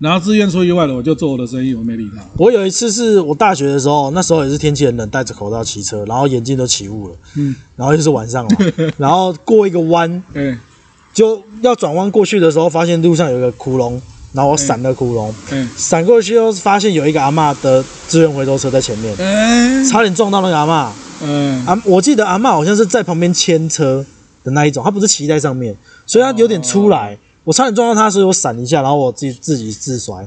[SPEAKER 2] 然后自愿出意外的，我就做我的生意，我没理他。
[SPEAKER 1] 我有一次是我大学的时候，那时候也是天气很冷，戴着口罩骑车，然后眼镜都起雾了，
[SPEAKER 2] 嗯，
[SPEAKER 1] 然后又是晚上
[SPEAKER 2] <laughs>
[SPEAKER 1] 嘛，然后过一个弯，
[SPEAKER 2] 哎
[SPEAKER 1] 就要转弯过去的时候，发现路上有一个窟窿，然后我闪了窟窿，
[SPEAKER 2] 哎
[SPEAKER 1] 闪过去又发现有一个阿嬷的资源回收车在前面，
[SPEAKER 2] 哎
[SPEAKER 1] 差点撞到那个阿嬷。
[SPEAKER 2] 嗯，
[SPEAKER 1] 啊，我记得阿嬷好像是在旁边牵车的那一种，她不是骑在上面，
[SPEAKER 5] 哦嗯
[SPEAKER 1] 所以她有点出来，我差点撞到她，所以我闪一下，然后我自己自己自摔。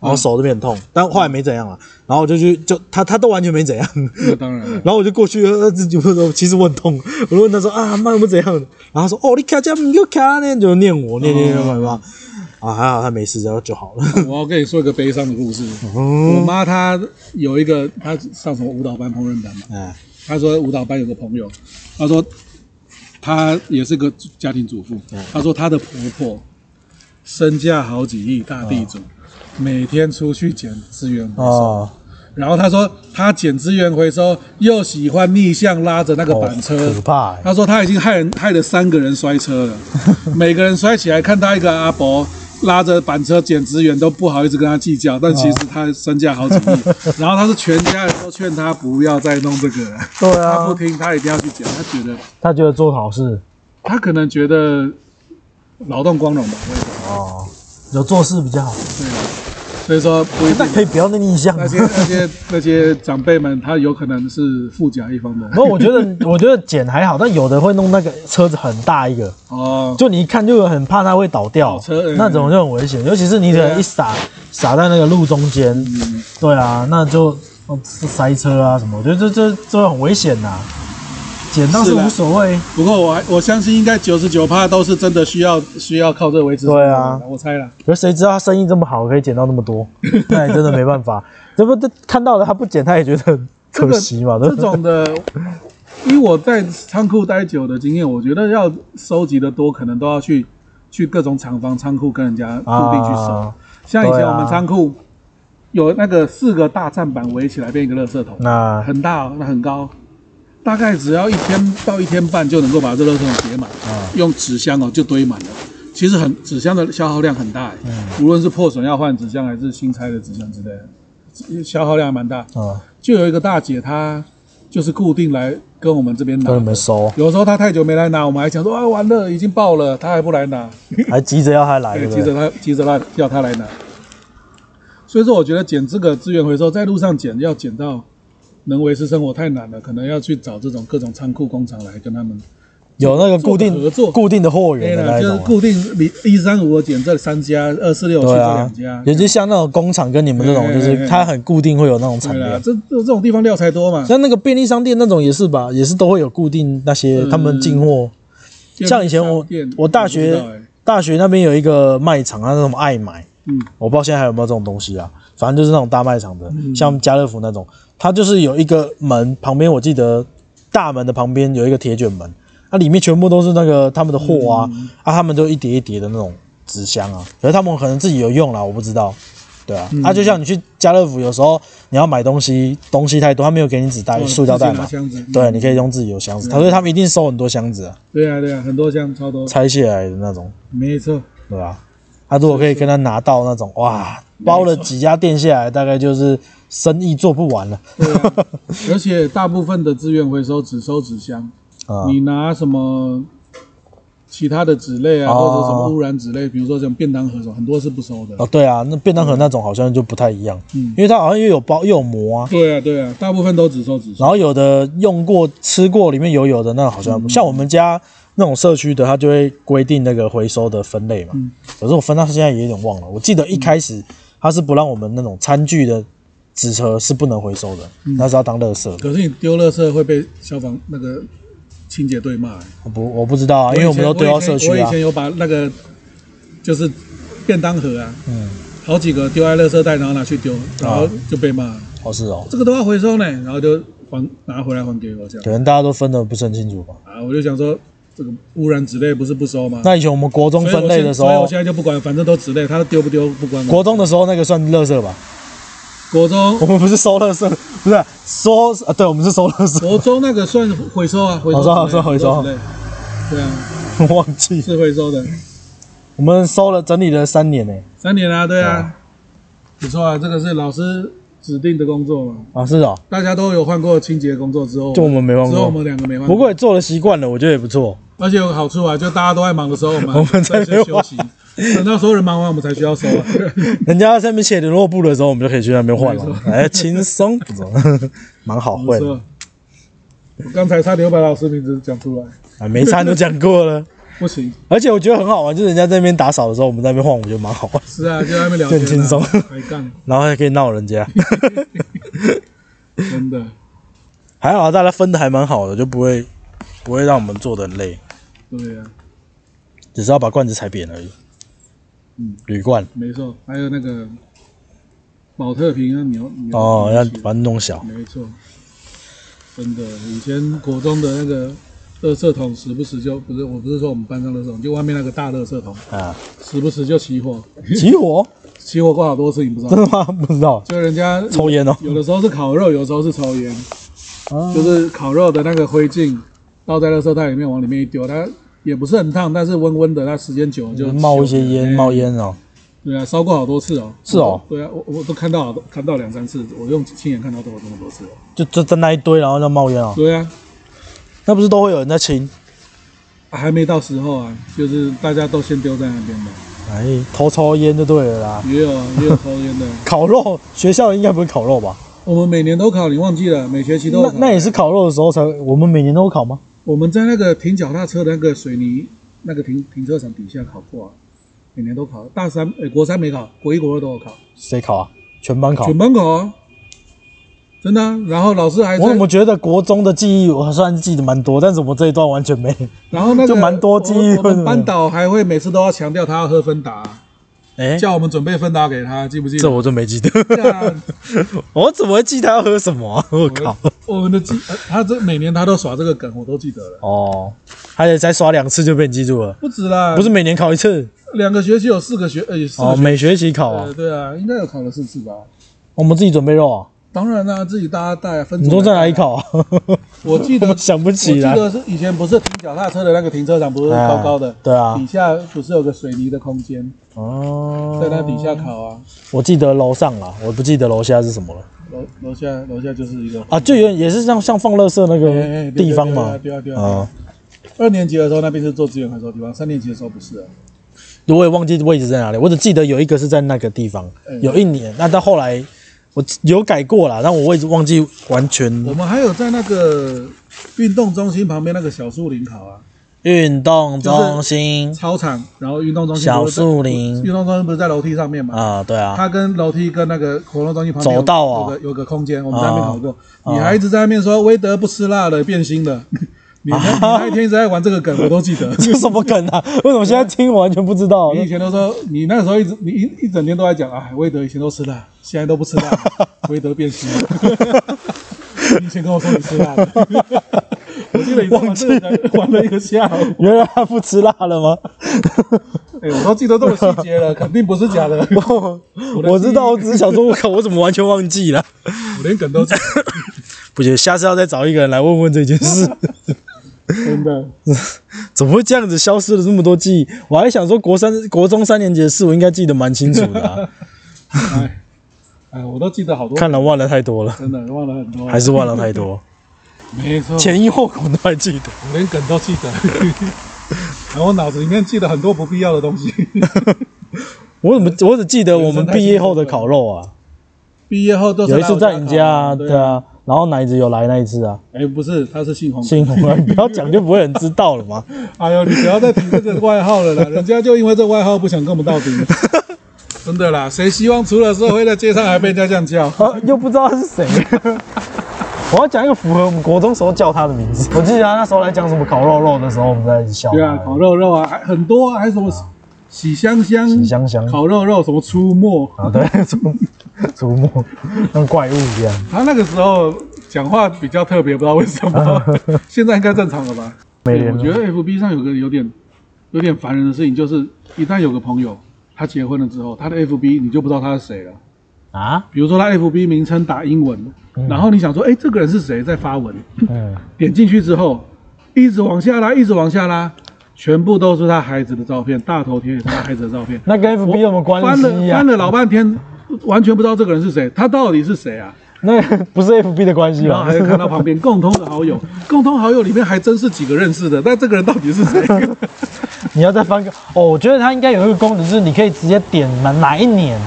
[SPEAKER 5] 然后手这边很痛，但后来没怎样了。然后我就去，就他他都完全没怎样。
[SPEAKER 2] 那当然了，
[SPEAKER 5] 然后我就过去，呃，自己问说，其实我很痛，我就问他说啊，妈有没有怎样？然后他说哦，你卡这样，你又卡呢，就念我，念念念，妈妈。啊，还好他没事，然后就好了。
[SPEAKER 2] <laughs> 我要跟你说一个悲伤的故事。
[SPEAKER 5] 嗯
[SPEAKER 2] 我妈她有一个，她上什么舞蹈班、烹饪班嘛。
[SPEAKER 5] 哎，
[SPEAKER 2] 她说舞蹈班有个朋友，她说她也是个家庭主妇。她说她的婆婆身价好几亿，大地主，每天出去捡资源回
[SPEAKER 5] <laughs>
[SPEAKER 2] 收。
[SPEAKER 5] 哦，
[SPEAKER 2] 然后她说她捡资源回收，又喜欢逆向拉着
[SPEAKER 1] 哦
[SPEAKER 5] 哦
[SPEAKER 2] 那个板车。
[SPEAKER 5] 可怕欸，
[SPEAKER 2] 他说他已经害人害了三个人摔车
[SPEAKER 1] <laughs>
[SPEAKER 2] 了，每个人摔起来看他一个阿伯拉着板车捡资源都不好意思跟他计较，
[SPEAKER 1] 哦
[SPEAKER 2] 但其实他身价好几
[SPEAKER 1] <laughs>
[SPEAKER 2] 亿。然后他是全家人都劝他不要再弄这个了，
[SPEAKER 5] 对
[SPEAKER 2] 他不
[SPEAKER 5] 啊，
[SPEAKER 2] 听，他一定要去捡。他觉得
[SPEAKER 1] 他觉得做好事
[SPEAKER 2] 他可能觉得劳动光荣吧，我也不知道
[SPEAKER 5] 哦，
[SPEAKER 1] 有做事比较好，
[SPEAKER 2] 所以说不一定
[SPEAKER 5] 那可以不要那逆向吗
[SPEAKER 2] 那些那些那些长辈们，他有可能是富甲一方的
[SPEAKER 1] <laughs> 不过我觉得我觉得捡还好，但有的会弄那个车子很大一个，
[SPEAKER 2] 哦。
[SPEAKER 1] 就你一看就很怕它会倒掉
[SPEAKER 2] 倒车嗯，
[SPEAKER 1] 那种就很危险，尤其是你可能一撒撒在那个路中间，对啊，那就哦塞车啊什么，我觉得这这这很危险呐。捡倒是
[SPEAKER 2] 是啦
[SPEAKER 1] 无所谓，
[SPEAKER 2] 不过我还我相信应该九十九趴都是真的需要需要靠这个维持生活
[SPEAKER 1] 对啊
[SPEAKER 2] 的，我猜啦。
[SPEAKER 1] 可是谁知道他生意这么好，可以捡到那么 <laughs> 多？那也真的没办法。这不这看到了他不捡，他也觉得很可惜嘛。对
[SPEAKER 2] 这
[SPEAKER 1] 不对
[SPEAKER 2] 种的，
[SPEAKER 1] <laughs>
[SPEAKER 2] 因为我在仓库待久的经验，我觉得要收集的多，可能都要去去各种厂房、仓库跟人家固定去收。
[SPEAKER 1] 啊
[SPEAKER 2] 像以前
[SPEAKER 1] 对啊
[SPEAKER 2] 我们仓库、有那个四个大站板围起来变一个垃圾桶，
[SPEAKER 1] 那
[SPEAKER 2] 很大、哦，那很高，大概只要一天到一天半就能够把这垃圾桶叠满，
[SPEAKER 1] 啊
[SPEAKER 2] 用纸箱哦就堆满了。其实很纸箱的消耗量很大，欸
[SPEAKER 1] 嗯
[SPEAKER 2] 无论是破损要换纸箱还是新拆的纸箱之类的，消耗量还蛮大。
[SPEAKER 1] 嗯，
[SPEAKER 2] 就有一个大姐，她就是固定来跟我们这边拿
[SPEAKER 1] 跟。你们收，
[SPEAKER 2] 有时候她太久没来拿，我们还想说啊，完了，已经爆了，她还不来拿，
[SPEAKER 1] 还急着要他来，
[SPEAKER 2] 对，
[SPEAKER 1] 对不
[SPEAKER 2] 急
[SPEAKER 1] 对
[SPEAKER 2] 着？她急着她要她来拿。所以说，我觉得捡这个资源回收，在路上捡要捡到能维持生活太难了，可能要去找这种各种仓库、工厂来跟他们
[SPEAKER 1] 有那个固定
[SPEAKER 2] 做合作
[SPEAKER 1] 固定的货
[SPEAKER 2] 对
[SPEAKER 1] 源的
[SPEAKER 2] 啦，
[SPEAKER 1] 那一
[SPEAKER 2] 就是
[SPEAKER 1] 种啊。
[SPEAKER 2] 固定你一三五我捡这三家，二四六我去
[SPEAKER 1] 对
[SPEAKER 2] 这
[SPEAKER 1] 啊
[SPEAKER 2] 两家，，
[SPEAKER 1] 尤其像那种工厂跟你们这种，
[SPEAKER 2] 哎
[SPEAKER 1] 就是它很固定会有那种产
[SPEAKER 2] 对啊啦
[SPEAKER 1] 量，。
[SPEAKER 2] 这这这种地方料才多嘛。
[SPEAKER 1] 像那个便利商店那种也是吧，也是都会有固定那些
[SPEAKER 2] 嗯
[SPEAKER 1] 他们进货。像以前我
[SPEAKER 2] 店
[SPEAKER 1] 我大
[SPEAKER 2] 不知
[SPEAKER 1] 学
[SPEAKER 2] 道欸
[SPEAKER 1] 大学那边有一个卖场，它那种爱买，
[SPEAKER 2] 嗯，
[SPEAKER 1] 我不知道现在还有没有这种东西啊，反正就是那种大卖场的，
[SPEAKER 2] 嗯
[SPEAKER 1] 像家乐福那种，它就是有一个门旁边，我记得大门的旁边有一个铁卷门，它、里面全部都是那个他们的货啊，
[SPEAKER 2] 嗯
[SPEAKER 1] 啊，他们就一叠一叠的那种纸箱啊，可是他们可能自己有用啦，我不知道。对
[SPEAKER 2] 嗯
[SPEAKER 1] 啊，啊，就像你去家乐福，有时候你要买东西，东西太多，他没有给你纸袋、
[SPEAKER 2] 哦
[SPEAKER 1] 塑胶袋
[SPEAKER 2] 自己拿
[SPEAKER 1] 嘛，
[SPEAKER 2] 箱子，
[SPEAKER 1] 对，你可以用自己有箱子。他说他们一定收很多箱子啊，
[SPEAKER 2] 对啊对啊，很多箱超多，
[SPEAKER 1] 拆卸来的那种。
[SPEAKER 2] 没错，
[SPEAKER 1] 对吧、啊？他如果可以跟他拿到那种哇，包了几家店下来，大概就是生意做不完了 <laughs>
[SPEAKER 2] 对啊，而且大部分的资源回收只收纸箱，
[SPEAKER 1] 啊、
[SPEAKER 2] 你拿什么其他的纸类啊，
[SPEAKER 1] 哦
[SPEAKER 2] 或者什么污染纸类，比如说像便当盒什么，很多是不收的
[SPEAKER 1] 哦，。对啊，那便当盒那种好像就不太一样，
[SPEAKER 2] 嗯
[SPEAKER 1] 因为它好像又有包又有膜啊，
[SPEAKER 2] 对啊对啊，大部分都只收纸箱。
[SPEAKER 1] 然后有的用过吃过里面有有的那好
[SPEAKER 2] 嗯
[SPEAKER 1] 像、像我们家那种社区的，它就会规定那个回收的分类嘛。
[SPEAKER 2] 嗯
[SPEAKER 1] 可是我分到现在也有点忘了，我记得一开始它是不让我们那种餐具的纸盒是不能回收的，
[SPEAKER 2] 嗯
[SPEAKER 1] 那是要当垃圾的。
[SPEAKER 2] 可是你丢垃圾会被消防那个清洁队骂欸。
[SPEAKER 1] 我不我不知道啊，因为我们都丢到社区
[SPEAKER 2] 我以前我以
[SPEAKER 1] 啊
[SPEAKER 2] 前。有把那个就是便当盒啊，
[SPEAKER 1] 嗯
[SPEAKER 2] 好几个丢在垃圾袋，然后拿去丢，然
[SPEAKER 1] 啊
[SPEAKER 2] 后就被骂，
[SPEAKER 1] 哦是哦，
[SPEAKER 2] 这个都要回收呢，然后就还拿回来还给我这样
[SPEAKER 1] 可。能大家都分的不是很清楚吧。
[SPEAKER 2] 啊，我就想说，这个污染纸类不是不收吗？
[SPEAKER 1] 那以前我们国中
[SPEAKER 2] 所以
[SPEAKER 1] 分
[SPEAKER 2] 我
[SPEAKER 1] 类
[SPEAKER 2] 现
[SPEAKER 1] 的时
[SPEAKER 2] 所以我
[SPEAKER 1] 候，
[SPEAKER 2] 现在就不管，反正都纸类，它丢不丢不关我。
[SPEAKER 1] 国中的时候那个算垃圾吧？
[SPEAKER 2] 国中
[SPEAKER 1] 我们不是收垃圾，不是收啊？对，我们是收垃圾，
[SPEAKER 2] 国中那个算回收啊，回收
[SPEAKER 1] 我知道
[SPEAKER 2] 纸类
[SPEAKER 1] 算回收
[SPEAKER 2] 纸类对啊，
[SPEAKER 1] 我忘记
[SPEAKER 2] 是回收的，
[SPEAKER 1] 我们收了整理了三年欸呢。
[SPEAKER 2] 三年啊，对啊，不错啊，这个是老师指定的工作嘛，
[SPEAKER 1] 啊，是哦，
[SPEAKER 2] 大家都有换过清洁工作之后，
[SPEAKER 1] 就我们没换
[SPEAKER 2] 只有我
[SPEAKER 1] 过，
[SPEAKER 2] 们两个没换
[SPEAKER 1] 不过也做了习惯了，我觉得也不错。
[SPEAKER 2] 而且有个好处啊，就大家都在忙的时候，我们
[SPEAKER 1] 我们才
[SPEAKER 2] 在
[SPEAKER 1] 没
[SPEAKER 2] 先
[SPEAKER 1] 有
[SPEAKER 2] 休息，等到所有人忙完，我们才需要收
[SPEAKER 1] <laughs>
[SPEAKER 2] 啊。
[SPEAKER 1] 人家在那边写联络簿的时候，我们就可以去那边换了，哎，轻松，不错 <laughs> 蛮好
[SPEAKER 2] 不
[SPEAKER 1] 混 <laughs> 的
[SPEAKER 2] 错，我刚才差点又把老师名字讲出来。
[SPEAKER 1] 哎啊，没差都讲过了。
[SPEAKER 2] 不行，
[SPEAKER 1] 而且我觉得很好玩，就是人家在那边打扫的时候，我们在那边晃，我觉得蛮好玩，
[SPEAKER 2] 是啊，就在外面聊天、啊，
[SPEAKER 1] 很轻松
[SPEAKER 2] 还干，
[SPEAKER 1] 然后还可以闹人家，
[SPEAKER 2] 真的，
[SPEAKER 1] 还好啊大家分的还蛮好的，就不会不会让我们做的很累，
[SPEAKER 2] 对啊，
[SPEAKER 1] 只是要把罐子踩扁而已。
[SPEAKER 2] 嗯，
[SPEAKER 1] 铝罐
[SPEAKER 2] 没错，还有那个保特瓶啊，你要你
[SPEAKER 1] 哦，要把它
[SPEAKER 2] 完，
[SPEAKER 1] 弄小。
[SPEAKER 2] 没错，真的，以前国中的那个呃垃圾桶时不时就不是，我不是说我们班上垃圾桶，就外面那个大垃圾桶
[SPEAKER 1] 啊，
[SPEAKER 2] 时不时就起火，
[SPEAKER 1] 起火？
[SPEAKER 2] 起火过好多次，你不
[SPEAKER 1] <laughs>
[SPEAKER 2] 知
[SPEAKER 1] 真
[SPEAKER 2] 道，
[SPEAKER 1] 的吗？不知道，
[SPEAKER 2] 就人家
[SPEAKER 1] 抽烟哦。
[SPEAKER 2] 有的时候是烤肉，有的时候是抽烟，
[SPEAKER 1] 啊
[SPEAKER 2] 就是烤肉的那个灰烬倒在垃圾袋里面，往里面一丢，它也不是很烫，但是温温的，它时间久了就
[SPEAKER 1] 嗯冒一些
[SPEAKER 2] 起火
[SPEAKER 1] 烟，
[SPEAKER 2] 哎
[SPEAKER 1] 冒烟哦。
[SPEAKER 2] 对啊，烧过好多次哦。
[SPEAKER 1] 是哦
[SPEAKER 2] 我。对啊，我我都看到好多看到两三次，我用亲眼看到都有这么多次哦。
[SPEAKER 1] 就就在那一堆，然后就冒烟哦。
[SPEAKER 2] 对啊，
[SPEAKER 1] 那不是都会有人在清？
[SPEAKER 2] 还没到时候啊，就是大家都先丢在那边的，
[SPEAKER 1] 哎，偷抽烟就对了啦。
[SPEAKER 2] 也有啊，也有抽烟的。
[SPEAKER 1] 烤肉，学校应该不会烤肉吧？
[SPEAKER 2] 我们每年都考，你忘记了？每学期都有
[SPEAKER 1] 那
[SPEAKER 2] 考。
[SPEAKER 1] 那也是烤肉的时候才，我们每年都有烤吗？
[SPEAKER 2] 我们在那个停脚踏车的那个水泥那个停停车场底下考过啊，每年都考。大三呃国三没考，国一国二都有考，
[SPEAKER 1] 谁烤啊？全班烤
[SPEAKER 2] 全。班考啊，真的啊、然后老师还在
[SPEAKER 1] 我怎么觉得国中的记忆我虽然记得蛮多，但是我这一段完全没。
[SPEAKER 2] 然后那个
[SPEAKER 1] 就蛮多记忆
[SPEAKER 2] 我我们
[SPEAKER 1] 分的
[SPEAKER 2] 班导还会每次都要强调他要喝芬达啊、
[SPEAKER 1] <laughs> 哎，
[SPEAKER 2] 叫我们准备芬达给他，记不记
[SPEAKER 1] 这
[SPEAKER 2] 得？
[SPEAKER 1] 我就没记得。 <laughs>
[SPEAKER 2] 干
[SPEAKER 1] 我怎么会记得他要喝什么啊？ <laughs> 我靠！
[SPEAKER 2] 我们的记，呃他这每年他都耍这个梗，我都记得了，
[SPEAKER 1] 哦，而且才刷两次就被你记住了，
[SPEAKER 2] 不止啦，
[SPEAKER 1] 不是每年考一次
[SPEAKER 2] 两个学期有四个学，呃，有四个
[SPEAKER 1] 哦，
[SPEAKER 2] 学，
[SPEAKER 1] 每学期考
[SPEAKER 2] 呃，
[SPEAKER 1] 啊。
[SPEAKER 2] 对啊，应该有考了四次吧。
[SPEAKER 1] 我们自己准备肉啊？
[SPEAKER 2] 当然啦、自己大家带啊分。
[SPEAKER 1] 你说在哪里？考啊？ <laughs>
[SPEAKER 2] <laughs> 我记得
[SPEAKER 1] 想不起来
[SPEAKER 2] 我记得是以前不是停脚踏车的那个停车场，不是高高的，
[SPEAKER 1] 对啊
[SPEAKER 2] 底下不是有个水泥的空间，
[SPEAKER 1] 哦，
[SPEAKER 2] 在那底下考啊，
[SPEAKER 1] 我记得楼上啦，我不记得楼下是什么了
[SPEAKER 2] 楼楼下楼下就是一个
[SPEAKER 1] 啊，就有也是像像放垃圾那
[SPEAKER 2] 哎
[SPEAKER 1] 个
[SPEAKER 2] 哎对
[SPEAKER 1] 地方嘛。
[SPEAKER 2] 对啊对啊对啊对啊
[SPEAKER 1] 啊，
[SPEAKER 2] 二年级的时候那边是做资源回收的地方，三年级的时候不是、啊。
[SPEAKER 1] 我也忘记位置在哪里，我只记得有一个是在那个地方
[SPEAKER 2] 哎，
[SPEAKER 1] 有一年，那到后来我有改过啦，但我位置忘记完全。
[SPEAKER 2] 我们还有在那个运动中心旁边那个小树林考啊，
[SPEAKER 1] 运动中心
[SPEAKER 2] 操场，然后运动中心
[SPEAKER 1] 小
[SPEAKER 2] 不是在
[SPEAKER 1] 树林
[SPEAKER 2] 运动中心不是在楼梯上面嘛？
[SPEAKER 1] 啊，对啊，
[SPEAKER 2] 它跟楼梯跟那个活动中心旁边有
[SPEAKER 1] 走道啊
[SPEAKER 2] 有个有个空间，我们在那边考过。
[SPEAKER 1] 啊
[SPEAKER 2] 你还一直在那边说威德不吃辣了，变心了。 <laughs> 你那你
[SPEAKER 1] 啊
[SPEAKER 2] 那一天一直在玩这个梗，我都记得。
[SPEAKER 1] <laughs> 这什么梗啊？为什么现在听我完全不知道？
[SPEAKER 2] 你以前都说，你那时候一直你一一整天都在讲，哎，威德以前都吃辣，现在都不
[SPEAKER 1] <laughs>
[SPEAKER 2] 吃辣，威德变心了。你以前跟我说你吃
[SPEAKER 1] <laughs>
[SPEAKER 2] 辣的，我记得你在玩这个梗玩了一个下午。
[SPEAKER 1] <laughs> 原来他不吃辣了吗？
[SPEAKER 2] 哎、我都记得这么细
[SPEAKER 1] <laughs>
[SPEAKER 2] 节了，肯定不是假的。
[SPEAKER 1] 我我知道，我只是想说，我靠，我怎么完全忘记了？
[SPEAKER 2] 我连梗 <laughs> 都记得，
[SPEAKER 1] 不行，下次要再找一个人来问问这件 <laughs> 事，
[SPEAKER 2] 真
[SPEAKER 1] <laughs>
[SPEAKER 2] 的。
[SPEAKER 1] 怎么会这样子消失了这么多记忆？我还想说，国三、国中三年级的事，我应该记得蛮清楚的 <laughs> 啊、
[SPEAKER 2] 哎，哎，我都记得好多，
[SPEAKER 1] 看来忘了太多了，
[SPEAKER 2] 真的忘了很多。
[SPEAKER 1] 还是忘了太多，
[SPEAKER 2] 没错，
[SPEAKER 1] <laughs> 前因后果都还记得。
[SPEAKER 2] 我连梗都记得。 <laughs> 然后我脑子里面记得很多不必要的东 <laughs> 西。
[SPEAKER 1] 我怎么我只记得我们毕业后的烤肉啊，
[SPEAKER 2] 毕业后都是
[SPEAKER 1] 有一
[SPEAKER 2] 来我
[SPEAKER 1] 次在你家啊，
[SPEAKER 2] 考
[SPEAKER 1] 对。啊，然后奶子有来那一次啊，
[SPEAKER 2] 哎，不是，他是姓洪。
[SPEAKER 1] 幸好啊，你不要讲就不会人知道了嘛。
[SPEAKER 2] 哎呦，你不要再提这个外号 <laughs> 了啦，人家就因为这外号不想跟我们到底。 <laughs> 真的啦，谁希望除了社会在街上还被人家这样叫？
[SPEAKER 1] 啊，又不知 <laughs> 道他是 <laughs> 谁。我要讲一个符合我们国中时候叫他的名字。我记得他那时候来讲什么烤肉肉的时候，我们在一起笑他。
[SPEAKER 2] 对啊，烤肉肉啊，还很多啊，还有什么喜香香、
[SPEAKER 1] 喜香香
[SPEAKER 2] 烤肉肉，什么出没。
[SPEAKER 1] 啊，对， <laughs> 出出没，像怪物一样。
[SPEAKER 2] 他那个时候讲话比较特别，不知道为什 <laughs> 么。现在应该正常了吧？
[SPEAKER 1] 没联
[SPEAKER 2] 我
[SPEAKER 1] 络
[SPEAKER 2] 觉得 FB 上有个有点有点烦人的事情，就是一旦有个朋友他结婚了之后，他的 FB 你就不知道他是谁了。
[SPEAKER 1] 啊，
[SPEAKER 2] 比如说他 FB 名称打英文，然后你想说，哎，这个人是谁在发文？
[SPEAKER 1] 嗯，。
[SPEAKER 2] 点进去之后，一直往下拉，一直往下拉，全部都是他孩子的照片，大头贴也是他孩子的照片
[SPEAKER 1] 那跟 FB 有什么关
[SPEAKER 2] 翻了
[SPEAKER 1] 系呀、啊
[SPEAKER 2] 翻了老半天，完全不知道这个人是谁，他到底是谁啊？
[SPEAKER 1] 那不是 FB 的关系
[SPEAKER 2] 然
[SPEAKER 1] <laughs>
[SPEAKER 2] 后
[SPEAKER 1] 吧
[SPEAKER 2] 还？会看到旁边共通的好友，共通好友里面还真是几个认识的，但这个人到底是谁？
[SPEAKER 1] 你要再翻个哦，我觉得它应该有一个功能，就是你可以直接点哪哪一年，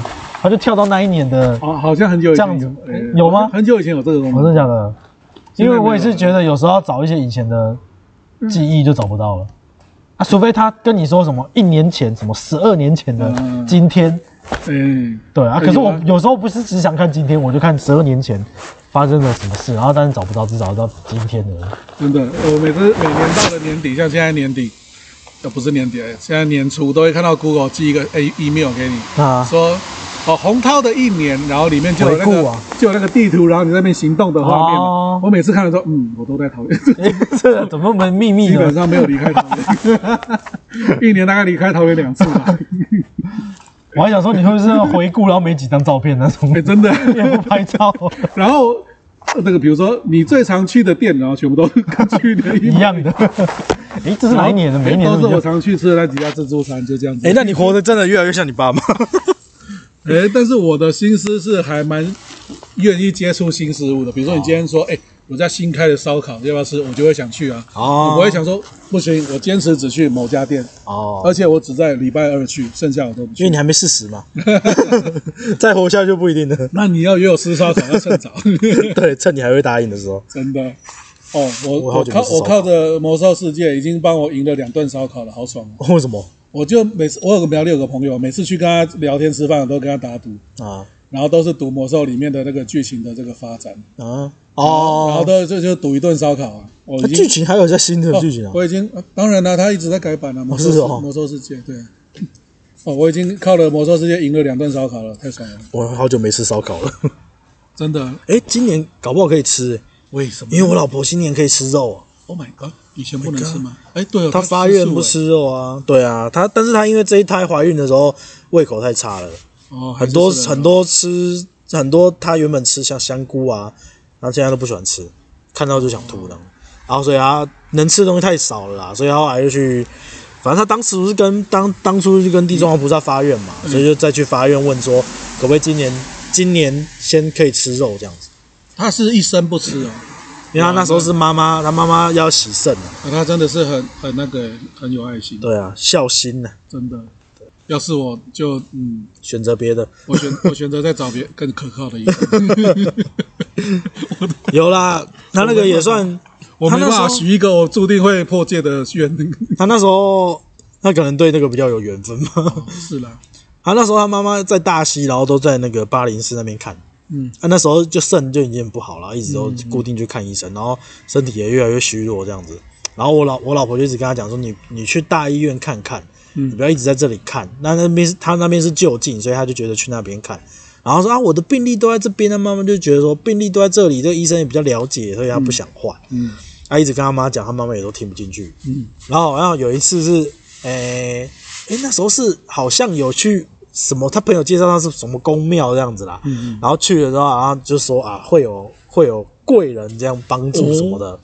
[SPEAKER 1] 它就跳到那一年的。
[SPEAKER 2] 哦，好像很久以前
[SPEAKER 1] 这样子嗯
[SPEAKER 2] 呃
[SPEAKER 1] 有吗
[SPEAKER 2] 很久以前有这
[SPEAKER 6] 哦
[SPEAKER 2] 个东
[SPEAKER 1] 我
[SPEAKER 2] 西，
[SPEAKER 1] 真的假的？因为我也是觉得有时候要找一些以前的记忆就找不到了。
[SPEAKER 6] 啊，除非他跟你说什么一年前、什么十二年前的今天，
[SPEAKER 2] 嗯，
[SPEAKER 6] 对啊。
[SPEAKER 2] 哎
[SPEAKER 6] 可是我
[SPEAKER 2] 有啊
[SPEAKER 6] 有时候不是只想看今天，我就看十二年前发生了什么事，然后但是找不到，只找到今天的。
[SPEAKER 2] 真的，我每次呃每年到了年底，像现在年底，呃，不是年底，哎现在年初都会看到 Google 寄一个 A email 给你，
[SPEAKER 6] 啊，
[SPEAKER 2] 说哦洪涛的一年，然后里面就有那
[SPEAKER 6] 回顾
[SPEAKER 2] 个、
[SPEAKER 6] 啊
[SPEAKER 2] 就有那个地图，然后你在那边行动的画面嘛。
[SPEAKER 6] 哦
[SPEAKER 2] 我每次看的时候，嗯，我都在讨厌，
[SPEAKER 6] 这怎么能秘密
[SPEAKER 2] 基
[SPEAKER 6] 呢
[SPEAKER 2] 本？上没有离开桃园， <laughs> 一年大概离开桃园两次吧。 <laughs>
[SPEAKER 6] 我还想说你会不会是那种回顾，然后没几张照片那种
[SPEAKER 2] 哎、，
[SPEAKER 1] <laughs>
[SPEAKER 2] 真的。
[SPEAKER 6] 也不拍照，
[SPEAKER 2] 然后呃那个比如说你最常去的店，然后全部都是 <laughs> 跟去年
[SPEAKER 6] 一样的。诶，这是哪一年的？每一年
[SPEAKER 2] 都
[SPEAKER 6] 都
[SPEAKER 2] 是
[SPEAKER 6] 一
[SPEAKER 2] 哎我
[SPEAKER 6] 样。
[SPEAKER 2] 常去吃的那几家自助餐，就这样子。
[SPEAKER 1] 哎、那你活得真的越来越像你爸妈。
[SPEAKER 2] 哎、但是我的心思是还蛮愿意接触新事物的。比如说你今天说，哎、我家新开的烧烤，要不要吃？我就会想去啊。
[SPEAKER 1] 哦
[SPEAKER 2] 我不会想说不行，我坚持只去某家店，
[SPEAKER 1] 哦，
[SPEAKER 2] 而且我只在礼拜二去，剩下我都不
[SPEAKER 1] 因为
[SPEAKER 2] 去
[SPEAKER 1] 你。还没四十嘛， <laughs> 再活下去就不一定 <laughs> 了。
[SPEAKER 2] 那你要约我吃烧烤，要 <laughs> 趁早，
[SPEAKER 1] 对，趁你还会答应的时候，
[SPEAKER 2] 真的。哦，我
[SPEAKER 1] 我
[SPEAKER 2] 我
[SPEAKER 1] 好久没
[SPEAKER 2] 靠
[SPEAKER 1] 吃烧烤
[SPEAKER 2] 我靠着魔兽世界已经帮我赢了两顿烧烤了，好爽哦！
[SPEAKER 1] 为什么
[SPEAKER 2] 我就每次我有个苗栗有个朋友，每次去跟他聊天吃饭，我都跟他打赌，
[SPEAKER 1] 啊
[SPEAKER 2] 然后都是赌魔兽里面的那个剧情的这个发展。
[SPEAKER 1] 啊
[SPEAKER 2] 然后
[SPEAKER 1] 哦？
[SPEAKER 2] 都就就赌一顿烧烤啊，我
[SPEAKER 1] 那
[SPEAKER 2] 已经
[SPEAKER 1] 剧情还有在新的剧情啊
[SPEAKER 2] 哦？我已经、呃当然了，他一直在改版啊，魔兽
[SPEAKER 1] 是哦
[SPEAKER 2] 魔兽世界对。 <laughs> 哦，我已经靠了魔兽世界赢了两顿烧烤了，太爽了，
[SPEAKER 1] 我好久没吃烧烤了。
[SPEAKER 2] 真的。
[SPEAKER 1] 哎、今年搞不好可以吃、欸，
[SPEAKER 2] 为什么
[SPEAKER 1] 因为我老婆新年可以吃肉啊，
[SPEAKER 2] ？Oh my god！以前不能吃吗？
[SPEAKER 1] Oh
[SPEAKER 2] 哎，对哦，
[SPEAKER 1] 她
[SPEAKER 2] 吃
[SPEAKER 1] 发愿
[SPEAKER 2] 素
[SPEAKER 1] 不
[SPEAKER 2] 哎
[SPEAKER 1] 吃肉啊。对啊，她但是她因为这一胎怀孕的时候胃口太差了，
[SPEAKER 2] 哦，还
[SPEAKER 1] 很
[SPEAKER 2] 是
[SPEAKER 1] 多
[SPEAKER 2] 吃了
[SPEAKER 1] 很多吃很多她原本吃像香菇啊，然后现在都不喜欢吃，看到就想吐了。然后所以她能吃的东西太少了啦，所以她后来就去。反正她当时不是跟当当初就跟地藏王菩萨发愿嘛，所以就再去发愿问说，可不可以今年今年先可以吃肉这样子，
[SPEAKER 2] 他是一生不吃哦，
[SPEAKER 1] 因为她那时候是妈妈，她妈妈要洗肾啊，
[SPEAKER 2] 啊他真的是很很那个很有爱心，
[SPEAKER 1] 对啊，孝心呐、
[SPEAKER 2] 真的。要是我就嗯，
[SPEAKER 1] 选择别的。<laughs>
[SPEAKER 2] 我选我选择再找别更可靠 <laughs> 的医生，
[SPEAKER 1] 有啦，他那个也算，
[SPEAKER 2] 我没办
[SPEAKER 1] 他那
[SPEAKER 2] 法
[SPEAKER 1] 时候
[SPEAKER 2] 许一个我注定会破戒的愿。
[SPEAKER 1] 他那时候他可能对那个比较有缘分吧。
[SPEAKER 2] 是啦，
[SPEAKER 1] 他啊那时候他妈妈在大溪，然后都在那个巴林市那边看。
[SPEAKER 2] 嗯，
[SPEAKER 1] 他、那时候就肾就已经不好了，一直都固定去看医生，然后身体也越来越虚弱这样子。然后我老我老婆就一直跟他讲说，你你去大医院看看，你不要一直在这里看。那那边是他那边是就近，所以他就觉得去那边看。然后说啊，我的病历都在这边，啊他妈妈就觉得说病历都在这里，这个医生也比较了解，所以他不想换。
[SPEAKER 2] 嗯，
[SPEAKER 1] 啊他一直跟他妈讲，他妈妈也都听不进去。
[SPEAKER 2] 嗯，
[SPEAKER 1] 然后好像有一次是，诶、诶、那时候是好像有去什么，他朋友介绍他是什么宫庙这样子啦。
[SPEAKER 2] 嗯嗯
[SPEAKER 1] 然后去了之后，然后就说啊，会有会有贵人这样帮助什么的。
[SPEAKER 2] 哦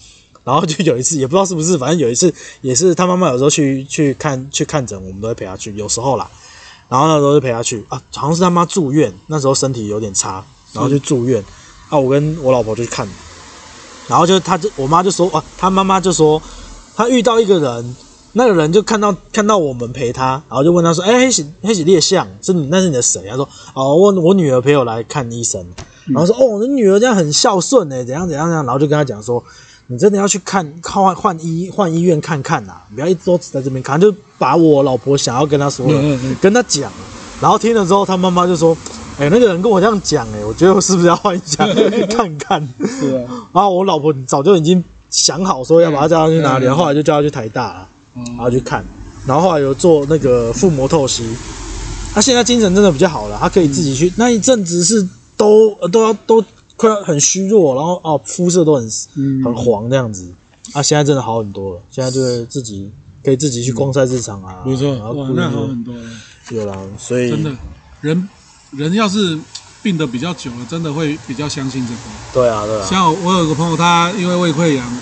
[SPEAKER 1] 然后就有一次，也不知道是不是，反正有一次也是他妈妈有时候去去看去看诊，我们都会陪他去，有时候啦。然后那时候就陪他去啊，好像是他妈住院，那时候身体有点差，然后就住院。啊，我跟我老婆就去看，然后就他就我妈就说啊，他妈妈就说他遇到一个人，那个人就看到看到我们陪他，然后就问他说，哎、黑喜黑喜猎象是你那是你的谁？他说哦，我我女儿陪我来看医生，然后说哦，你女儿这样很孝顺哎、怎样怎样怎样，然后就跟他讲说。你真的要去看换换医换医院看看呐、不要一直都只在这边看，就把我老婆想要跟他说的，
[SPEAKER 2] 嗯嗯嗯
[SPEAKER 1] 跟他讲，然后听了之后，他妈妈就说：“哎、那个人跟我这样讲，哎，我觉得我是不是要换一
[SPEAKER 2] <laughs>
[SPEAKER 1] 下看看？”
[SPEAKER 2] 是啊，
[SPEAKER 1] 然后我老婆早就已经想好说要把他叫他去哪里，
[SPEAKER 2] 嗯嗯
[SPEAKER 1] 然后后来就叫他去台大了，然后去看，然后后来有做那个腹膜透析，他现在精神真的比较好了，他可以自己去。那一阵子是都呃都要都快要很虚弱，然后哦肤色都很
[SPEAKER 2] 嗯
[SPEAKER 1] 很黄这样子，啊，现在真的好很多了，现在就是自己可以自己去逛菜市场啊，
[SPEAKER 2] 嗯没错，
[SPEAKER 1] 然后
[SPEAKER 2] 哇
[SPEAKER 1] 顾，虑
[SPEAKER 2] 那好很多了。
[SPEAKER 1] 有啦，所以
[SPEAKER 2] 真的，人人要是病得比较久了，真的会比较相信这个。
[SPEAKER 1] 对啊对啊。
[SPEAKER 2] 像我有个朋友，他因为胃溃疡，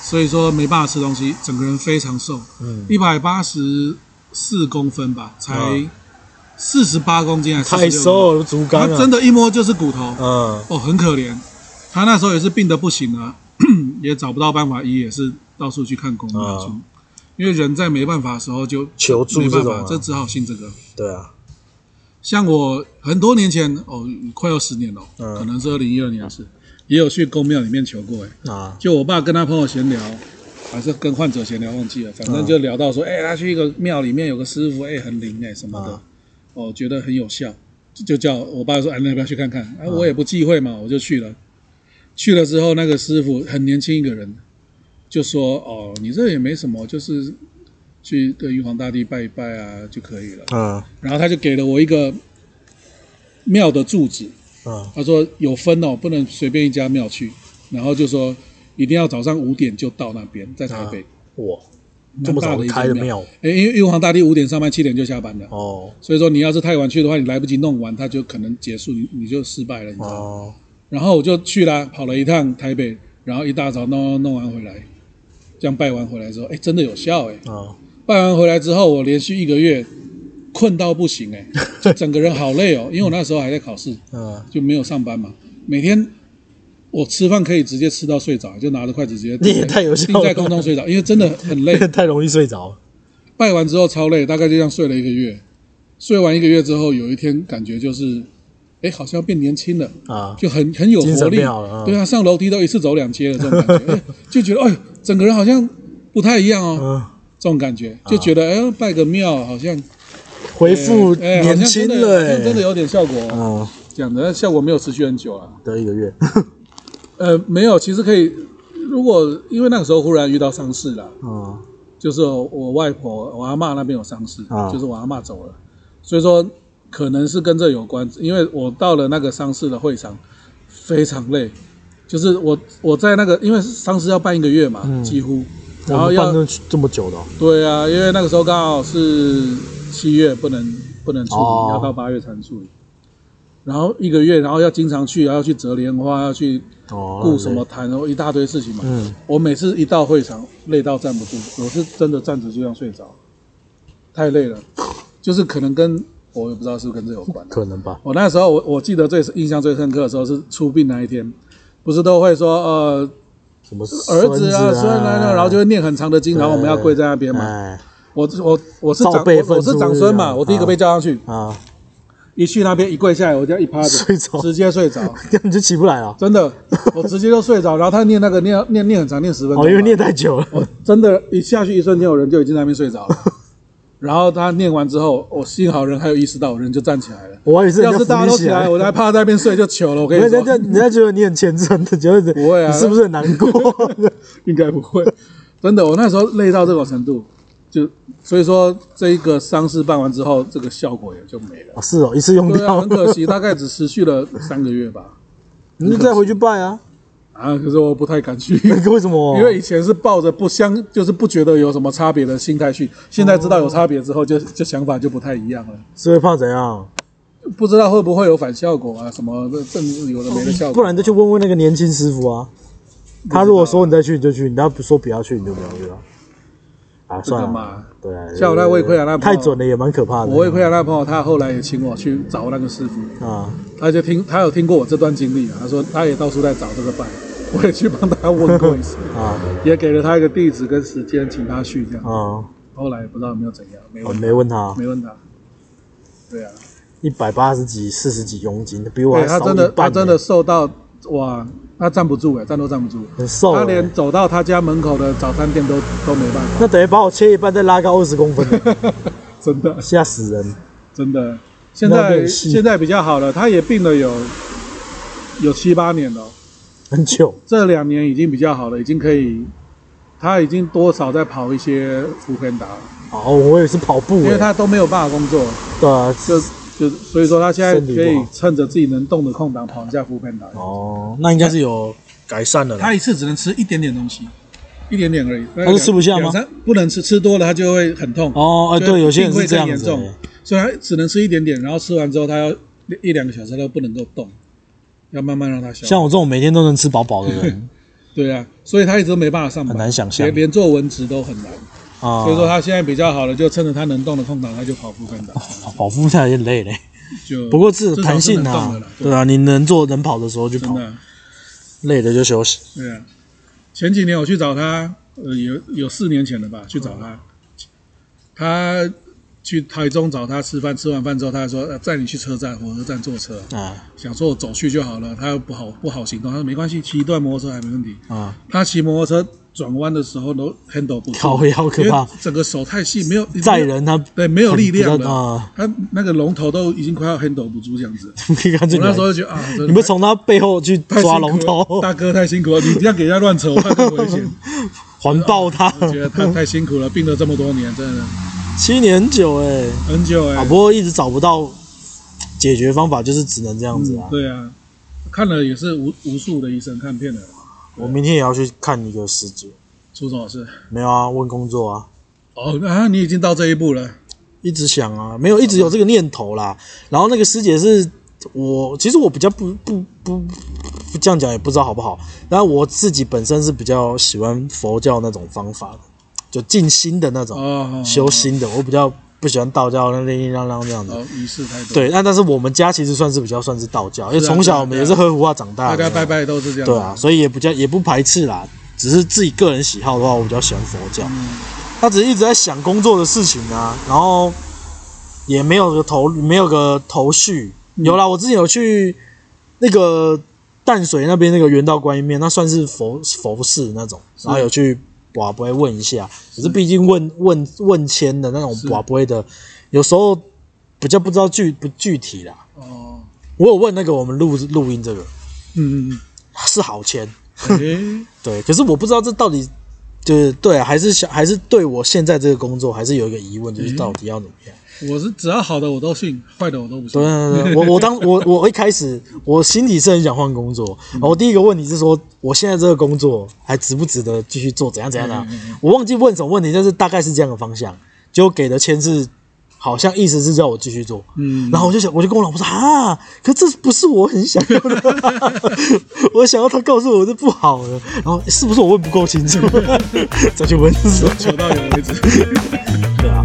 [SPEAKER 2] 所以说没办法吃东西，整个人非常瘦，
[SPEAKER 1] 嗯
[SPEAKER 2] 一百八十四公分吧，才
[SPEAKER 1] 嗯
[SPEAKER 2] 四十八公斤还是
[SPEAKER 1] 太
[SPEAKER 2] 46公斤，
[SPEAKER 1] 瘦了，竹竿啊，
[SPEAKER 2] 他真的，一摸就是骨头，
[SPEAKER 1] 嗯，
[SPEAKER 2] 哦，很可怜。他那时候也是病得不行了，也找不到办法医，也是到处去看公庙
[SPEAKER 1] 嗯
[SPEAKER 2] 去，因为人在没办法的时候就
[SPEAKER 1] 求助
[SPEAKER 2] 没
[SPEAKER 1] 这
[SPEAKER 2] 办
[SPEAKER 1] 种
[SPEAKER 2] 法
[SPEAKER 1] 啊，
[SPEAKER 2] 这只好信这个。
[SPEAKER 1] 对啊，
[SPEAKER 2] 像我很多年前哦，快要十年了，
[SPEAKER 1] 嗯
[SPEAKER 2] 可能是二零一二年是，也有去公庙里面求过。哎，
[SPEAKER 1] 啊，
[SPEAKER 2] 就我爸跟他朋友闲聊，还是跟患者闲聊忘记了，反
[SPEAKER 1] 嗯
[SPEAKER 2] 正就聊到说，哎、他去一个庙里面有个师傅，哎、很灵哎、什么
[SPEAKER 1] 啊
[SPEAKER 2] 的，哦，觉得很有效，就就叫我爸说，哎、那要不要去看看？啊，我也不忌讳嘛，我就去了。去了之后，那个师傅很年轻一个人，就说，哦，你这也没什么，就是去对玉皇大帝拜一拜啊就可以了。
[SPEAKER 5] 嗯
[SPEAKER 2] 然后他就给了我一个庙的住址，
[SPEAKER 5] 嗯
[SPEAKER 2] 他说有分哦，不能随便一家庙去，然后就说一定要早上五点就到那边，在台北。
[SPEAKER 5] 哇，这
[SPEAKER 2] 蛮
[SPEAKER 5] 么
[SPEAKER 2] 大
[SPEAKER 5] 早
[SPEAKER 2] 的一
[SPEAKER 5] 开的
[SPEAKER 2] 间庙，
[SPEAKER 5] 庙
[SPEAKER 2] 哎，因为玉皇大帝五点上班，七点就下班了，
[SPEAKER 5] 哦
[SPEAKER 2] 所以说你要是太晚去的话，你来不及弄完，他就可能结束，你你就失败了，你知道吗？
[SPEAKER 5] 哦，
[SPEAKER 2] 然后我就去啦，跑了一趟台北，然后一大早弄弄完回来，这样拜完回来之后，哎，真的有效哎、
[SPEAKER 5] 嗯
[SPEAKER 2] 拜完回来之后，我连续一个月困到不行
[SPEAKER 5] <laughs>
[SPEAKER 2] 哎、就整个人好累哦，因为我那时候还在考试，
[SPEAKER 5] 嗯
[SPEAKER 2] 就没有上班嘛，每天我吃饭可以直接吃到睡着，就拿着筷子直接
[SPEAKER 5] 你也太有效
[SPEAKER 2] 定在
[SPEAKER 5] 了，，
[SPEAKER 2] 空中睡着，因为真的很累
[SPEAKER 5] <laughs> 太容易睡着了，
[SPEAKER 2] 拜完之后超累，大概就这样睡了一个月。睡完一个月之后，有一天感觉就是，哎，好像变年轻了，
[SPEAKER 5] 啊
[SPEAKER 2] 就很很有
[SPEAKER 5] 精
[SPEAKER 2] 活
[SPEAKER 5] 神
[SPEAKER 2] 力。
[SPEAKER 5] 变好了啊
[SPEAKER 2] 对啊，上楼梯都一次走两阶了，这种感
[SPEAKER 5] <laughs>
[SPEAKER 2] 觉，哎就觉得哎，整个人好像不太一样哦，
[SPEAKER 5] 嗯，
[SPEAKER 2] 这种感觉就觉得哎，拜个庙好像
[SPEAKER 5] 恢复
[SPEAKER 2] 哎哎好
[SPEAKER 5] 哦年
[SPEAKER 2] 像
[SPEAKER 5] 轻
[SPEAKER 2] 真的
[SPEAKER 5] 了、
[SPEAKER 2] 好像真的
[SPEAKER 5] 欸，
[SPEAKER 2] 有点效果哦。
[SPEAKER 5] 嗯，
[SPEAKER 2] 这样的，但效果没有持续很久啊。
[SPEAKER 5] 得一个月，
[SPEAKER 2] 呃，没有，其实可以，如果因为那个时候忽然遇到丧事了。
[SPEAKER 5] 嗯
[SPEAKER 2] 就是我外婆、我阿嬷那边有丧事，
[SPEAKER 5] 啊
[SPEAKER 2] 就是我阿嬷走了，所以说可能是跟这有关。因为我到了那个丧事的会场，非常累，就是我我在那个因为丧事要办一个月嘛，几乎， <laughs> 然后
[SPEAKER 5] 嗯我们
[SPEAKER 2] 要
[SPEAKER 5] 办这这么久的哦、
[SPEAKER 2] 对啊，因为那个时候刚好是七月，不能不能处理，
[SPEAKER 5] 哦
[SPEAKER 2] 要到八月才能处理。然后一个月，然后要经常去，然后要去折莲花，要去
[SPEAKER 5] 哦，
[SPEAKER 2] 顾什么坛，然后一大堆事情嘛。
[SPEAKER 5] 嗯，
[SPEAKER 2] 我每次一到会场，累到站不住，我是真的站着就要睡着，太累了，就是可能跟我也不知道是不是跟这有关。
[SPEAKER 5] 可能吧，
[SPEAKER 2] 我那时候我我记得最印象最深刻的时候是出殡那一天，不是都会说呃
[SPEAKER 5] 什么
[SPEAKER 2] 儿子啊孙
[SPEAKER 5] 啊，
[SPEAKER 2] 啊，然后就会念很长的经，然后我们要跪在那边嘛。
[SPEAKER 5] 哎
[SPEAKER 2] 我我我是
[SPEAKER 5] 照
[SPEAKER 2] 长
[SPEAKER 5] 辈
[SPEAKER 2] 我
[SPEAKER 5] 分
[SPEAKER 2] 我
[SPEAKER 5] 是
[SPEAKER 2] 是
[SPEAKER 5] 不
[SPEAKER 2] 长
[SPEAKER 5] 是
[SPEAKER 2] 孙
[SPEAKER 5] 啊
[SPEAKER 2] 嘛，我第一个被叫上去，
[SPEAKER 5] 啊， <laughs>
[SPEAKER 2] 一去那边一跪下来，我就一趴着
[SPEAKER 5] 睡着
[SPEAKER 2] 直接睡着，
[SPEAKER 5] 根本就起不来了，
[SPEAKER 2] 真的，我直接就睡着。然后他念那个念念念很长，念十分钟
[SPEAKER 5] 哦，
[SPEAKER 2] 吧。
[SPEAKER 5] 因为念太久了，
[SPEAKER 2] 我真的，一下去一瞬间，我人就已经在那边睡着了。然后他念完之后，我幸好人还有意识到，我人就站起来了。
[SPEAKER 5] 我还以为是人
[SPEAKER 2] 要
[SPEAKER 5] 家
[SPEAKER 2] 是大家
[SPEAKER 1] 啊
[SPEAKER 5] 扶
[SPEAKER 2] 都
[SPEAKER 5] 你
[SPEAKER 2] 起来，
[SPEAKER 5] 来，
[SPEAKER 2] 我还怕在那边睡就糗了。我跟你
[SPEAKER 5] 人家
[SPEAKER 2] 说
[SPEAKER 5] 人，家
[SPEAKER 1] <laughs>
[SPEAKER 5] 人家觉得你很虔诚的，觉得
[SPEAKER 2] 不会啊
[SPEAKER 5] 你是不是很难
[SPEAKER 2] <laughs>
[SPEAKER 5] 过？
[SPEAKER 2] 应该不会。真的，我那时候累到这种程度，就所以说这一个丧事办完之后，这个效果也就
[SPEAKER 1] <laughs>
[SPEAKER 2] 没了。
[SPEAKER 5] 哦是哦，一次用
[SPEAKER 2] 对啊，
[SPEAKER 5] 掉
[SPEAKER 2] 很，可惜，大概只持续了三个月吧。
[SPEAKER 5] 你就再回去拜啊？
[SPEAKER 2] 啊，可是我不太敢去。
[SPEAKER 5] 为什
[SPEAKER 1] 哦
[SPEAKER 5] 么？
[SPEAKER 2] 因为以前是抱着不相，就是不觉得有什么差别的心态去，现在知道有差别之后就，就想法就不太一样了。
[SPEAKER 5] 是会怕怎样？
[SPEAKER 2] 不知道会不会有反效果啊？什么的正有的没的效果，
[SPEAKER 5] 不然就去问问那个年轻师傅啊。他如果说你再去你就去，你他不说不要去你就不要去啊。啊，
[SPEAKER 2] 这
[SPEAKER 5] 算
[SPEAKER 2] 个
[SPEAKER 5] 了
[SPEAKER 2] 嘛
[SPEAKER 5] 嘛，。对啊，
[SPEAKER 2] 像我那胃溃疡那朋
[SPEAKER 5] 太
[SPEAKER 2] 友
[SPEAKER 5] 准了也蛮可怕的。
[SPEAKER 2] 我胃溃疡啊那朋友，他后来也请我去找那个师傅，
[SPEAKER 5] 啊，
[SPEAKER 2] 他就听他有听过我这段经历啊，他说他也到处在找这个拜，我也去帮他问过一
[SPEAKER 5] <laughs>
[SPEAKER 2] 次，
[SPEAKER 5] 啊
[SPEAKER 2] 也给了他一个地址跟时间，请他去这样。
[SPEAKER 5] 啊，
[SPEAKER 2] 后来不知道有没有怎样，没
[SPEAKER 5] 我
[SPEAKER 2] 问
[SPEAKER 5] 没问他，
[SPEAKER 2] 没问他。对啊，
[SPEAKER 5] 一百八十几、四十几佣金，比我
[SPEAKER 2] 对
[SPEAKER 5] 还
[SPEAKER 2] 哎他
[SPEAKER 5] 少
[SPEAKER 2] 真
[SPEAKER 5] 一
[SPEAKER 2] 的他
[SPEAKER 5] 半呢。
[SPEAKER 2] 真的瘦到哇，他站不住哎，站都站不住，
[SPEAKER 5] 很瘦
[SPEAKER 2] 他
[SPEAKER 5] 欸，
[SPEAKER 2] 连走到他家门口的早餐店都都没办法，
[SPEAKER 5] 那等于把我切一半，再拉高二十公分
[SPEAKER 1] <laughs>
[SPEAKER 5] 呢，
[SPEAKER 2] <laughs> 真的。
[SPEAKER 5] 吓死人！
[SPEAKER 2] 真的，现
[SPEAKER 5] 那
[SPEAKER 2] 在
[SPEAKER 5] 练习
[SPEAKER 2] 现在比较好了，他也病了有有七八年了，
[SPEAKER 5] 很久，
[SPEAKER 2] 这两年已经比较好了，已经可以，他已经多少在跑一些福片达，
[SPEAKER 5] 哦，我也是跑步欸，
[SPEAKER 2] 因为他都没有办法工作，
[SPEAKER 5] 对啊，
[SPEAKER 2] 就就所以说他现在
[SPEAKER 5] 身体不
[SPEAKER 2] 可
[SPEAKER 5] 好
[SPEAKER 2] 以趁着自己能动的空档跑一下福片达。
[SPEAKER 5] 哦，那应该是有改善了啦。
[SPEAKER 2] 他一次只能吃一点点东西，一点点而已，他
[SPEAKER 1] 他是吃不下吗？
[SPEAKER 2] 两三不能吃，吃多了他就会很痛。
[SPEAKER 1] 哦，哎，
[SPEAKER 2] 就
[SPEAKER 1] 对，有些人
[SPEAKER 2] 病
[SPEAKER 1] 是
[SPEAKER 2] 会
[SPEAKER 1] 这
[SPEAKER 2] 更
[SPEAKER 1] 样
[SPEAKER 2] 严
[SPEAKER 1] 子
[SPEAKER 2] 重
[SPEAKER 1] 欸，，
[SPEAKER 2] 所以他只能吃一点点，然后吃完之后他要一两个小时他都不能够动，要慢慢让他消化。
[SPEAKER 1] 像我这种每天都能吃饱饱的人
[SPEAKER 2] 对啊，所以他一直都没办法上班，
[SPEAKER 1] 很难想象
[SPEAKER 2] 连连做文职都很难。
[SPEAKER 1] 啊
[SPEAKER 2] 所以，说他现在比较好了，就趁着他能动的空档，他就跑步跟打，
[SPEAKER 1] 跑步下来有点累嘞。
[SPEAKER 2] 就
[SPEAKER 1] 哦不过这
[SPEAKER 2] 至少
[SPEAKER 1] 弹性
[SPEAKER 2] 是能动
[SPEAKER 1] 啊
[SPEAKER 2] 的啦，对
[SPEAKER 1] 对啊，你能做能跑的时候就
[SPEAKER 2] 真
[SPEAKER 1] 跑，
[SPEAKER 2] 的
[SPEAKER 1] 累了就休息。
[SPEAKER 2] 对啊。前几年我去找他，呃，有有四年前了吧，去找
[SPEAKER 1] 哦
[SPEAKER 2] 他，他去台中找他吃饭，吃完饭之后他还说、呃、载你去车站火车站坐车，
[SPEAKER 1] 啊
[SPEAKER 2] 想说我走去就好了，他又不好不好行动，他说没关系，骑一段摩托车还没问题。
[SPEAKER 1] 啊
[SPEAKER 2] 他骑摩托车转弯的时候都 handle 不住，
[SPEAKER 1] 靠腰好可怕
[SPEAKER 2] 因为整个手太细，没有
[SPEAKER 1] 载人他 <laughs>
[SPEAKER 2] 对没有力量
[SPEAKER 1] 比
[SPEAKER 2] 了
[SPEAKER 1] 较啊，
[SPEAKER 2] 他那个龙头都已经快要 handle 不住这样
[SPEAKER 1] <laughs>
[SPEAKER 2] 子。
[SPEAKER 1] 你看这
[SPEAKER 2] 我那时
[SPEAKER 1] 个，
[SPEAKER 2] 候就觉得啊，真的
[SPEAKER 1] 你们从他背后去
[SPEAKER 2] 太太辛苦
[SPEAKER 1] 抓龙头
[SPEAKER 2] 了，大哥太辛苦了，你这样给人家乱扯，我
[SPEAKER 1] <laughs>
[SPEAKER 2] 怕更危险。
[SPEAKER 1] 环抱他，
[SPEAKER 2] 我觉得他太辛苦了，病了这么多年，真的
[SPEAKER 1] 七年很久哎，
[SPEAKER 2] 很久哎、
[SPEAKER 1] 啊，不过一直找不到解决方法，就是只能这样子啊
[SPEAKER 2] 嗯。对啊，看了也是无无数的医生看遍了，
[SPEAKER 1] 我明天也要去看一个师姐，
[SPEAKER 2] 出什么事？
[SPEAKER 1] 没有啊，问工作啊，
[SPEAKER 2] 哦啊，你已经到这一步了，
[SPEAKER 1] 一直想啊，没有一直有这个念头啦。然后那个师姐是我，其实我比较不不不不这样讲也不知道好不好，然后我自己本身是比较喜欢佛教那种方法的，就静心的那种、
[SPEAKER 2] 哦，
[SPEAKER 1] 修心的，我比较不喜欢道教那叮叮当当这样的。
[SPEAKER 2] 哦，仪式太多，，
[SPEAKER 1] 嗯对，那但是我们家其实算是比较算是道教，因为
[SPEAKER 2] 是啊
[SPEAKER 1] 从
[SPEAKER 2] 对啊
[SPEAKER 1] 小我们也是
[SPEAKER 2] 对
[SPEAKER 1] 喝胡话长大
[SPEAKER 2] 大
[SPEAKER 1] 的，
[SPEAKER 2] 家拜拜都是这样，
[SPEAKER 1] 啊对啊，，所以也比较也不排斥啦，只是自己个人喜好的话，我比较喜欢佛教。
[SPEAKER 2] 嗯
[SPEAKER 1] 他只是一直在想工作的事情啊，然后也没有个头，没有个头绪。
[SPEAKER 2] 嗯
[SPEAKER 1] 有啦，我之前有去那个淡水那边那个圆道观音面，那算是佛佛寺那种，然后有去寡不会问一下，可是毕竟问问问签的那种寡不会的，有时候比较不知道具不具体啦。
[SPEAKER 2] 哦，
[SPEAKER 1] 我有问那个我们录录音这个
[SPEAKER 2] 嗯，嗯
[SPEAKER 1] 是好签。
[SPEAKER 2] 嗯，
[SPEAKER 1] <laughs> 对，可是我不知道这到底就是对、啊，还是想还是对我现在这个工作还是有一个疑问，就是到底要啊怎么样？
[SPEAKER 2] 哎，我是只要好的我都信，坏的我都不信
[SPEAKER 1] 对，对对对，我我当我我一开始我心里是很想换工作，然后第一个问题是说我现在这个工作还值不值得继续做，怎样怎样怎样？我忘记问什么问题，但是大概是这样的方向，结果给的签是。好像意思是叫我继续做，
[SPEAKER 2] 嗯
[SPEAKER 1] 然后我就想，我就跟我老婆说啊，可这不是我很想要的， <laughs> 我想要他告诉我这不好了，然 <laughs> 后是不是我问不够清楚，再去问是吧
[SPEAKER 2] 求到有为止。
[SPEAKER 1] 对啊。